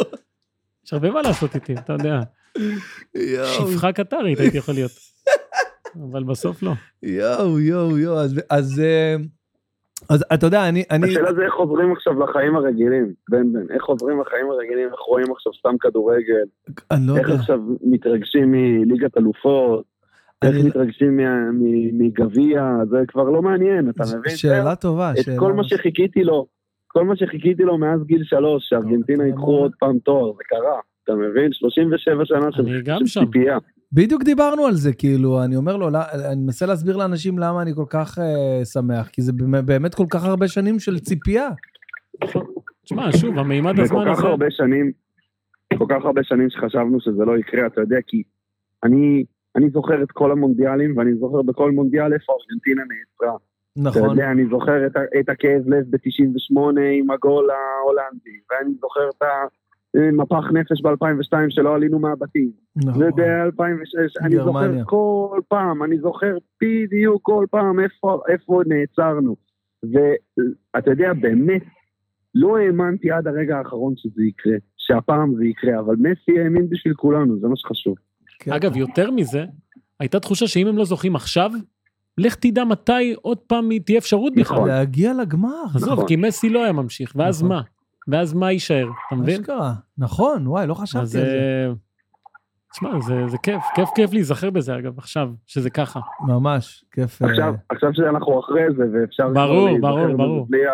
יש הרבה מה לעשות איתי, אתה יודע.
יואו,
שפחה קטרית הייתי יכול להיות. אבל בסוף לא.
יואו, יואו, יואו, אז- אז... אה, אז אתה יודע, אני... אני-
השאלה זה איך חוזרים עכשיו לחיים הרגילים, בן בן, איך חוזרים לחיים הרגילים, איך רואים עכשיו סתם כדורגל,
אני לא
איך
יודע.
עכשיו מתרגשים מליגת אלופות, איך
אני- לא-
מתרגשים מה- מ- מגביע, זה כבר לא מעניין, אתה מבין?
שאלה טובה,
את
שאלה...
כל מה שחיכיתי לו, כל מה שחיכיתי לו מאז גיל שלוש, שארגנטינה
אתה לא-
ייקחו
יודע.
עוד פעם תואר, זה קרה, אתה מבין? 37 שנה של
לא
אני גם
של
שם.
ציפייה.
בדיוק דיברנו על זה, כאילו, אני אומר לו, לא- אני מנסה להסביר לאנשים למה אני כל כך אה, שמח, כי זה באמת- באמת כל כך הרבה שנים של ציפייה.
תשמע, שוב, המימד
וכל
הזמן
כך
הזה,
הרבה שנים, כל כך הרבה שנים שחשבנו שזה לא יקרה, אתה יודע, כי אני, אני זוכר את כל המונדיאלים, ואני זוכר בכל מונדיאל איפה ארגנטינה נעצרה. אתה
נכון.
יודע, אני זוכר את, ה- את הכאב לב ב-98 עם הגול ההולנדי, ואני זוכר את המפח נפש ב-2002 שלא עלינו מהבתים,
נכון.
וב-2006, אני זוכר
גרמניה.
כל פעם, אני זוכר בדיוק כל פעם איפה, איפה נעצרנו. ואתה יודע, באמת, לא האמנתי עד הרגע האחרון שזה יקרה, שהפעם זה יקרה, אבל מסי האמין בשביל כולנו, זה מה שחשוב.
כן.
אגב, יותר מזה, הייתה תחושה שאם הם לא זוכים עכשיו, לך תדע מתי עוד פעם תהיה אפשרות בכלל.
נכון.
להגיע לגמר.
עזוב,
נכון.
כי מסי לא היה ממשיך, ואז
נכון.
מה? ואז מה יישאר, אתה מבין?
אשכרה. נכון, וואי, לא חשבתי על
אז...
זה.
אה, תשמע, זה- זה כיף, כיף כיף להיזכר בזה אגב, עכשיו, שזה ככה.
ממש, כיף. אה,
עכשיו, עכשיו שאנחנו אחרי זה, ואפשר... כבר
ברור,
להיזכר
ברור,
בזה
ברור.
בלי, ה...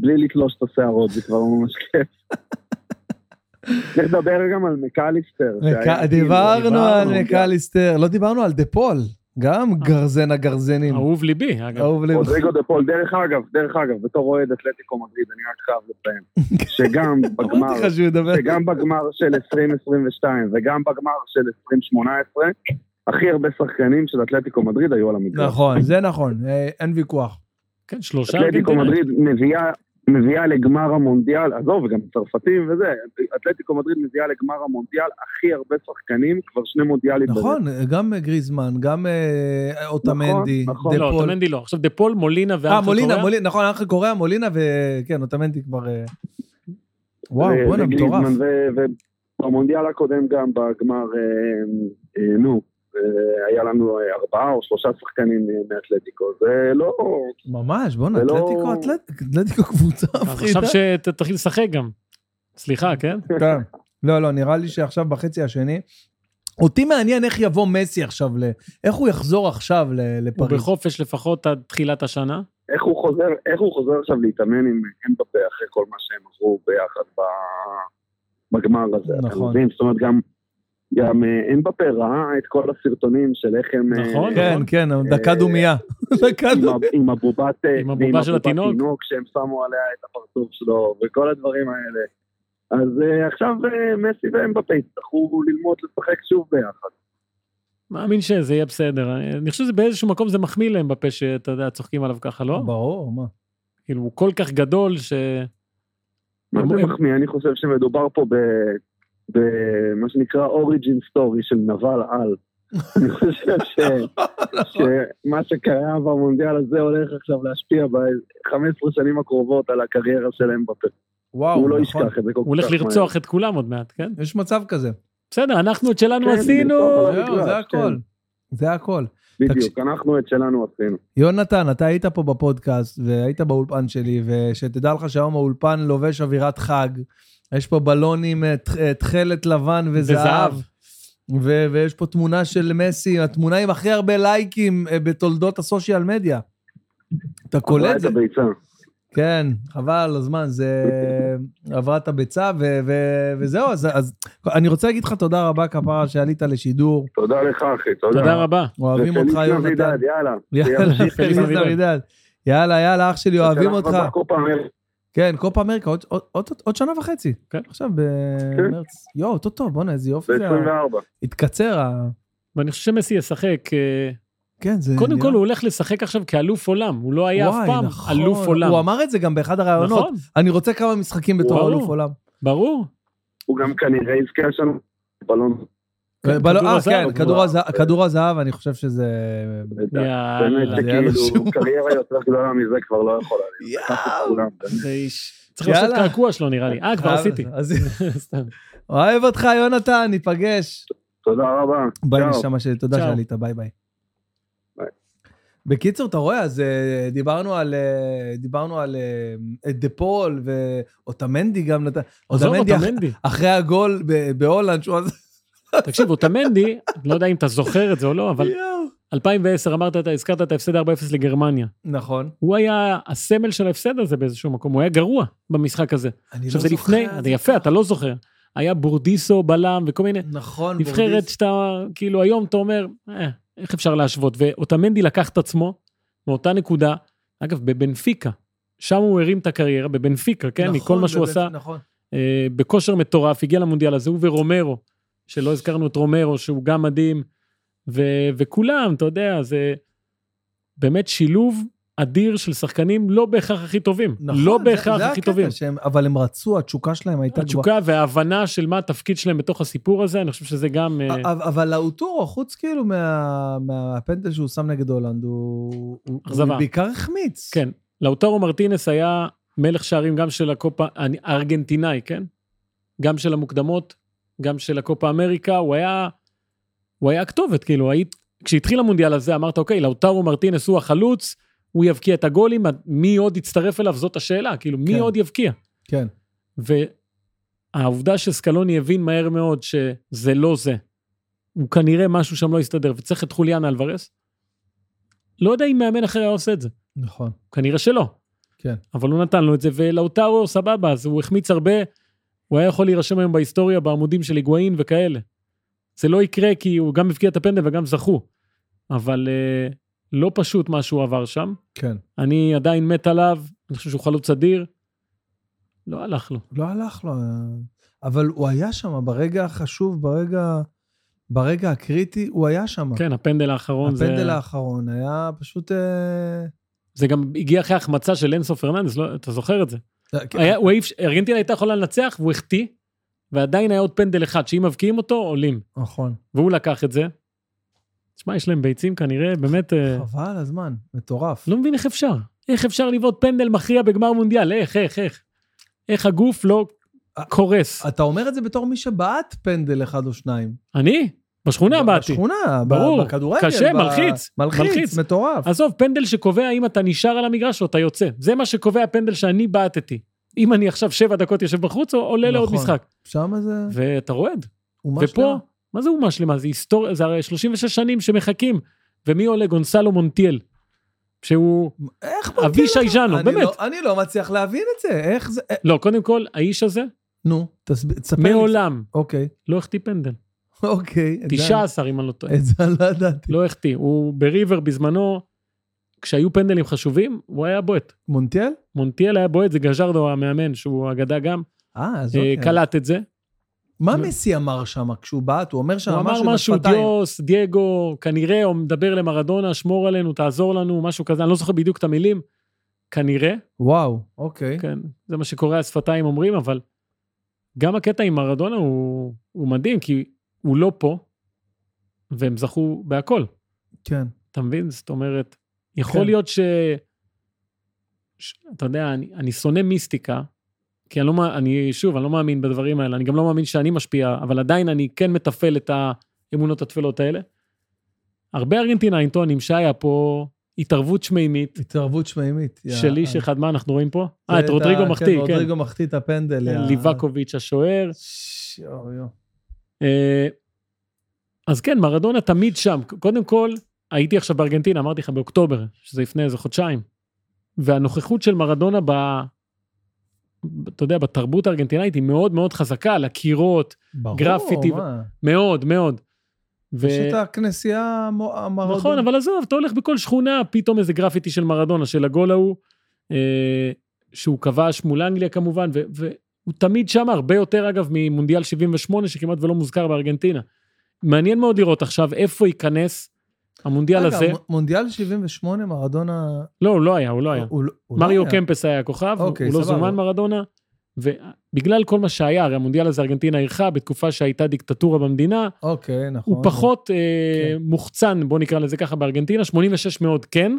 בלי לתלוש את השערות, זה כבר ממש כיף. צריך לדבר גם על מקליסטר.
מק-
שהיה-
דיברנו על
כאילו, דיברנו.
מקליסטר, לא דיברנו על דה פול, גם גרזן הגרזנים.
אה. אהוב ליבי, אגב.
כן. אהוב לי.
רודריגו דה פול, דרך אגב, דרך אגב, בתור אוהד אתלטיקו מדריד, אני רק חייב לציין, שגם בגמר, כן,
אמרתי לך שהוא ידבר.
שגם בגמר של 2022 וגם בגמר של 2018, הכי הרבה שחקנים של אתלטיקו מדריד היו על המגרש.
נכון, זה נכון, אה, אין ויכוח.
כן, שלושה
אתלטיקו
ארגנטינאים.
מדריד מביאה... מביאה לגמר המונדיאל, עזוב, גם צרפתים וזה, אתלטיקו מדריד מביאה לגמר המונדיאל הכי הרבה שחקנים, כבר שני מונדיאלים. ברצף.
נכון, גם אה, גריזמן, גם אה, אוטמנדי,
נכון.
דה
לא,
פול.
אוטמנדי לא. עכשיו, דה פול, מולינה
אה,
ואנחל
מולינה,
קוריאה.
מולינה, נכון, אנחנו קוריאה, מולינה, וכן, אוטמנדי כבר... אה, וואו,
ו-
בואנה, מטורף.
וגליזמן אה, ו- ובמונדיאל הקודם גם בגמר, אה, אה, נו, אה, היה לנו אה, ארבעה או שלושה שחקנים אה, מאתלטיקו, זה לא...
ממש, בואנה,
זה לא-
אתלטיקו, אתלט- אתלטיקו קבוצה
אז
מפחידה.
עכשיו שתתחיל לשחק גם. סליחה, כן?
כן. לא, לא, נראה לי שעכשיו בחצי השני. אותי מעניין איך יבוא מסי עכשיו, ל... איך הוא יחזור עכשיו ל-
הוא
לפריז.
בחופש לפחות עד תחילת השנה.
איך הוא חוזר, איך הוא חוזר עכשיו להתאמן עם אמבפה אחרי כל מה שהם עברו ביחד ב- בגמר הזה, אתם
נכון.
יודעים? זאת אומרת, גם... גם אה, אמבפה ראה את כל הסרטונים של איך הם... אה,
נכון,
כן, כן, דקה
אה,
דומייה. דקה
עם ה-
דומייה.
עם הבובת, אה,
עם הבובה
ועם
של התינוק.
שהם שמו עליה את הפרצוף שלו, וכל הדברים האלה. אז אה, עכשיו אה, מסי ואמבפה יצטרכו ללמוד לשחק שוב ביחד.
מאמין שזה יהיה בסדר. אני- אני חושב שבאיזשהו מקום זה מחמיא להם בפה שאתה יודע, צוחקים עליו ככה, לא?
ברור, מה.
כאילו, הוא כל כך גדול ש...
מה זה
הם-
מחמיא? אני חושב שמדובר פה ב- במה שנקרא אוריג'ין סטורי של נבל על. אני חושב ש... שמה שקרה במונדיאל הזה הולך עכשיו להשפיע ב-15 שנים הקרובות על הקריירה של אמבפה.
וואו,
הוא לא
נכון.
ישכח את זה כל כך
הוא הולך
מהר.
לרצוח את כולם עוד מעט, כן?
יש מצב כזה.
בסדר, אנחנו את שלנו
כן,
עשינו.
לרצוח.
זהו,
בגלל,
זה
כן.
הכל. זה הכל.
בדיוק, אנחנו את שלנו עשינו.
יונתן, אתה היית פה בפודקאסט, והיית באולפן שלי, ושתדע לך שהיום האולפן לובש אווירת חג. יש פה בלונים, אה, תח- אה, תכלת לבן וזהב.
וזהב.
ו- ויש פה תמונה של מסי, התמונה עם הכי הרבה לייקים אה, בתולדות הסושיאל מדיה. אתה
עברה
קולט?
את הביצה.
כן, חבל, הזמן, זה עברה את הביצה, ו- ו- וזהו, אז, אז אני רוצה להגיד לך תודה רבה, כפרה, שעלית לשידור.
תודה לך, אחי, תודה.
תודה רבה.
אוהבים אותך,
ופליס
יונתן.
נבידד, יאללה.
יאללה,
פליס
פליס
נבידד.
נבידד. יאללה, יאללה, אח שלי, אוהבים אותך.
בקופה האמריקה.
כן, קופה אמריקה, עוד- עוד- עוד- עוד שנה וחצי.
כן.
עכשיו במרץ. יואו, אוטוטו, בואנה, איזה יופי זה. ה-
ב-24.
התקצר ה...
ואני חושב שמסי ישחק, אה,
כן, זה...
קודם
נראה-
כל הוא הולך לשחק עכשיו כאלוף עולם, הוא לא היה אף
וואי,
פעם
נכון.
אלוף עולם.
הוא אמר את זה גם באחד הראיונות.
נכון,
אני רוצה כמה משחקים בתור
וואו.
אלוף עולם.
ברור.
הוא גם כנראה יזכה שם בלון.
כן,
בלון-
כדור
אה,
הזהב,
כן,
הוא
כדור
כבר-
הזהב- כדור הזהב, אני חושב שזה...
באמת
יאללה,
זה
זה היה לו
כאילו
שיעור.
קריירה יותר גדולה מזה כבר לא יכולה
יאו,
להיות.
זה איש. צריך
יאללה.
לעשות קעקוע שלו נראה לי. אה, כבר
חייב-
עשיתי.
אז-
סתם.
אוהב אותך, יונתן, ניפגש.
תודה רבה.
ביי,
צאו.
נשמה שלי, תודה
צ'או.
שעלית, ביי ביי.
ביי.
בקיצור, אתה רואה, אז אה, דיברנו על אה, דיברנו על אה, דה פול ואוטמנדי גם נתן.
עזוב
אוטמנדי אח-
אוטמנדי.
אחרי הגול ב- בהולנד, שהוא עשה...
תקשיב, אוטמנדי, לא יודע אם אתה זוכר את זה או לא, אבל
יואו.
2010 אמרת, אתה הזכרת את ההפסד 4-0 לגרמניה.
נכון.
הוא היה הסמל של ההפסד הזה באיזשהו מקום, הוא היה גרוע במשחק הזה.
אני
עכשיו
לא
זה
זוכר
לפני,
את
זה יפה, אתה לא זוכר. היה בורדיסו, בלם וכל מיני,
נכון,
נבחרת
בורדיס.
שאתה, כאילו היום אתה אומר, "אה, איך אפשר להשוות? ואוטמנדי לקח את עצמו מאותה נקודה, אגב, בבנפיקה, שם הוא הרים את הקריירה, בבנפיקה, כן?
נכון,
מכל מה שהוא
זה
עשה,
באמת- נכון.
אה, בכושר מטורף, הגיע למונדיאל הזה, הוא ורומרו, שלא הזכרנו את רומרו, שהוא גם מדהים, ו- וכולם, אתה יודע, זה באמת שילוב אדיר של שחקנים לא בהכרח הכי טובים.
נכון,
לא
זה-
בהכרח
זה
הכי
הקטע
טובים.
שהם- אבל הם רצו, התשוקה שלהם הייתה גבוהה.
התשוקה וההבנה של מה התפקיד שלהם בתוך הסיפור הזה, אני חושב שזה גם... אה,
אבל- אבל לאוטורו, חוץ כאילו מה- מהפנדל שהוא שם נגד הולנד, הוא... הוא-
אכזבה.
הוא בעיקר החמיץ.
כן. לאוטרו מרטינס היה מלך שערים גם של הקופה, אני- הארגנטינאי, כן? גם של המוקדמות, גם של הקופה אמריקה, הוא היה, הוא היה הכתובת, כאילו, היית, כשהתחיל המונדיאל הזה אמרת, אוקיי, לאוטרו מרטינס הוא החלוץ, הוא יבקיע את הגולים, מי עוד יצטרף אליו, זאת השאלה, כאילו, מי
כן.
עוד יבקיע?
כן.
והעובדה שסקלוני הבין מהר מאוד שזה לא זה, הוא כנראה משהו שם לא הסתדר, וצריך את חוליאן אלוורס, לא יודע אם מאמן אחר היה עושה את זה.
נכון.
כנראה שלא.
כן.
אבל הוא נתן לו את זה, ולאוטרו סבבה, אז הוא החמיץ הרבה, הוא היה יכול להירשם היום בהיסטוריה בעמודים של היגואין וכאלה. זה לא יקרה כי הוא גם הבקיע את הפנדל וגם זכו. אבל אה, לא פשוט מה שהוא עבר שם.
כן.
אני עדיין מת עליו, אני חושב שהוא חלוץ אדיר. לא הלך לו.
לא הלך לו, אבל הוא היה שם ברגע החשוב, ברגע, ברגע הקריטי, הוא היה שם.
כן, הפנדל האחרון זה...
הפנדל האחרון היה פשוט... אה,
זה גם הגיע אחרי החמצה של אינסו פרננדס, לא, אתה זוכר את זה.
כן,
היה, הוא העיף- ארגנטינה הייתה יכולה לנצח והוא החטיא, ועדיין היה עוד פנדל אחד, שאם מבקיעים אותו, עולים.
נכון.
והוא לקח את זה. תשמע, יש להם ביצים כנראה, באמת, אה,
חבל הזמן, מטורף.
לא מבין איך אפשר. איך אפשר לבעוט פנדל מכריע בגמר מונדיאל? איך, איך, איך? איך הגוף לא
אה,
קורס?
אתה אומר את זה בתור מי שבעט פנדל אחד או שניים.
אני? בשכונה באתי.
לא, בשכונה, ב-
ברור.
בכדורגל.
קשה,
ב-
מלחיץ,
מלחיץ,
מלחיץ.
מטורף.
עזוב, פנדל שקובע אם אתה נשאר על המגרש או אתה יוצא. זה מה שקובע הפנדל שאני בעטתי. אם אני עכשיו שבע דקות יושב בחוץ, או עולה לעוד
נכון.
משחק.
שם זה...
ואתה רועד.
אומה
ופה,
שלמה.
מה זה אומה שלמה? זה היסטוריה, זה הרי 36 שנים שמחכים. ומי עולה? גונסלו מונטיאל. שהוא,
איך
אבישי ז'אנו,
אני
באמת.
לא- אני לא מצליח להבין את זה, איך זה... אה,
לא, קודם כל, האיש הזה,
נו, תסב- תספר לי.
מעולם
אוקיי,
לא החטיא פנדל.
אוקיי. את זה אני-
19 אם אני לא טועה.
את זה לא ידעתי.
לא החטיא. הוא בריבר בזמנו, כשהיו פנדלים חשובים, הוא היה בועט.
מונטיאל?
מונטיאל היה בועט, זה גז'רדו המאמן, שהוא אגדה גם,
אה, אז
אה,
אוקיי.
קלט את זה.
מה
נו.
מסי אמר שם כשהוא בעט? הוא אומר שם
הוא אמר
משהו עם
משהו,
השפתיים.
דיוס, דייגו, כנראה, הוא מדבר למרדונה, שמור עלינו, תעזור לנו, משהו כזה, אני לא זוכר בדיוק את המילים. כנראה,
וואו, אוקיי.
כן, זה מה שקוראי השפתיים אומרים, אבל גם הקטע עם מרדונה הוא, הוא מדהים, כי הוא לא פה, והם זכו בהכל.
כן.
אתה מבין? זאת אומרת, יכול
כן.
כן. להיות ש... ש... אתה יודע, אני, אני שונא מיסטיקה, כי אני לא, מא- אני, שוב, אני לא מאמין בדברים האלה, אני גם לא מאמין שאני משפיע, אבל עדיין אני כן מתפעל את האמונות הטפלות האלה. הרבה ארגנטינאים טוענים שהיה פה התערבות שמימית
התערבות שמימית. יא-
של איש
אה,
אחד, מה אנחנו רואים פה?
זה
אה, את רודריגו
ה-
מחטיא,
כן.
כן. אה,
רודריגו מחטיא את הפנדל. יא-
ליבקוביץ' השוער.
ש- יואו, יואו.
אה, אז כן, מרדונה תמיד שם. קודם כל, הייתי עכשיו בארגנטינה, אמרתי לך באוקטובר, שזה לפני איזה חודשיים. והנוכחות של מרדונה ב... אתה יודע, בתרבות הארגנטינאית היא מאוד מאוד חזקה, על הקירות,
ברור,
גרפיטי ו-
מה?
מאוד מאוד. ו-
פשוט הכנסייה המו- המרדונית.
נכון, אבל עזוב, אתה הולך בכל שכונה, פתאום איזה גרפיטי של מרדונה, של הגול ההוא, אה, שהוא כבש מול אנגליה כמובן, ו- והוא תמיד שם, הרבה יותר אגב ממונדיאל 78, שכמעט ולא מוזכר בארגנטינה. מעניין מאוד לראות עכשיו איפה ייכנס המונדיאל
רגע,
הזה.
מ- מונדיאל 78, מרדונה...
לא, הוא לא היה, הוא לא היה.
הוא- הוא לא
מריו
היה.
קמפס היה הכוכב, הוא-
אוקיי,
הוא לא
סבבה.
זומן מרדונה, ובגלל כל מה שהיה, הרי המונדיאל הזה ארגנטינה אירחה בתקופה שהייתה דיקטטורה במדינה,
אוקיי, נכון.
הוא פחות אה, מוחצן, בוא נקרא לזה ככה, בארגנטינה, 86 מאוד כן,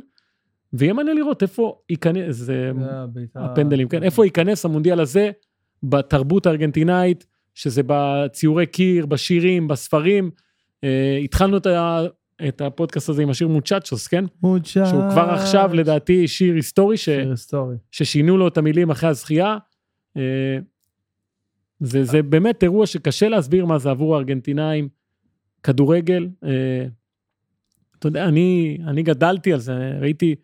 ויהיה מעניין לראות איפה ייכנס, זה
זה הבעיטה-
הפנדלים, כן, איפה ייכנס המונדיאל הזה בתרבות הארגנטינאית, שזה בציורי קיר, בשירים, בספרים. אה, התחלנו את ה- את הפודקאסט הזה עם השיר מוצ'צ'וס, כן?
מוצ'ה.
שהוא כבר עכשיו לדעתי שיר היסטורי, ש...
שיר היסטורי.
ששינו לו את המילים אחרי הזכייה. אה, זה,
אה.
זה באמת אירוע שקשה להסביר מה זה עבור הארגנטינאים. כדורגל, אה, אתה יודע, אני, אני גדלתי על זה, ראיתי,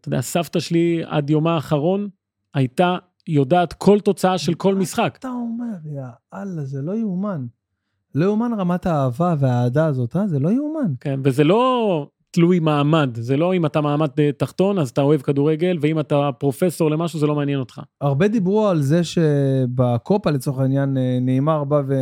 אתה יודע, סבתא שלי עד יומה האחרון הייתה יודעת כל תוצאה של כל משחק.
אתה אומר, יא אללה, זה לא יאומן. לא יאומן רמת האהבה והאהדה הזאת, אה? זה לא יאומן.
כן, וזה לא תלוי מעמד, זה לא אם אתה מעמד אה, תחתון אז אתה אוהב כדורגל, ואם אתה פרופסור למשהו זה לא מעניין אותך.
הרבה דיברו על זה שבקופה, לצורך העניין, אה, נאמר בא ו...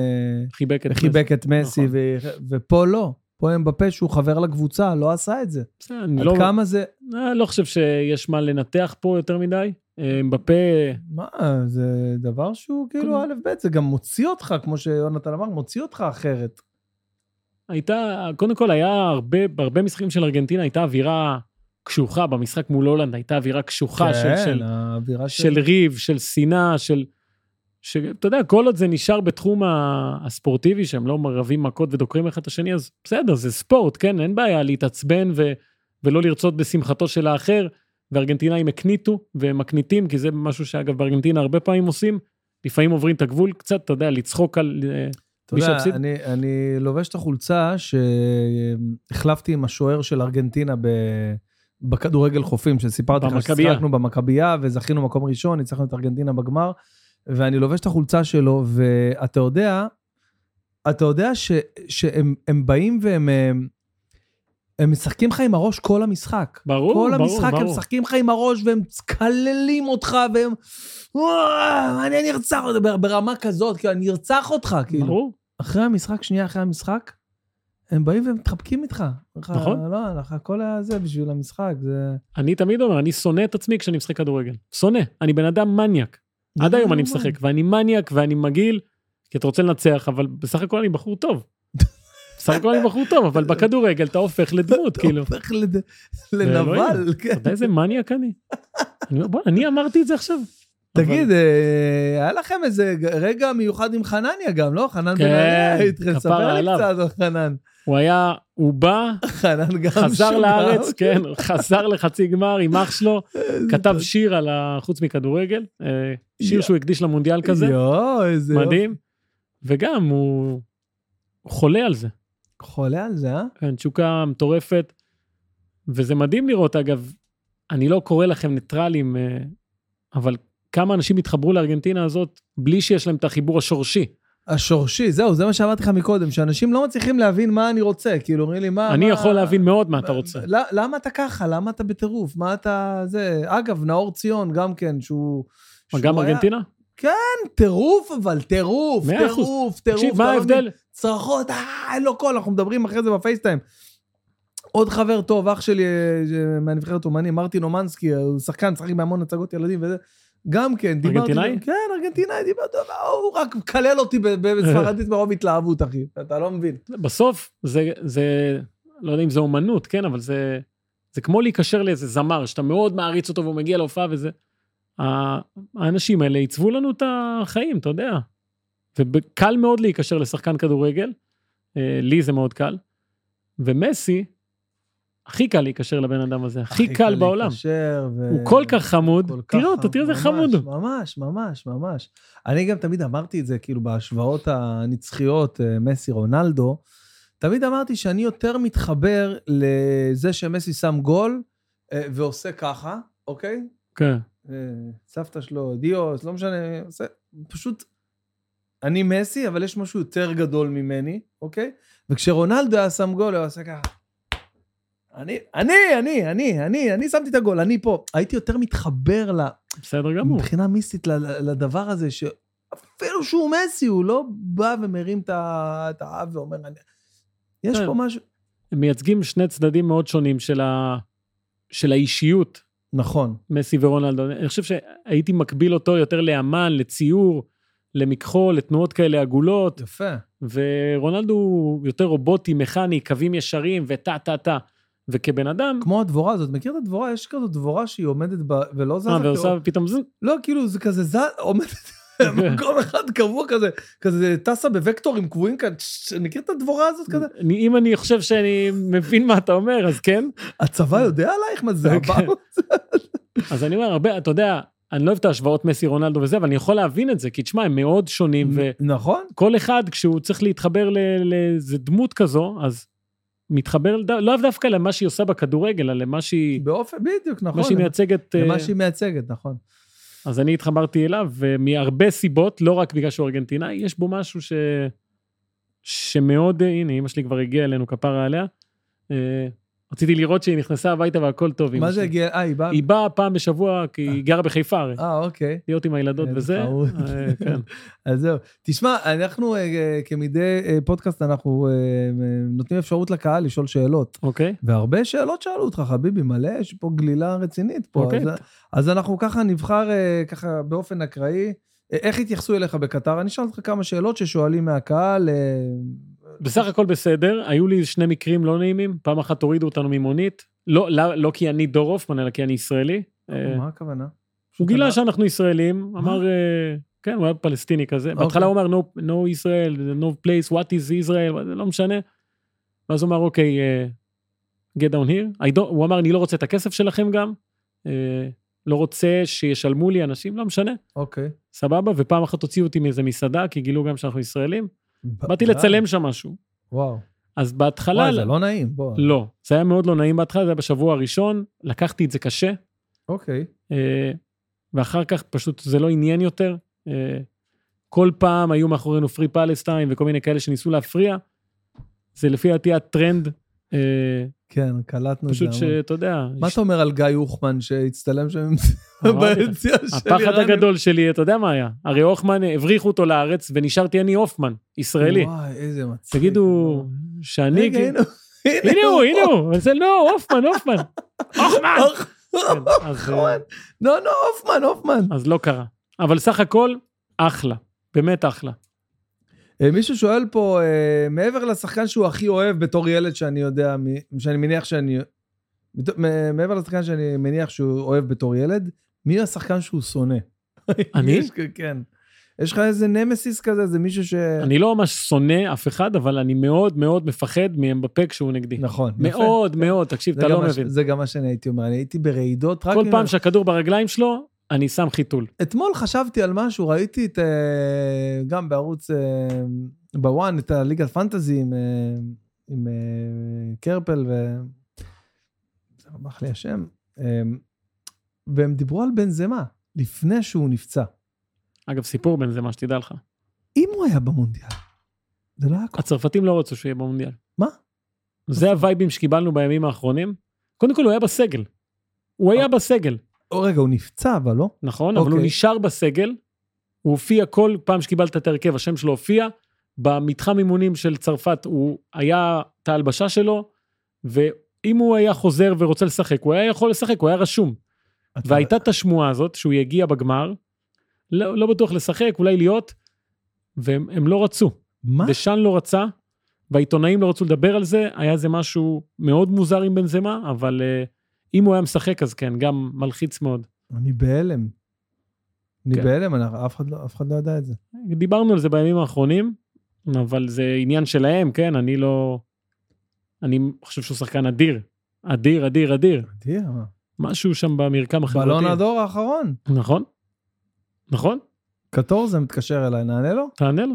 חיבק את...
וחיבק את מסי,
נכון.
ו... ופה לא. פה הם בפה שהוא חבר לקבוצה, לא עשה את זה.
בסדר, אני
עד
לא...
כמה זה...
אני לא חושב שיש מה לנתח פה יותר מדי. אה, אמבפה,
מה, זה דבר שהוא כאילו
כן.
א' ב', זה גם מוציא אותך, כמו שיונתן אמר, מוציא אותך אחרת.
הייתה, קודם כל היה הרבה, בהרבה משחקים של ארגנטינה הייתה אווירה קשוחה, במשחק מול הולנד הייתה אווירה קשוחה אה,
כן.
של, של,
האווירה
של ריב, של שנאה, של... ש- אתה יודע, כל עוד זה נשאר בתחום ה- הספורטיבי, שהם לא רבים מכות ודוקרים אחד את השני, אז בסדר, זה ספורט, כן? אין בעיה להתעצבן ו, ולא לרצות בשמחתו של האחר. וארגנטינאים הקניטו, והם מקניטים, כי זה משהו שאגב בארגנטינה הרבה פעמים עושים. לפעמים עוברים את הגבול קצת, אתה יודע, לצחוק על... אה,
אתה
מי
יודע,
שהפסיד-
אני, אני לובש את החולצה שהחלפתי עם השוער של ארגנטינה ב... בכדורגל חופים, שסיפרתי לך
במכבייה.
ששיחקנו במכבייה וזכינו מקום ראשון, ניצחנו את ארגנטינה בגמר, ואני לובש את החולצה שלו, ואתה יודע, אתה יודע ש, שהם הם באים והם הם, הם משחקים לך עם הראש כל המשחק.
ברור,
כל
ברור,
המשחק הם
ברור.
משחקים לך עם הראש והם מקללים אותך והם... "וואו, אני ארצח אותך, בר- ברמה כזאת, כאילו, אני ארצח אותך, כאילו.
ברור.
אחרי המשחק, שנייה אחרי המשחק, הם באים ומתחבקים איתך.
נכון.
נכון. לא, לך הכל היה זה בשביל המשחק, זה...
אני תמיד אומר, אני שונא את עצמי כשאני משחק כדורגל. שונא. אני בן אדם מניאק. עד
זה
היום
לא
אני
יאומן.
משחק, ואני מניאק ואני מגעיל, כי אתה רוצה לנצח, אבל בסך הכל אני בחור טוב. בסך הכל אני בחור טוב, אבל בכדורגל אתה הופך לדמות, כאילו. לא
אתה הופך לד-
אלוהים.
לנבל,
אתה
כן.
יודע איזה מניאק אני? אני אומר, בוא, אני אמרתי את זה עכשיו.
תגיד, אה, היה לכם איזה ג- רגע מיוחד עם חנניה גם, לא? חנן בן אריה,
כן,
התחיל
כפרה
לספר לי
עליו.
קצת על חנן.
הוא היה, הוא בא,
חנן גם
חזר
שוגע.
לארץ,
אוקיי.
כן, חזר לחצי גמר עם אח שלו, כתב שיר על ה- חוץ מכדורגל, אה, שיר
יואו.
שהוא הקדיש למונדיאל כזה.
יואו, איזה...
מדהים. וגם הוא הוא חולה על זה.
חולה על זה, אה?
כן, תשוקה מטורפת. וזה מדהים לראות, אגב, אני לא קורא לכם ניטרלים, אה, אבל כמה אנשים התחברו לארגנטינה הזאת בלי שיש להם את החיבור השורשי.
השורשי, זהו, זה מה שאמרתי לך מקודם, שאנשים לא מצליחים להבין מה אני רוצה, כאילו, אומרים לי, מה... אה,
אני
מה-
יכול להבין מאוד מה אתה רוצה.
ל- למה אתה ככה? למה אתה בטירוף? מה אתה... זה... אגב, נאור ציון גם כן, שהוא...
מה,
שהוא
גם
היה-
ארגנטינה?
כן, טירוף, אבל טירוף,
מאה אחוז.
טירוף, טירוף.
תקשיב, מה
אתה לא
ההבדל?
צרחות, אה, אין לו קול, אנחנו מדברים אחרי זה בפייסטיים. עוד חבר טוב, אח שלי אה, ש- מהנבחרת אומני, מרטין אומנסקי, אה, הוא שחקן, משחק בהמון הצגות ילדים וזה. גם כן, דיברתי...
ארגנטינאי?
כן, ארגנטינאי, דיברתי, אה, הוא רק מקלל אותי ב- ב- בספרדית מרוב התלהבות, אחי. אתה לא מבין.
בסוף זה, זה, לא יודע אם זה אומנות, כן, אבל זה, זה כמו להיקשר לאיזה זמר, שאתה מאוד מעריץ אותו והוא מגיע להופעה וזה... ה- האנשים האלה עיצבו לנו את החיים, אתה יודע. וקל מאוד להיקשר לשחקן כדורגל, אה, לי זה מאוד קל. ומסי, הכי קל להיקשר לבן אדם הזה, הכי קל בעולם.
להתקשר ו-
הוא כל כך חמוד,
כל כך
תראה אותו, תראה איזה
ממש,
חמוד הוא.
ממש, ממש, ממש. אני גם תמיד אמרתי את זה, כאילו, בהשוואות הנצחיות, אה, מסי רונלדו, תמיד אמרתי שאני יותר מתחבר לזה שמסי שם גול אה, ועושה ככה, אוקיי?
כן.
אה, סבתא שלו, דיוס, לא משנה, עושה, פשוט... אני מסי, אבל יש משהו יותר גדול ממני, אוקיי? וכשרונלדו היה שם גול, הוא עשה ככה. אני, אני, אני, אני, אני, אני שמתי את הגול, אני פה. הייתי יותר מתחבר ל...
בסדר גמור.
מבחינה מיסטית ל- ל- לדבר הזה, שאפילו שהוא מסי, הוא לא בא ומרים את ה- את האף ואומר, אני... יש
כן.
פה משהו...
הם מייצגים שני צדדים מאוד שונים של, ה... של האישיות,
נכון,
מסי ורונלדו. אני חושב שהייתי מקביל אותו יותר לאמן, לציור, למכחול, לתנועות כאלה עגולות,
יפה.
ורונלדו הוא יותר רובוטי, מכני, קווים ישרים וטה טה טה. וכבן אדם,
כמו הדבורה הזאת, מכיר את הדבורה? יש כזו דבורה שהיא עומדת ב... ולא זזה.
אה,
כאילו-
ועושה פתאום זה,
לא, כאילו, זה כזה זז, עומדת במקום אחד קבוע כזה, כזה טסה בוקטורים קבועים כאן, ש- מכיר את הדבורה הזאת כזה?
אני- אם אני חושב שאני מבין מה אתה אומר, אז כן.
הצבא יודע עלייך? מה זה
כן.
הבא?
אז אני אומר, הרבה, אתה יודע, אני לא אוהב את ההשוואות מסי רונלדו וזה, אבל אני יכול להבין את זה, כי תשמע, הם מאוד שונים,
נכון?
וכל אחד, כשהוא צריך להתחבר ל- לאיזה דמות כזו, אז מתחבר, לד- לאו דווקא למה שהיא עושה בכדורגל, אלא למה שהיא,
באופן, בדיוק, נכון.
מה שהיא מייצגת. אה,
למה שהיא מייצגת, נכון.
אז אני התחברתי אליו, ומהרבה סיבות, לא רק בגלל שהוא ארגנטינאי, יש בו משהו ש... שמאוד, אה, הנה, אמא שלי כבר הגיעה אלינו, כפרה עליה. אה, רציתי לראות שהיא נכנסה הביתה והכל טוב. אמא
מה זה
שלי.
הגיע? אה, היא באה?
היא באה פעם בשבוע, כי היא גרה בחיפה הרי.
אה, אוקיי.
להיות עם הילדות
איזה
וזה.
חמוד.
אה, כן.
אז זהו. תשמע, אנחנו אה, אה, כמדי אה, פודקאסט, אנחנו אה, אה, נותנים אפשרות לקהל לשאול שאלות.
אוקיי.
והרבה שאלות שאלו אותך, חביבי, מלא, יש פה גלילה רצינית פה.
אוקיי.
אז, אז אנחנו ככה נבחר, אה, ככה באופן אקראי, אה, איך התייחסו אליך בקטר? אני אשאל אותך כמה שאלות ששואלים מהקהל. אה,
בסך הכל בסדר, היו לי שני מקרים לא נעימים, פעם אחת הורידו אותנו ממונית, לא, לא, לא כי אני דור הופמן, אלא כי אני ישראלי. אה,
מה הכוונה?
הוא גילה שאנחנו ישראלים, אמר, אה, כן, הוא היה פלסטיני כזה. בהתחלה הוא אמר, no, no Israel, no place, what is Israel, זה לא משנה. ואז הוא אמר, אוקיי, אה, get down here. I don't, הוא אמר, אני לא רוצה את הכסף שלכם גם, אה, לא רוצה שישלמו לי אנשים, לא משנה,
אוקיי.
סבבה. ופעם אחת הוציאו אותי מאיזה מסעדה, כי גילו גם שאנחנו ישראלים. באתי לצלם שם משהו.
וואו.
אז בהתחלה...
אה, וואי, זה לא נעים, בוא.
לא, זה היה מאוד לא נעים בהתחלה, זה היה בשבוע הראשון, לקחתי את זה קשה,
אוקיי.
אה, ואחר כך פשוט זה לא עניין יותר. אה, כל פעם היו מאחורינו פרי פלסטיין וכל מיני כאלה שניסו להפריע. זה לפי דעתי הטרנד, אה,
כן, קלטנו את זה.
פשוט
המון.
שאתה יודע,
מה
יש-
אתה אומר על גיא הוכמן שהצטלם שם עם זה
אמרתי לך,
ביציאה של
הפחד
איראנים?
הגדול שלי, אתה יודע מה היה? הרי הוכמן, אה, הבריחו אותו לארץ ונשארתי אני הופמן, ישראלי.
וואי, איזה מצחיק.
תגידו, שאני...
לא- רגע,
כאילו-
הנה הוא.
הנה הוא, הנה הוא, אבל זה לא, הופמן, הופמן. הופמן!
אוח-
כן, אז, אה,
לא, לא, הופמן, הופמן.
אז לא קרה. אבל סך הכל, אחלה. באמת אחלה.
אה, מישהו שואל פה, אה, מעבר לשחקן שהוא הכי אוהב בתור ילד שאני יודע, מי- שאני מניח שאני... בת- מ- מעבר לשחקן שאני מניח שהוא אוהב בתור ילד, מי השחקן שהוא שונא?
אני?
יש- כן. יש לך איזה נמסיס כזה, איזה מישהו ש...
אני לא ממש שונא אף אחד, אבל אני מאוד מאוד מפחד מאמבפה כשהוא נגדי.
נכון, יפה.
מאוד מאוד, תקשיב,
זה
אתה
גם
לא
מה ש-
מבין.
זה גם מה שאני הייתי אומר, אני הייתי ברעידות רק...
כל
ממנו.
פעם שהכדור ברגליים שלו, אני שם חיתול.
אתמול חשבתי על משהו, ראיתי את... אה, גם בערוץ... אה, בוואן, את הליגת פנטזי עם, אה, עם אה, קרפל ו... זה רמח לי השם. אה, והם דיברו על בנזמה, לפני שהוא נפצע.
אגב, סיפור בין זה, מה שתדע לך.
אם הוא היה במונדיאל, זה לא היה כל...
הצרפתים לא רצו שהוא יהיה במונדיאל.
מה?
זה הווייבים שקיבלנו בימים האחרונים. קודם כל, הוא היה בסגל. הוא
אה.
היה בסגל,
או, רגע, הוא נפצע, אבל לא?
נכון? אבל הוא
אוקיי.
נשאר בסגל. הוא הופיע כל פעם שקיבלת את ההרכב, השם שלו הופיע. במתחם אימונים של צרפת, הוא היה את ההלבשה שלו, ואם הוא היה חוזר ורוצה לשחק, הוא היה יכול לשחק, הוא היה רשום.
אתה-
והייתה את השמועה הזאת שהוא יגיע בגמר, לא, לא בטוח לשחק, אולי להיות, והם הם לא רצו.
מה?
דשאן לא רצה, והעיתונאים לא רצו לדבר על זה, היה זה משהו מאוד מוזר עם בנזמה, אבל uh, אם הוא היה משחק אז כן, גם מלחיץ מאוד.
אני בהלם. אני
כן.
בהלם, אנחנו- אף אחד לא- אף אחד לא ידע את זה.
דיברנו על זה בימים האחרונים, אבל זה עניין שלהם, כן, אני לא... אני חושב שהוא שחקן אדיר. אדיר, אדיר, אדיר.
מדהים. אה.
משהו שם במרקם החברתי.
בלון הדור האחרון.
נכון? נכון?
קטורזה מתקשר אליי, נענה לו?
תענה לו.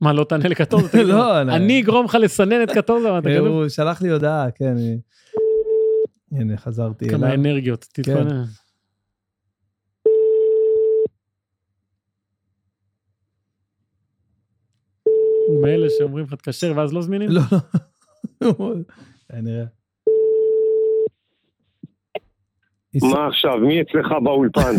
מה, לא תענה לקטורזה? תגיד לו,
לא, אני-
אני אגרום לך לסנן את קטורזה, מה אתה כתוב?
הוא שלח לי הודעה, כן. אה, הנה, חזרתי
כמה
אליו.
אנרגיות,
כן. לא.
תתכונן. הוא מאלה שאומרים לך תקשר ואז לא זמינים?
לא, לא. נראה.
מה עכשיו, מי אצלך באולפן?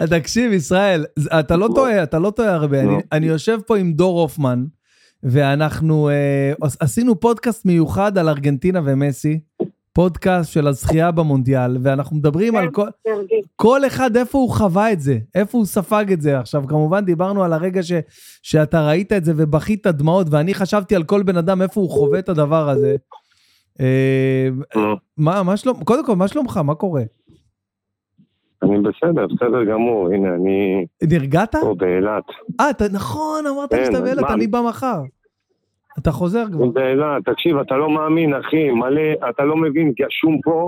אה, תקשיב, ישראל, ז- אתה לא טועה, אתה לא טועה הרבה. אני-
לא.
אני יושב פה עם דור הופמן, ואנחנו אה, עש- עשינו פודקאסט מיוחד על ארגנטינה ומסי, פודקאסט של הזכייה במונדיאל, ואנחנו מדברים על כל... כל אחד איפה הוא חווה את זה, איפה הוא ספג את זה. עכשיו, כמובן דיברנו על הרגע ש, שאתה ראית את זה ובכית דמעות, ואני חשבתי על כל בן אדם איפה הוא חווה את הדבר הזה. אה,
נו,
מה, מה שלום, קודם כל, מה שלומך? מה קורה?
אני בסדר, בסדר גמור, הנה, אני
נרגעת?
פה באילת.
אה, אתה, נכון, אמרת לי
כן,
שאתה
אז
באילת,
מה?
אני בא מחר. אתה חוזר כבר.
אני באילת, תקשיב, אתה לא מאמין, אחי, מלא, אתה לא מבין, גשום פה,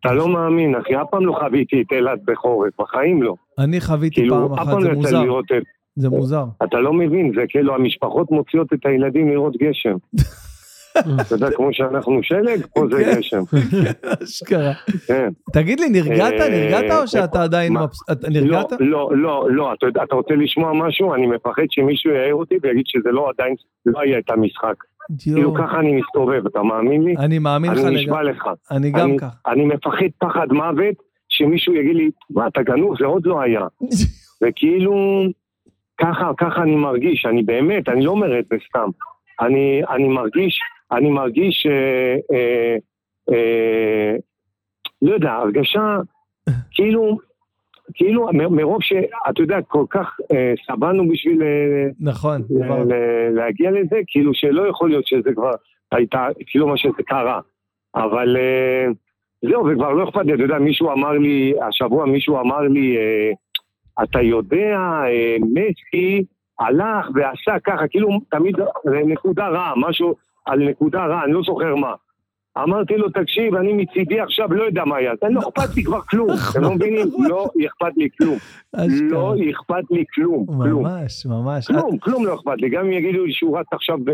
אתה לא מאמין, אחי, אף פעם לא חוויתי את אילת בחורף, בחיים לא.
אני חוויתי פעם
כאילו, אף
אחת,
פעם
זה
לא יצא
מוזר.
לי לראות את...
זה מוזר.
אתה לא מבין, זה כאילו, המשפחות מוציאות את הילדים לראות גשם. אתה יודע, כמו שאנחנו שלג, פה זה
כן.
גשם,
אשכרה.
כן.
תגיד לי, נרגעת?
אה,
נרגעת או שאתה עדיין...
מה?
מבס- אתה- נרגעת?
לא, לא, לא, לא. אתה, יודע, אתה רוצה לשמוע משהו? אני מפחד שמישהו יעיר אותי ויגיד שזה לא עדיין, לא היה את המשחק.
יואו.
כאילו ככה אני מסתובב, אתה מאמין לי?
לא. אני מאמין לך
אני
לגמרי.
נשבע לך.
אני גם
אני-
ככה.
אני מפחד פחד מוות שמישהו יגיד לי, מה, אתה גנוב? זה עוד לא היה. וכאילו, ככה, ככה אני מרגיש, אני באמת, אני לא אומר את זה סתם. אני, אני מרגיש, אני מרגיש, אה, אה, אה, לא יודע, הרגשה, כאילו, כאילו, מ- מרוב שאתה יודע, כל כך אה, סבלנו בשביל אה,
נכון,
ל-
דיברנו.
ל- להגיע לזה, כאילו שלא יכול להיות שזה כבר הייתה, כאילו מה שזה קרה. אבל אה, זהו, וכבר לא אכפת לי, אתה יודע, מישהו אמר לי, השבוע מישהו אמר לי, אה, אתה יודע, אה, מסי הלך ועשה ככה, כאילו תמיד נקודה רעה, משהו על נקודה רעה, אני לא זוכר מה. אמרתי לו, תקשיב, אני מצידי עכשיו לא יודע מה יעשה, לא אכפת לי כבר כלום, אתם לא מבינים? לא אכפת לי כלום,
אשכרה.
לא אכפת לי כלום, כלום.
ממש, ממש.
כלום, כלום לא אכפת לי. גם אם יגידו לי שהוא רץ עכשיו ב-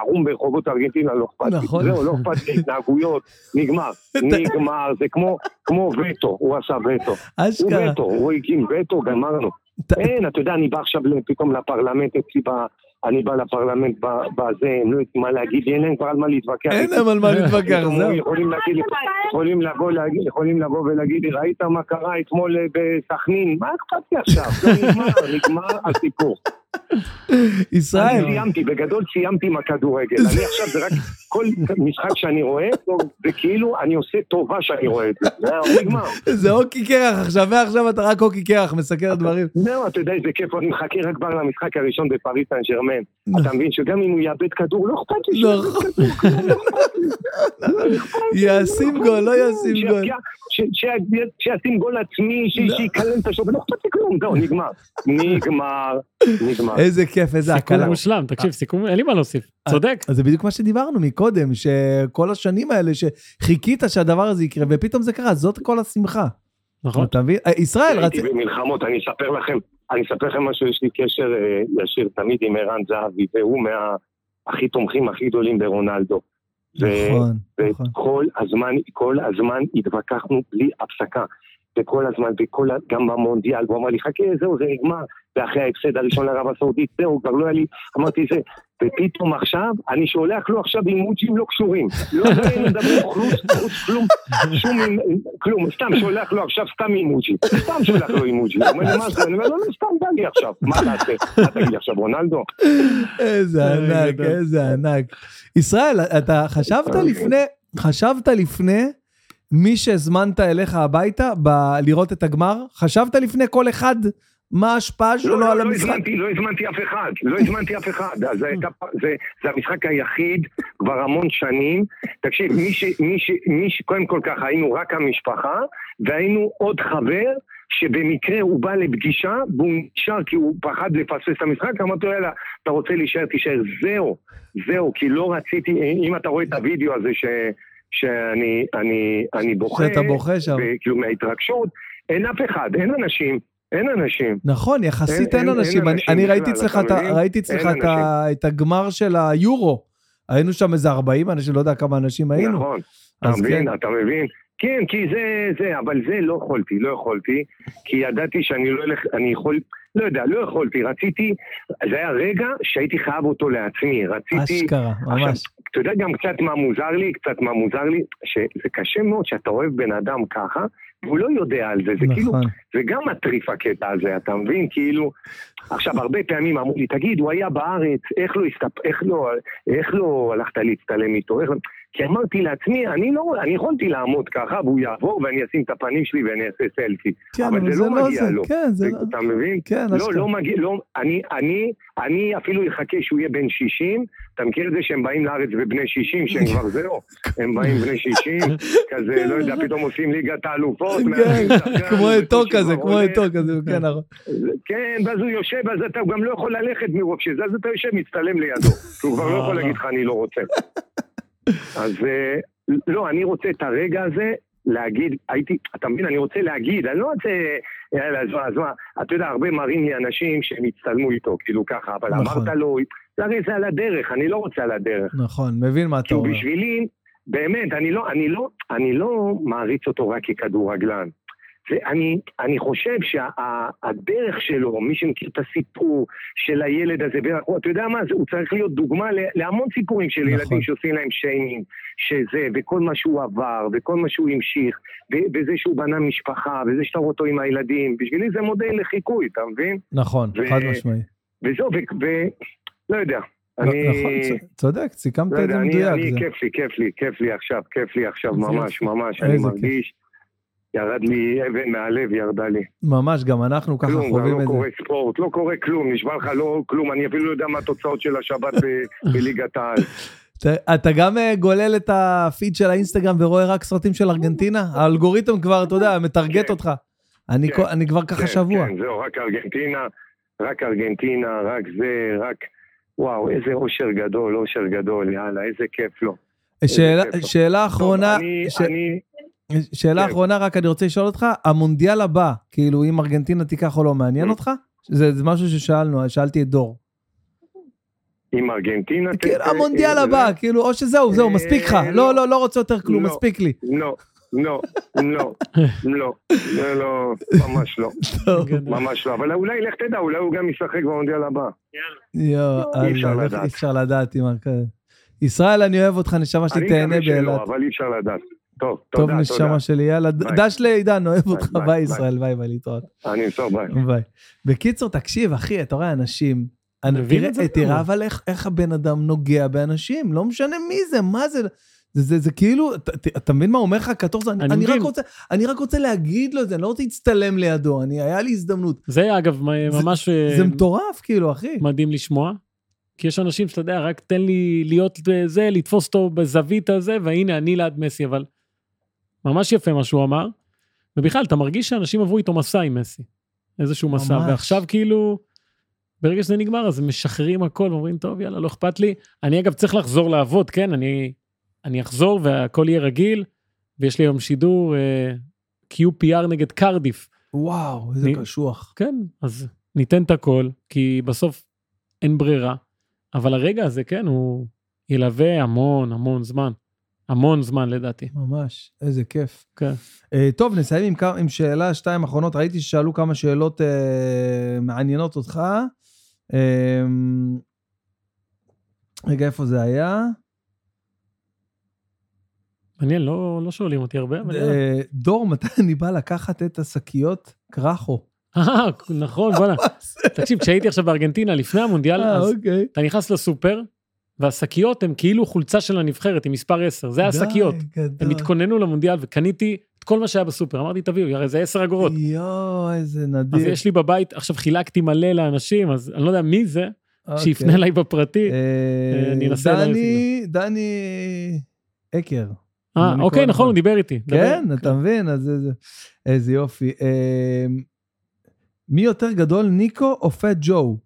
ערום ברחובות ארגנטינה, לא אכפת לי.
נכון.
זהו, לא אכפת לי, התנהגויות, נגמר. נגמר, זה כמו- כמו וטו, הוא עשה וטו. הוא
אשכרה.
וטו, הוא הקים וטו, גמרנו.
ת-
אין, אתה יודע, אני בא עכשיו פתאום לפרלמנט אצלי, ב- אני בא לפרלמנט ב- בזה, הם לא יודעים מה להגיד לי, אין להם כבר על מה להתווכח.
אין להם על מה להתווכח,
פתאום
זהו.
יכולים להגיד לי- יכולים לבוא להגיד- יכולים לבוא ולהגיד לי, ראית מה קרה אתמול אה, בסכנין? מה אכפת לי עכשיו? לא, נגמר, נגמר הסיפור.
ישראל,
אני סיימתי, בגדול סיימתי עם הכדורגל. אני עכשיו, זה רק כל משחק שאני רואה, זה כאילו אני עושה טובה שאני רואה את זה. זהו, נגמר.
זה הוקי קרח עכשיו, ועכשיו אתה רק הוקי קרח, מסקר דברים.
זהו, אתה יודע איזה כיף, אני מחכה רק כבר למשחק הראשון בפריס סן ג'רמן. אתה מבין שגם אם הוא יאבד כדור, לא אכפת לי שהוא יאבד
נכון. ישים גול, לא ישים גול. נכון.
שיבקיע, ש- ש- שישים גול עצמי, ש- שיקלל את השופט, לא אכפת לי כלום, זהו, נגמר. נגמר, נגמר.
איזה כיף, איזה
סיכום
הקלה.
מושלם,
אה.
תקשיב, סיכום, אין לי מה להוסיף. צודק.
אז זה בדיוק מה שדיברנו מקודם, שכל השנים האלה שחיכית שהדבר הזה יקרה, ופתאום זה קרה, זאת כל השמחה.
נכון.
אתה מבין? אה, ישראל, רצ...
הייתי במלחמות, אני אספר לכם, אני אספר לכם משהו, יש לי קשר אה, ישיר תמיד עם ערן זהבי, והוא מה... הכי תומכים, הכי גדולים ברונלדו. ו-
נכון, נכון.
וכל הזמן, כל הזמן התווכחנו בלי הפסקה. וכל הזמן, וכל, ה- גם במונדיאל, והוא אמר לי, חכה, זהו, זה נגמר. ואחרי ההפסד הראשון לערב הסעודית, זהו, כבר לא היה לי, אמרתי זה. ופתאום עכשיו, אני שולח לו עכשיו אימוג'ים לא קשורים. לא עלינו לדבר חוץ, חוץ, כלום, שום, אימ- כלום, סתם שולח לו עכשיו סתם אימוג'י. סתם שולח לו אימוג'י. הוא אומר לי, מה זה? אני אומר, לא, לא, סתם, בא לי עכשיו. מה תעשה? מה תגיד לי עכשיו, רונלדו?
איזה
אה,
ענק,
גדול.
איזה ענק. ישראל, אתה חשבת
אה,
לפני, חשבת לפני מי שהזמנת אליך הביתה ב- לראות את הגמר? חשבת לפני כל אחד מה ההשפעה שלו על
לא
המשחק?
הזמנתי, לא הזמנתי אף אחד, לא הזמנתי אף אחד. אז זה, הייתה פ- זה, זה המשחק היחיד כבר המון שנים. תקשיב, מי ש, מי ש, מי ש... קודם כל ככה, היינו רק המשפחה, והיינו עוד חבר. שבמקרה הוא בא לפגישה והוא נשאר כי הוא פחד לפספס את המשחק, אמרתי לו, יאללה, אתה רוצה להישאר, תישאר. זהו, זהו, כי לא רציתי, אם אתה רואה את הוידאו הזה ש, שאני אני, אני בוכה,
שאתה בוכה שם.
וכאילו מההתרגשות, אין אף אחד, אין אנשים, אין אנשים.
נכון, יחסית
אין-
אין
אין-
אנשים.
אין
אני-
אנשים
אני
בכלל,
ראיתי
אתה
אצלך את ה-
מבין?
ראיתי
אין
אצלך את ה- את הגמר של היורו. היינו שם איזה 40 אנשים, לא יודע כמה אנשים היינו.
נכון, אתה
אז כן,
מבין, אתה מבין. כן, כי זה, זה, אבל זה לא יכולתי, לא יכולתי, כי ידעתי שאני לא אלך, אני יכול, לא יודע, לא יכולתי, רציתי, זה היה רגע שהייתי חייב אותו לעצמי, רציתי...
כן, אשכרה, ממש.
אתה יודע גם קצת מה מוזר לי, קצת מה מוזר לי, שזה קשה מאוד שאתה אוהב בן אדם ככה, והוא לא יודע על זה, זה כאילו,
נכון.
זה גם מטריף הקטע הזה, אתה מבין? כאילו, עכשיו, הרבה פעמים אמרו לי, תגיד, הוא היה בארץ, איך לא, הסתפ... איך לא, איך לא הלכת להצטלם איתו? איך... לא-" כי אמרתי לעצמי, אני לא, אני יכולתי לעמוד ככה, והוא יעבור ואני אשים את הפנים שלי ואני אעשה סלפי.
כן,
אבל זה לא מגיע לו.
כן, זה לא...
אתה מבין?
כן,
לא,
אשכרה.
לא מגיע, לא, אני, אני, אני אפילו אחכה שהוא יהיה בן 60, אתה מכיר את זה שהם באים לארץ בבני 60, שהם כבר זה לא, הם באים בני 60, כזה, לא יודע, פתאום עושים ליגת האלופות, מארחים שחקן,
כן, כמו
וזה
אתו
שכבר
כזה, כמו
עולה.
אתו כזה, כן, נכון.
כן, ואז הוא יושב, אז אתה גם לא יכול ללכת מרוב שזה, אז אתה יושב, מצטלם לידו, כי הוא כבר לא יכול להגיד לך, אני לא רוצה. אז אה, לא, אני רוצה את הרגע הזה להגיד, הייתי, אתה מבין, אני רוצה להגיד, אני לא רוצה, יאללה, אז מה, אז מה, אתה יודע, הרבה מראים לי אנשים שהם הצטלמו איתו, כאילו ככה, אבל
נכון.
אמרת לו, "זה הרי זה על הדרך, אני לא רוצה על הדרך.
נכון, מבין מה אתה
כי הוא
אומר.
בשבילי, באמת, אני לא, אני לא, אני לא מעריץ אותו רק ככדורגלן. ואני אני חושב שהדרך שלו, מי שמכיר את הסיפור של הילד הזה, ואנחנו- אתה יודע מה, זה- הוא צריך להיות דוגמה ל- להמון סיפורים של
נכון.
ילדים שעושים להם שיימינג, שזה, וכל מה שהוא עבר, וכל מה שהוא המשיך, ו- וזה שהוא בנה משפחה, וזה שאתה רואה אותו עם הילדים, בשבילי זה מודל לחיקוי, אתה מבין?
נכון,
ו-
חד משמעי.
וזהו, ו... ו- לא יודע. אני...
נכון, צ- צודק, סיכמת
לא
את
יודע,
זה
אני,
מדויק.
אני,
זה-
כיף לי, כיף לי, כיף לי עכשיו, כיף לי עכשיו,
איזה
ממש,
יופי.
ממש, אני
איזה
מרגיש, ירד לי אבן מהלב, ירדה לי.
ממש, גם אנחנו ככה
כלום, כבר
חווים
לא
את
קורה
זה.
ספורט, לא קורה כלום, נשבע לך לא כלום, אני אפילו לא יודע מה התוצאות של השבת ב- בליגת העל.
אתה- אתה גם אה, גולל את הפיד של האינסטגרם ורואה רק סרטים של ארגנטינה? האלגוריתם כבר, אתה יודע, מטרגט
כן.
אותך. אני
כן.
כל- אני כבר
כן,
ככה שבוע.
כן, זהו, רק ארגנטינה, רק ארגנטינה, רק זה, רק... וואו, איזה אושר גדול, אושר גדול, יאללה, איזה כיף לו.
אה, שאלה-
איזה כיף.
שאלה אחרונה,
טוב, אני,
ש- אה,
אני,
שאלה
כן.
אחרונה, רק אני רוצה לשאול אותך, המונדיאל הבא, כאילו, אם ארגנטינה תיקח או לא, מעניין
Mm.
אותך? זה זה משהו ששאלנו, שאלתי את דור.
עם ארגנטינה...
כאילו,
ת- ת-
המונדיאל
אה,
הבא, כאילו, או שזהו, זהו,
אה,
מספיק לך.
לא.
לא, לא, לא רוצה יותר כלום,
לא.
מספיק לי.
לא, לא, לא, לא, זה לא, ממש לא,
טוב.
כן.
ממש לא. אבל אולי, לך תדע, אולי הוא גם ישחק במונדיאל הבא.
יואו,
אי אפשר
אללה, איך
לדעת.
אי אפשר לדעת עם הכ- ישראל, אני אוהב אותך, נשמה שלי,
אני
תהנה
מקווה
באילת.
שלא, אבל אי אפשר לדעת. טוב,
טוב,
תודה, תודה.
נשמה שלי, יאללה,
ביי.
דש לעידן, אוהב
ביי,
אותך,
ביי,
ביי
ביי.
ישראל, ביי ביי, להתראות.
אני אמסור ביי.
אוקיי.
ביי. בקיצור, תקשיב, אחי, אתה רואה אנשים, אני-
מבין את
תראה,
זה לא.
תראה,
לגמרי.
אבל איך- איך הבן אדם נוגע באנשים, לא משנה מי זה, מה זה. זה, זה, זה כאילו, אתה- ת- אתה מבין מה אומר לך הקטורזה? אני,
אני
אני, רק
מבין.
רוצה, אני רק רוצה להגיד לו את זה, אני לא רוצה להצטלם לידו, אני, היה לי הזדמנות.
זה אגב מ- ממש אה,
זה מטורף, כאילו, אחי.
מדהים לשמוע. כי יש אנשים שאתה יודע, רק תן לי להיות זה, לתפוס אותו בזווית הזה, והנה אני ליד מסי, אבל ממש יפה מה שהוא אמר. ובכלל, אתה מרגיש שאנשים עברו איתו מסע עם מסי. איזשהו מסע,
ממש.
ועכשיו כאילו, ברגע שזה נגמר, אז הם משחררים הכל, ואומרים, טוב, יאללה, לא אכפת לי. אני אגב צריך לחזור לעבוד, כן? אני, אני אחזור והכל יהיה רגיל, ויש לי היום שידור אה, QPR נגד קרדיף.
וואו, איזה
אני-
קשוח.
כן, אז ניתן את הכל, כי בסוף אין ברירה. אבל הרגע הזה, כן, הוא ילווה המון המון זמן. המון זמן לדעתי.
ממש, איזה כיף.
כן.
אה, טוב, נסיים עם, כמה, עם שאלה, שתיים אחרונות. ראיתי ששאלו כמה שאלות אה, מעניינות אותך. אה, רגע, איפה זה היה?
מעניין, לא, לא שואלים אותי הרבה, אבל... יאללה.
אה, דור, מתי אני בא לקחת את השקיות קרחו?
אה, נכון, וואלה. תקשיב, כשהייתי עכשיו בארגנטינה לפני המונדיאל,
אה,
אז
אוקיי.
אתה נכנס לסופר, והשקיות הן כאילו חולצה של הנבחרת עם מספר 10, זה השקיות.
די, אה. גדול.
הם התכוננו למונדיאל וקניתי את כל מה שהיה בסופר, אמרתי, תביאו, הרי זה 10 אגורות.
יואו, איזה נדיר.
אז יש לי בבית, עכשיו חילקתי מלא לאנשים, אז אני לא יודע מי זה,
אוקיי.
שיפנה אליי בפרטי.
אה,
אני אנסה להרים
דני, דני אקר.
אה,
אני
אוקיי,
כל
נכון,
הזמן.
הוא דיבר איתי.
כן,
דבר.
אתה מבין? אז איזה- איזה יופי. אה, מי יותר גדול, ניקו או פט ג'ו?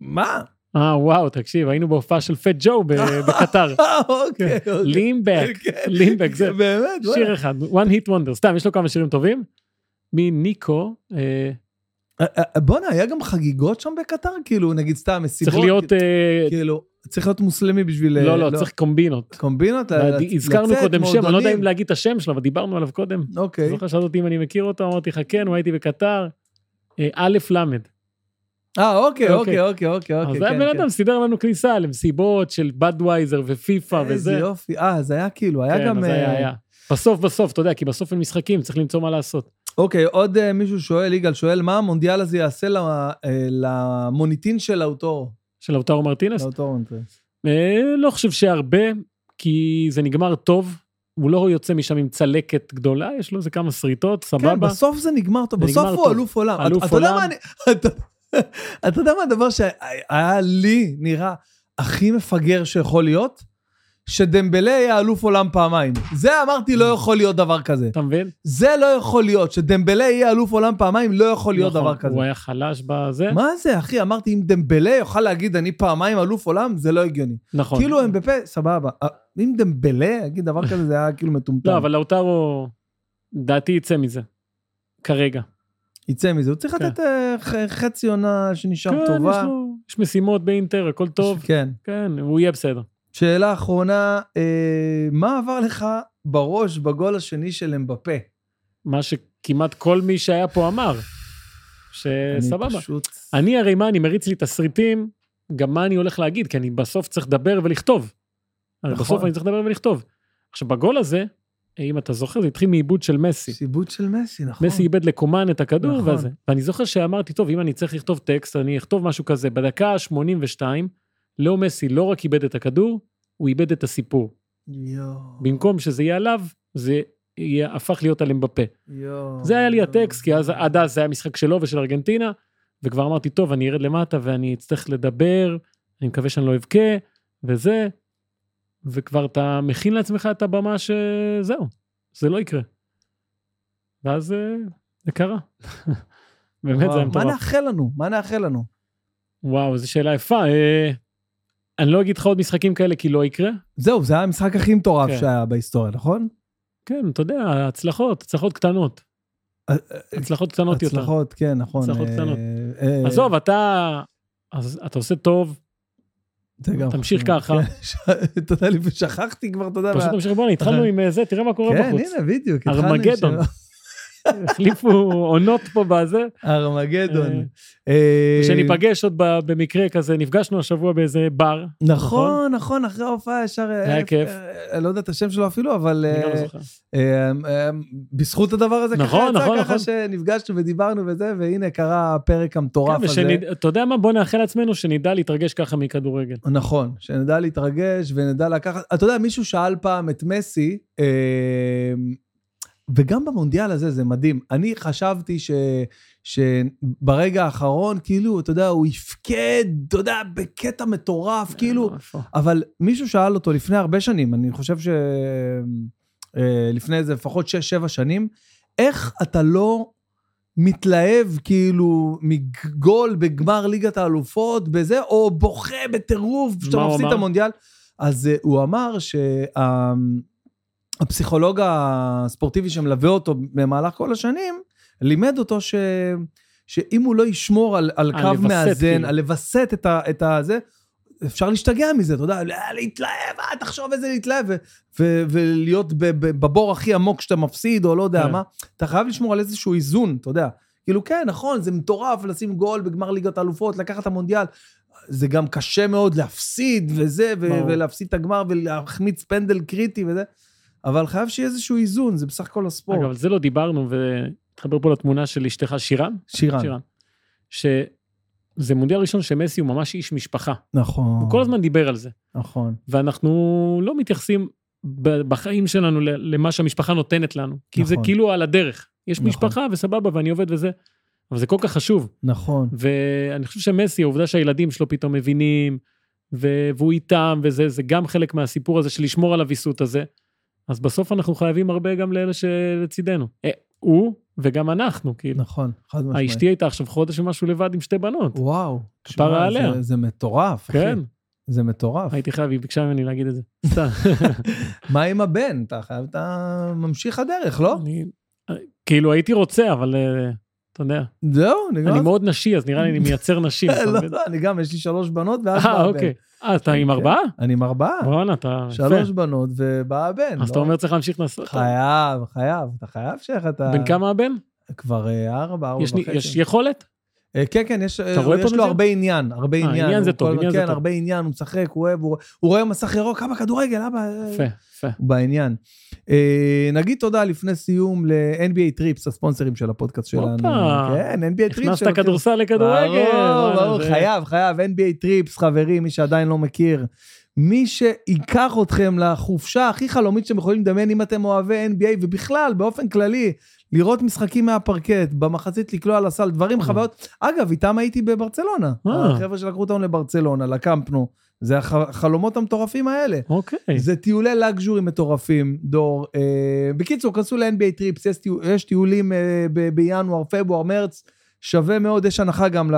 מה?
אה, וואו, תקשיב, היינו בהופעה של פט ג'ו ב- בקטר.
אה, אוקיי, אוקיי.
לימבק,
כן.
לימבק, זה
באמת, וואלה.
שיר אחד, one hit wonder, סתם, יש לו כמה שירים טובים. מניקו, אה,
אה, אה, בואנה, היה גם חגיגות שם בקטר? כאילו, נגיד סתם מסיבות?
צריך להיות, אה,
כאילו, צריך להיות מוסלמי בשביל... אה,
לא, לא, צריך קומבינות.
קומבינות? אה,
ועד-
לצ-
הזכרנו
לצאת,
קודם שם, אני לא יודע
מועדונים.
אם להגיד את השם שלו, אבל דיברנו עליו קודם.
אוקיי.
זוכר שאלת אותי אם אני מכיר אותו, אמרתי לך כן, הוא הייתי בקטר. אה, א' ל',
אה, אוקיי, אוקיי,
אוקיי.
אוקיי, אוקיי,
אז
אוקיי.
זה
כן,
הבן
כן.
אדם סידר לנו כניסה למסיבות של בדווייזר ופיפא
איזה
וזה.
יופי. אה, זה היה כאילו, היה
כן,
גם...
אז היה,
אה,
היה. בסוף בסוף, אתה יודע, כי בסוף אין משחקים, צריך למצוא מה לעשות.
אוקיי, עוד אה, מישהו שואל, יגאל שואל, מה המונדיאל הזה יעשה ל- אה, למוניטין של האוטורו?
של לאוטרו מרטינס?
לאוטורו, אני מתכוון.
אה, לא חושב שהרבה, כי זה נגמר טוב, הוא לא יוצא משם עם צלקת גדולה, יש לו איזה כמה שריטות,
כן,
סבבה.
בסוף זה נגמר טוב,
זה
בסוף
נגמר
הוא
טוב.
אלוף עולם.
אלוף
אתה- אתה יודע
עולם.
מה אני... אתה- אתה יודע מה הדבר שהיה לי נראה הכי מפגר שיכול להיות? שדמבלה היה אלוף עולם פעמיים. זה אמרתי, לא יכול להיות דבר כזה.
אתה מבין?
זה לא יכול להיות, שדמבלה יהיה אלוף עולם פעמיים, לא יכול להיות
נכון,
דבר כזה.
הוא היה חלש בזה.
מה זה, אחי? אמרתי, אם דמבלה יוכל להגיד, אני פעמיים אלוף עולם, זה לא הגיוני.
נכון.
כאילו הם בפה, סבבה. אה, אם דמבלה יגיד דבר כזה, זה היה כאילו מטומטם.
לא, אבל לאוטרו, דעתי יצא מזה. כרגע.
יצא מזה. הוא צריך
כן.
לתת אה, ח- חצי עונה שנשאר
כן,
טובה.
יש לו- יש משימות באינטר, הכל טוב.
כן.
כן, הוא יהיה בסדר.
שאלה אחרונה, אה, מה עבר לך בראש בגול השני של אמבפה?
מה שכמעט כל מי שהיה פה אמר,
אני
שסבבה.
פשוט...
אה, אני הרי מה, אני מריץ לי תסריטים, גם מה אני הולך להגיד, כי אני בסוף צריך לדבר ולכתוב. הרי
נכון.
בסוף אני צריך לדבר ולכתוב. עכשיו, בגול הזה, אם אתה זוכר, זה התחיל מעיבוד של מסי.
שיבוט של מסי, נכון.
מסי איבד לקומן את הכדור
נכון.
נכון. וזה. ואני זוכר שאמרתי, טוב, אם אני צריך לכתוב טקסט, אני אכתוב משהו כזה. בדקה ה-82, לאו מסי לא רק איבד את הכדור, הוא איבד את הסיפור.
יואו.
במקום שזה יהיה עליו, זה יהיה, הפך להיות על אמבפה.
יואו.
זה היה לי
יואו.
הטקסט, כי אז, עד אז זה היה משחק שלו ושל ארגנטינה, וכבר אמרתי, טוב, אני ארד למטה ואני אצטרך לדבר, אני מקווה שאני לא אבכה, וזה, וכבר אתה מכין לעצמך את הבמה שזהו, זה לא יקרה. ואז אה, זה קרה. באמת, זה היה
וואו, מה
מטורף.
נאחל לנו? מה נאחל לנו?
וואו, זו שאלה יפה. אה, אני לא אגיד לך עוד משחקים כאלה, כי לא יקרה.
זהו, זה היה המשחק הכי מטורף
כן.
שהיה בהיסטוריה, נכון?
כן, אתה יודע, הצלחות, הצלחות קטנות.
אה,
הצלחות קטנות יותר.
הצלחות, כן, נכון.
הצלחות
אה,
קטנות.
אה,
עזוב, אתה... אז אתה עושה טוב,
זה גם
תמשיך
חשוב.
ככה.
כן, ש- אתה יודע, לי, שכחתי כבר, אתה יודע.
פשוט
מה-
תמשיך בואנה, התחלנו עם אה, זה, תראה מה קורה
כן,
בחוץ.
הנה, בדיוק. התחלנו עם
ארמגדון.
שאלה.
החליפו עונות פה בזה.
ארמגדון. אה,
כשניפגש עוד ב- במקרה כזה, נפגשנו השבוע באיזה בר,
נכון, נכון, אחרי ההופעה ישר...
היה
אה,
כיף.
אה, אה, לא יודע את השם שלו אפילו, אבל
אני גם
אה,
לא זוכר.
אה, אה, בזכות הדבר הזה, ככה
נכון,
יצא,
נכון,
ככה
נכון.
שנפגשנו ודיברנו וזה, והנה קרה הפרק המטורף
כן,
הזה.
ושנד- אתה יודע מה? בוא נאחל לעצמנו שנדע להתרגש ככה מכדורגל.
נכון, שנדע להתרגש ונדע לקחת... אתה יודע, מישהו שאל פעם את מסי, אה, וגם במונדיאל הזה זה מדהים. אני חשבתי ש, שברגע האחרון, כאילו, אתה יודע, הוא יפקד, אתה יודע, בקטע מטורף, כאילו...
איפה?
אבל מישהו שאל אותו לפני הרבה שנים, אני חושב ש... אה, לפני איזה לפחות 6-7 שנים, איך אתה לא מתלהב כאילו מגול בגמר ליגת האלופות, בזה, או בוכה בטירוף כשאתה
מה הוא
מפסיד את
אמר?
המונדיאל? אז אה, הוא אמר שה... הפסיכולוג הספורטיבי שמלווה אותו במהלך כל השנים, לימד אותו ש... שאם הוא לא ישמור על, על
על
קו
לווסת,
מאזן,
כאילו.
על לווסת את, ה, את הזה, אפשר להשתגע מזה, אתה יודע, לה- להתלהב, אה, תחשוב איזה להתלהב, ו, ו, ולהיות ב, ב, בבור הכי עמוק שאתה מפסיד, או לא יודע
כן.
מה. אתה חייב לשמור על איזשהו איזון, אתה יודע. כאילו, כן, נכון, זה מטורף לשים גול בגמר ליגת האלופות, לקחת את המונדיאל. זה גם קשה מאוד להפסיד וזה, ו-
ברור.
ולהפסיד את הגמר ולהחמיץ פנדל קריטי וזה. אבל חייב שיהיה איזשהו איזון, זה בסך הכל הספורט.
אגב, על זה לא דיברנו, ותחבר פה לתמונה של אשתך שירן,
שירן.
שירן, שזה מונדיאל ראשון שמסי הוא ממש איש משפחה.
נכון.
הוא כל הזמן דיבר על זה.
נכון.
ואנחנו לא מתייחסים ב- בחיים שלנו ל- למה שהמשפחה נותנת לנו. כי זה
נכון.
כאילו על הדרך. יש
נכון.
משפחה וסבבה ואני עובד וזה, אבל זה כל כך חשוב.
נכון.
ואני חושב שמסי, העובדה שהילדים שלו פתאום מבינים, ו- והוא איתם וזה, זה גם חלק מהסיפור הזה של לשמור על הוויסות הזה. אז בסוף אנחנו חייבים הרבה גם לאלה שלצידנו. אה, הוא וגם אנחנו, כאילו.
נכון. חד משמעית.
אשתי הייתה עכשיו חודש ומשהו לבד עם שתי בנות.
וואו.
כפרה
תשמע,
עליה.
זה, זה מטורף, אחי.
כן,
זה מטורף.
הייתי חייב, היא ביקשה ממני להגיד את זה. סתם.
מה עם הבן? אתה חייב, אתה ממשיך הדרך, לא?
אני, כאילו הייתי רוצה, אבל אה, אתה יודע,
זהו, נגמר.
אני מאוד נשי, אז נראה לי אני מייצר נשים. אתה
לא,
מבין?
לא, אני גם, יש לי שלוש בנות ואז בא
אה,
הבן.
אוקיי. אה, אתה עם
כן.
ארבעה?
אני עם ארבעה.
בואנה, אתה
שלוש
יפה.
בנות ובא הבן.
אז
לא?
אתה אומר צריך להמשיך לעשות.
חייב, חייב. אתה חייב שאיך אתה...
בן כמה הבן?
כבר אה, ארבע, ארבע
יש לי-
וחצי.
יש יכולת?
אה, כן, כן, יש, אה,
רואה פה
יש לו
מזה?
הרבה עניין, הרבה
אה,
עניין.
עניין זה
הוא
טוב,
כל-
עניין זה
כן,
טוב.
הרבה עניין, הוא משחק, הוא אוהב, הוא, הוא רואה מסך ירוק, אבא כדורגל, אבא... אה,
יפה, יפה.
הוא בעניין. אה, נגיד תודה לפני סיום ל-NBA טריפס, הספונסרים של הפודקאסט שלנו.
הופה.
כן, NBA טריפס.
הכנסת
שנותנים-
כדורסל לכדורגל.
ברור,
וואלה,
ברור,
זה-
חייב, חייב, NBA טריפס, חברים, מי שעדיין לא מכיר. מי שייקח אתכם לחופשה הכי חלומית שאתם יכולים לדמיין, אם אתם אוהבי NBA, ובכלל, באופן כללי, לראות משחקים מהפרקט, במחצית לקלוע על הסל, דברים, חוויות. אגב, איתם הייתי בברצלונה.
אה.
החבר'ה שלקחו אותנו לברצלונה, לקמפנו. זה הח- החלומות המטורפים האלה.
אוקיי.
זה טיולי לגז'ורי מטורפים, דור. אה, בקיצור, כנסו ל-NBA טריפס, יש, טיול, יש טיולים אה, ב- בינואר, פברואר, מרץ, שווה מאוד, יש הנחה גם ל,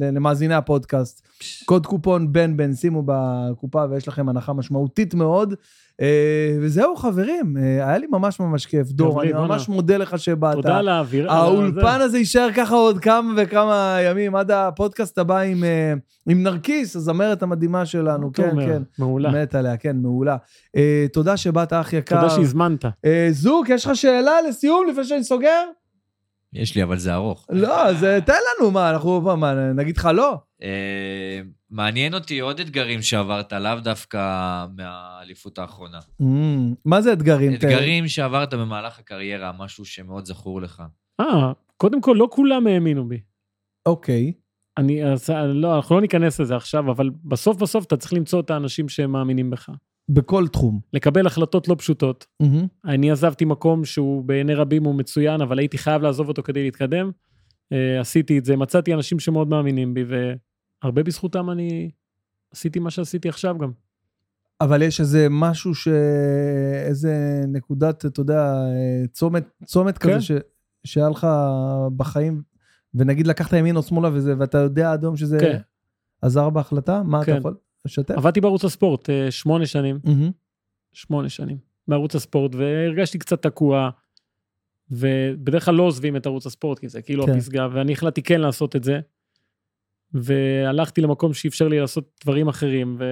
ל, למאזיני הפודקאסט. קוד קופון בן בן, שימו בקופה ויש לכם הנחה משמעותית מאוד. אה, וזהו, חברים, אה, היה לי ממש ממש כיף. דור,
גברי,
אני
בואנה.
ממש מודה לך שבאת.
תודה על האוויר.
האולפן הזה יישאר ככה עוד כמה וכמה ימים, עד הפודקאסט הבא עם, אה, עם נרקיס, הזמרת המדהימה שלנו, כן, כן.
מעולה.
מת עליה, כן, מעולה. אה, תודה שבאת, אח יקר.
תודה שהזמנת.
אה, זוק, יש לך שאלה לסיום לפני שאני סוגר?
יש לי, אבל זה ארוך.
לא, אז אה, תן לנו, מה, אנחנו, מה, מה, נגיד לך לא?
אה, מעניין אותי עוד אתגרים שעברת, לאו דווקא מהאליפות האחרונה.
Mm, מה זה אתגרים?
אתגרים שעברת במהלך הקריירה, משהו שמאוד זכור לך.
אה, קודם כל, לא כולם האמינו בי.
אוקיי.
אני, אז, לא, אנחנו לא ניכנס לזה עכשיו, אבל בסוף בסוף אתה צריך למצוא את האנשים שמאמינים בך.
בכל תחום.
לקבל החלטות לא פשוטות.
מהמם.
אני עזבתי מקום שהוא בעיני רבים הוא מצוין, אבל הייתי חייב לעזוב אותו כדי להתקדם. אה, עשיתי את זה, מצאתי אנשים שמאוד מאמינים בי, והרבה בזכותם אני עשיתי מה שעשיתי עכשיו גם.
אבל יש איזה משהו ש... איזה נקודת, אתה יודע, אה, צומת, צומת
כן.
כזה ש... שהיה לך בחיים, ונגיד לקחת ימינה או שמאלה וזה, ואתה יודע עד היום שזה
כן.
עזר בהחלטה? מה
כן.
אתה יכול? לשתף? Mm-hmm.
עבדתי בערוץ הספורט אה, שמונה שנים,
מהמם.
שמונה שנים, בערוץ הספורט, והרגשתי קצת תקוע, ובדרך כלל לא עוזבים את ערוץ הספורט, כי זה כאילו
כן.
הפסגה, ואני החלטתי כן לעשות את זה, והלכתי למקום שאפשר לי לעשות דברים אחרים, ו...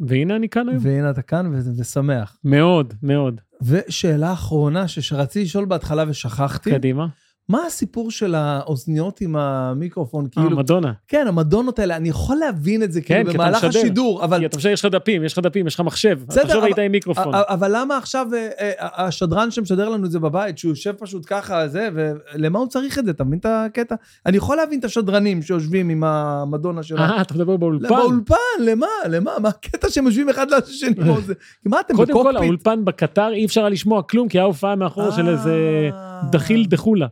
והנה אני כאן היום.
והנה אתה כאן וזה- ושמח.
מאוד,
כן,
מאוד.
ושאלה אחרונה שרציתי לשאול בהתחלה ושכחתי,
קדימה.
מה הסיפור של האוזניות עם המיקרופון?
אה,
כאילו,
מדונה.
כן, המדונות האלה, אני יכול להבין את זה,
כן,
כאילו,
כי אתה
במהלך
משדר.
השידור, אבל...
כי אתה חושב, יש לך דפים, יש לך דפים, יש לך מחשב.
בסדר,
בסדר. תחשוב
אבל- אה,
היית עם מיקרופון.
א- א- אבל למה עכשיו אה, אה, השדרן שמשדר לנו את זה בבית, שהוא יושב פשוט ככה, זה, ולמה הוא צריך את זה? אתה מבין את הקטע? אני יכול להבין את השדרנים שיושבים עם המדונה שלנו.
אה, אתה מדבר
לא,
באולפן.
באולפן, למה? למה? מה הקטע שהם יושבים אחד לשני? כמו זה? כי מה אתם
קודם כל,
בקוקפיט?
האולפן בקטר, אי אפשר היה לשמוע כלום, כי היה הופעה מאחור של איזה
אה.
דחיל דחולה.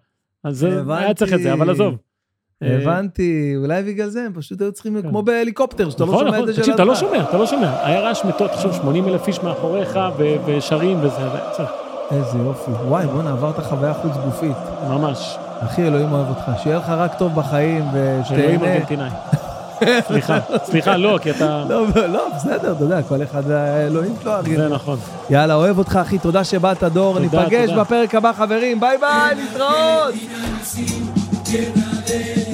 אז זה- היה צריך את זה, אבל עזוב.
הבנתי, אולי בגלל זה הם פשוט היו צריכים,
אה, כן.
כמו בהליקופטר, שאתה לא
נכון,
שומע את
נכון,
זה של...
תקשיב, אתה לא
עצמך.
שומע, אתה לא שומע. היה רעש מטות, תחשוב, 80 אלף איש מאחוריך, ו- ושרים וזה, וזה,
איזה יופי. וואי, בואנה, עברת חוויה חוץ גופית.
ממש.
אחי, אלוהים אוהב אותך. שיהיה לך רק טוב בחיים,
אלוהים
ושתהנה.
ארגנטינאי. סליחה, סליחה, לא, כי אתה...
לא, לא, בסדר, אתה יודע, כל אחד האלוהים שלו ארגן.
זה נכון.
יאללה, אוהב אותך, אחי, תודה שבאת, דור.
תודה,
ניפגש
תודה.
בפרק הבא, חברים. ביי ביי, להתראות!
Llena de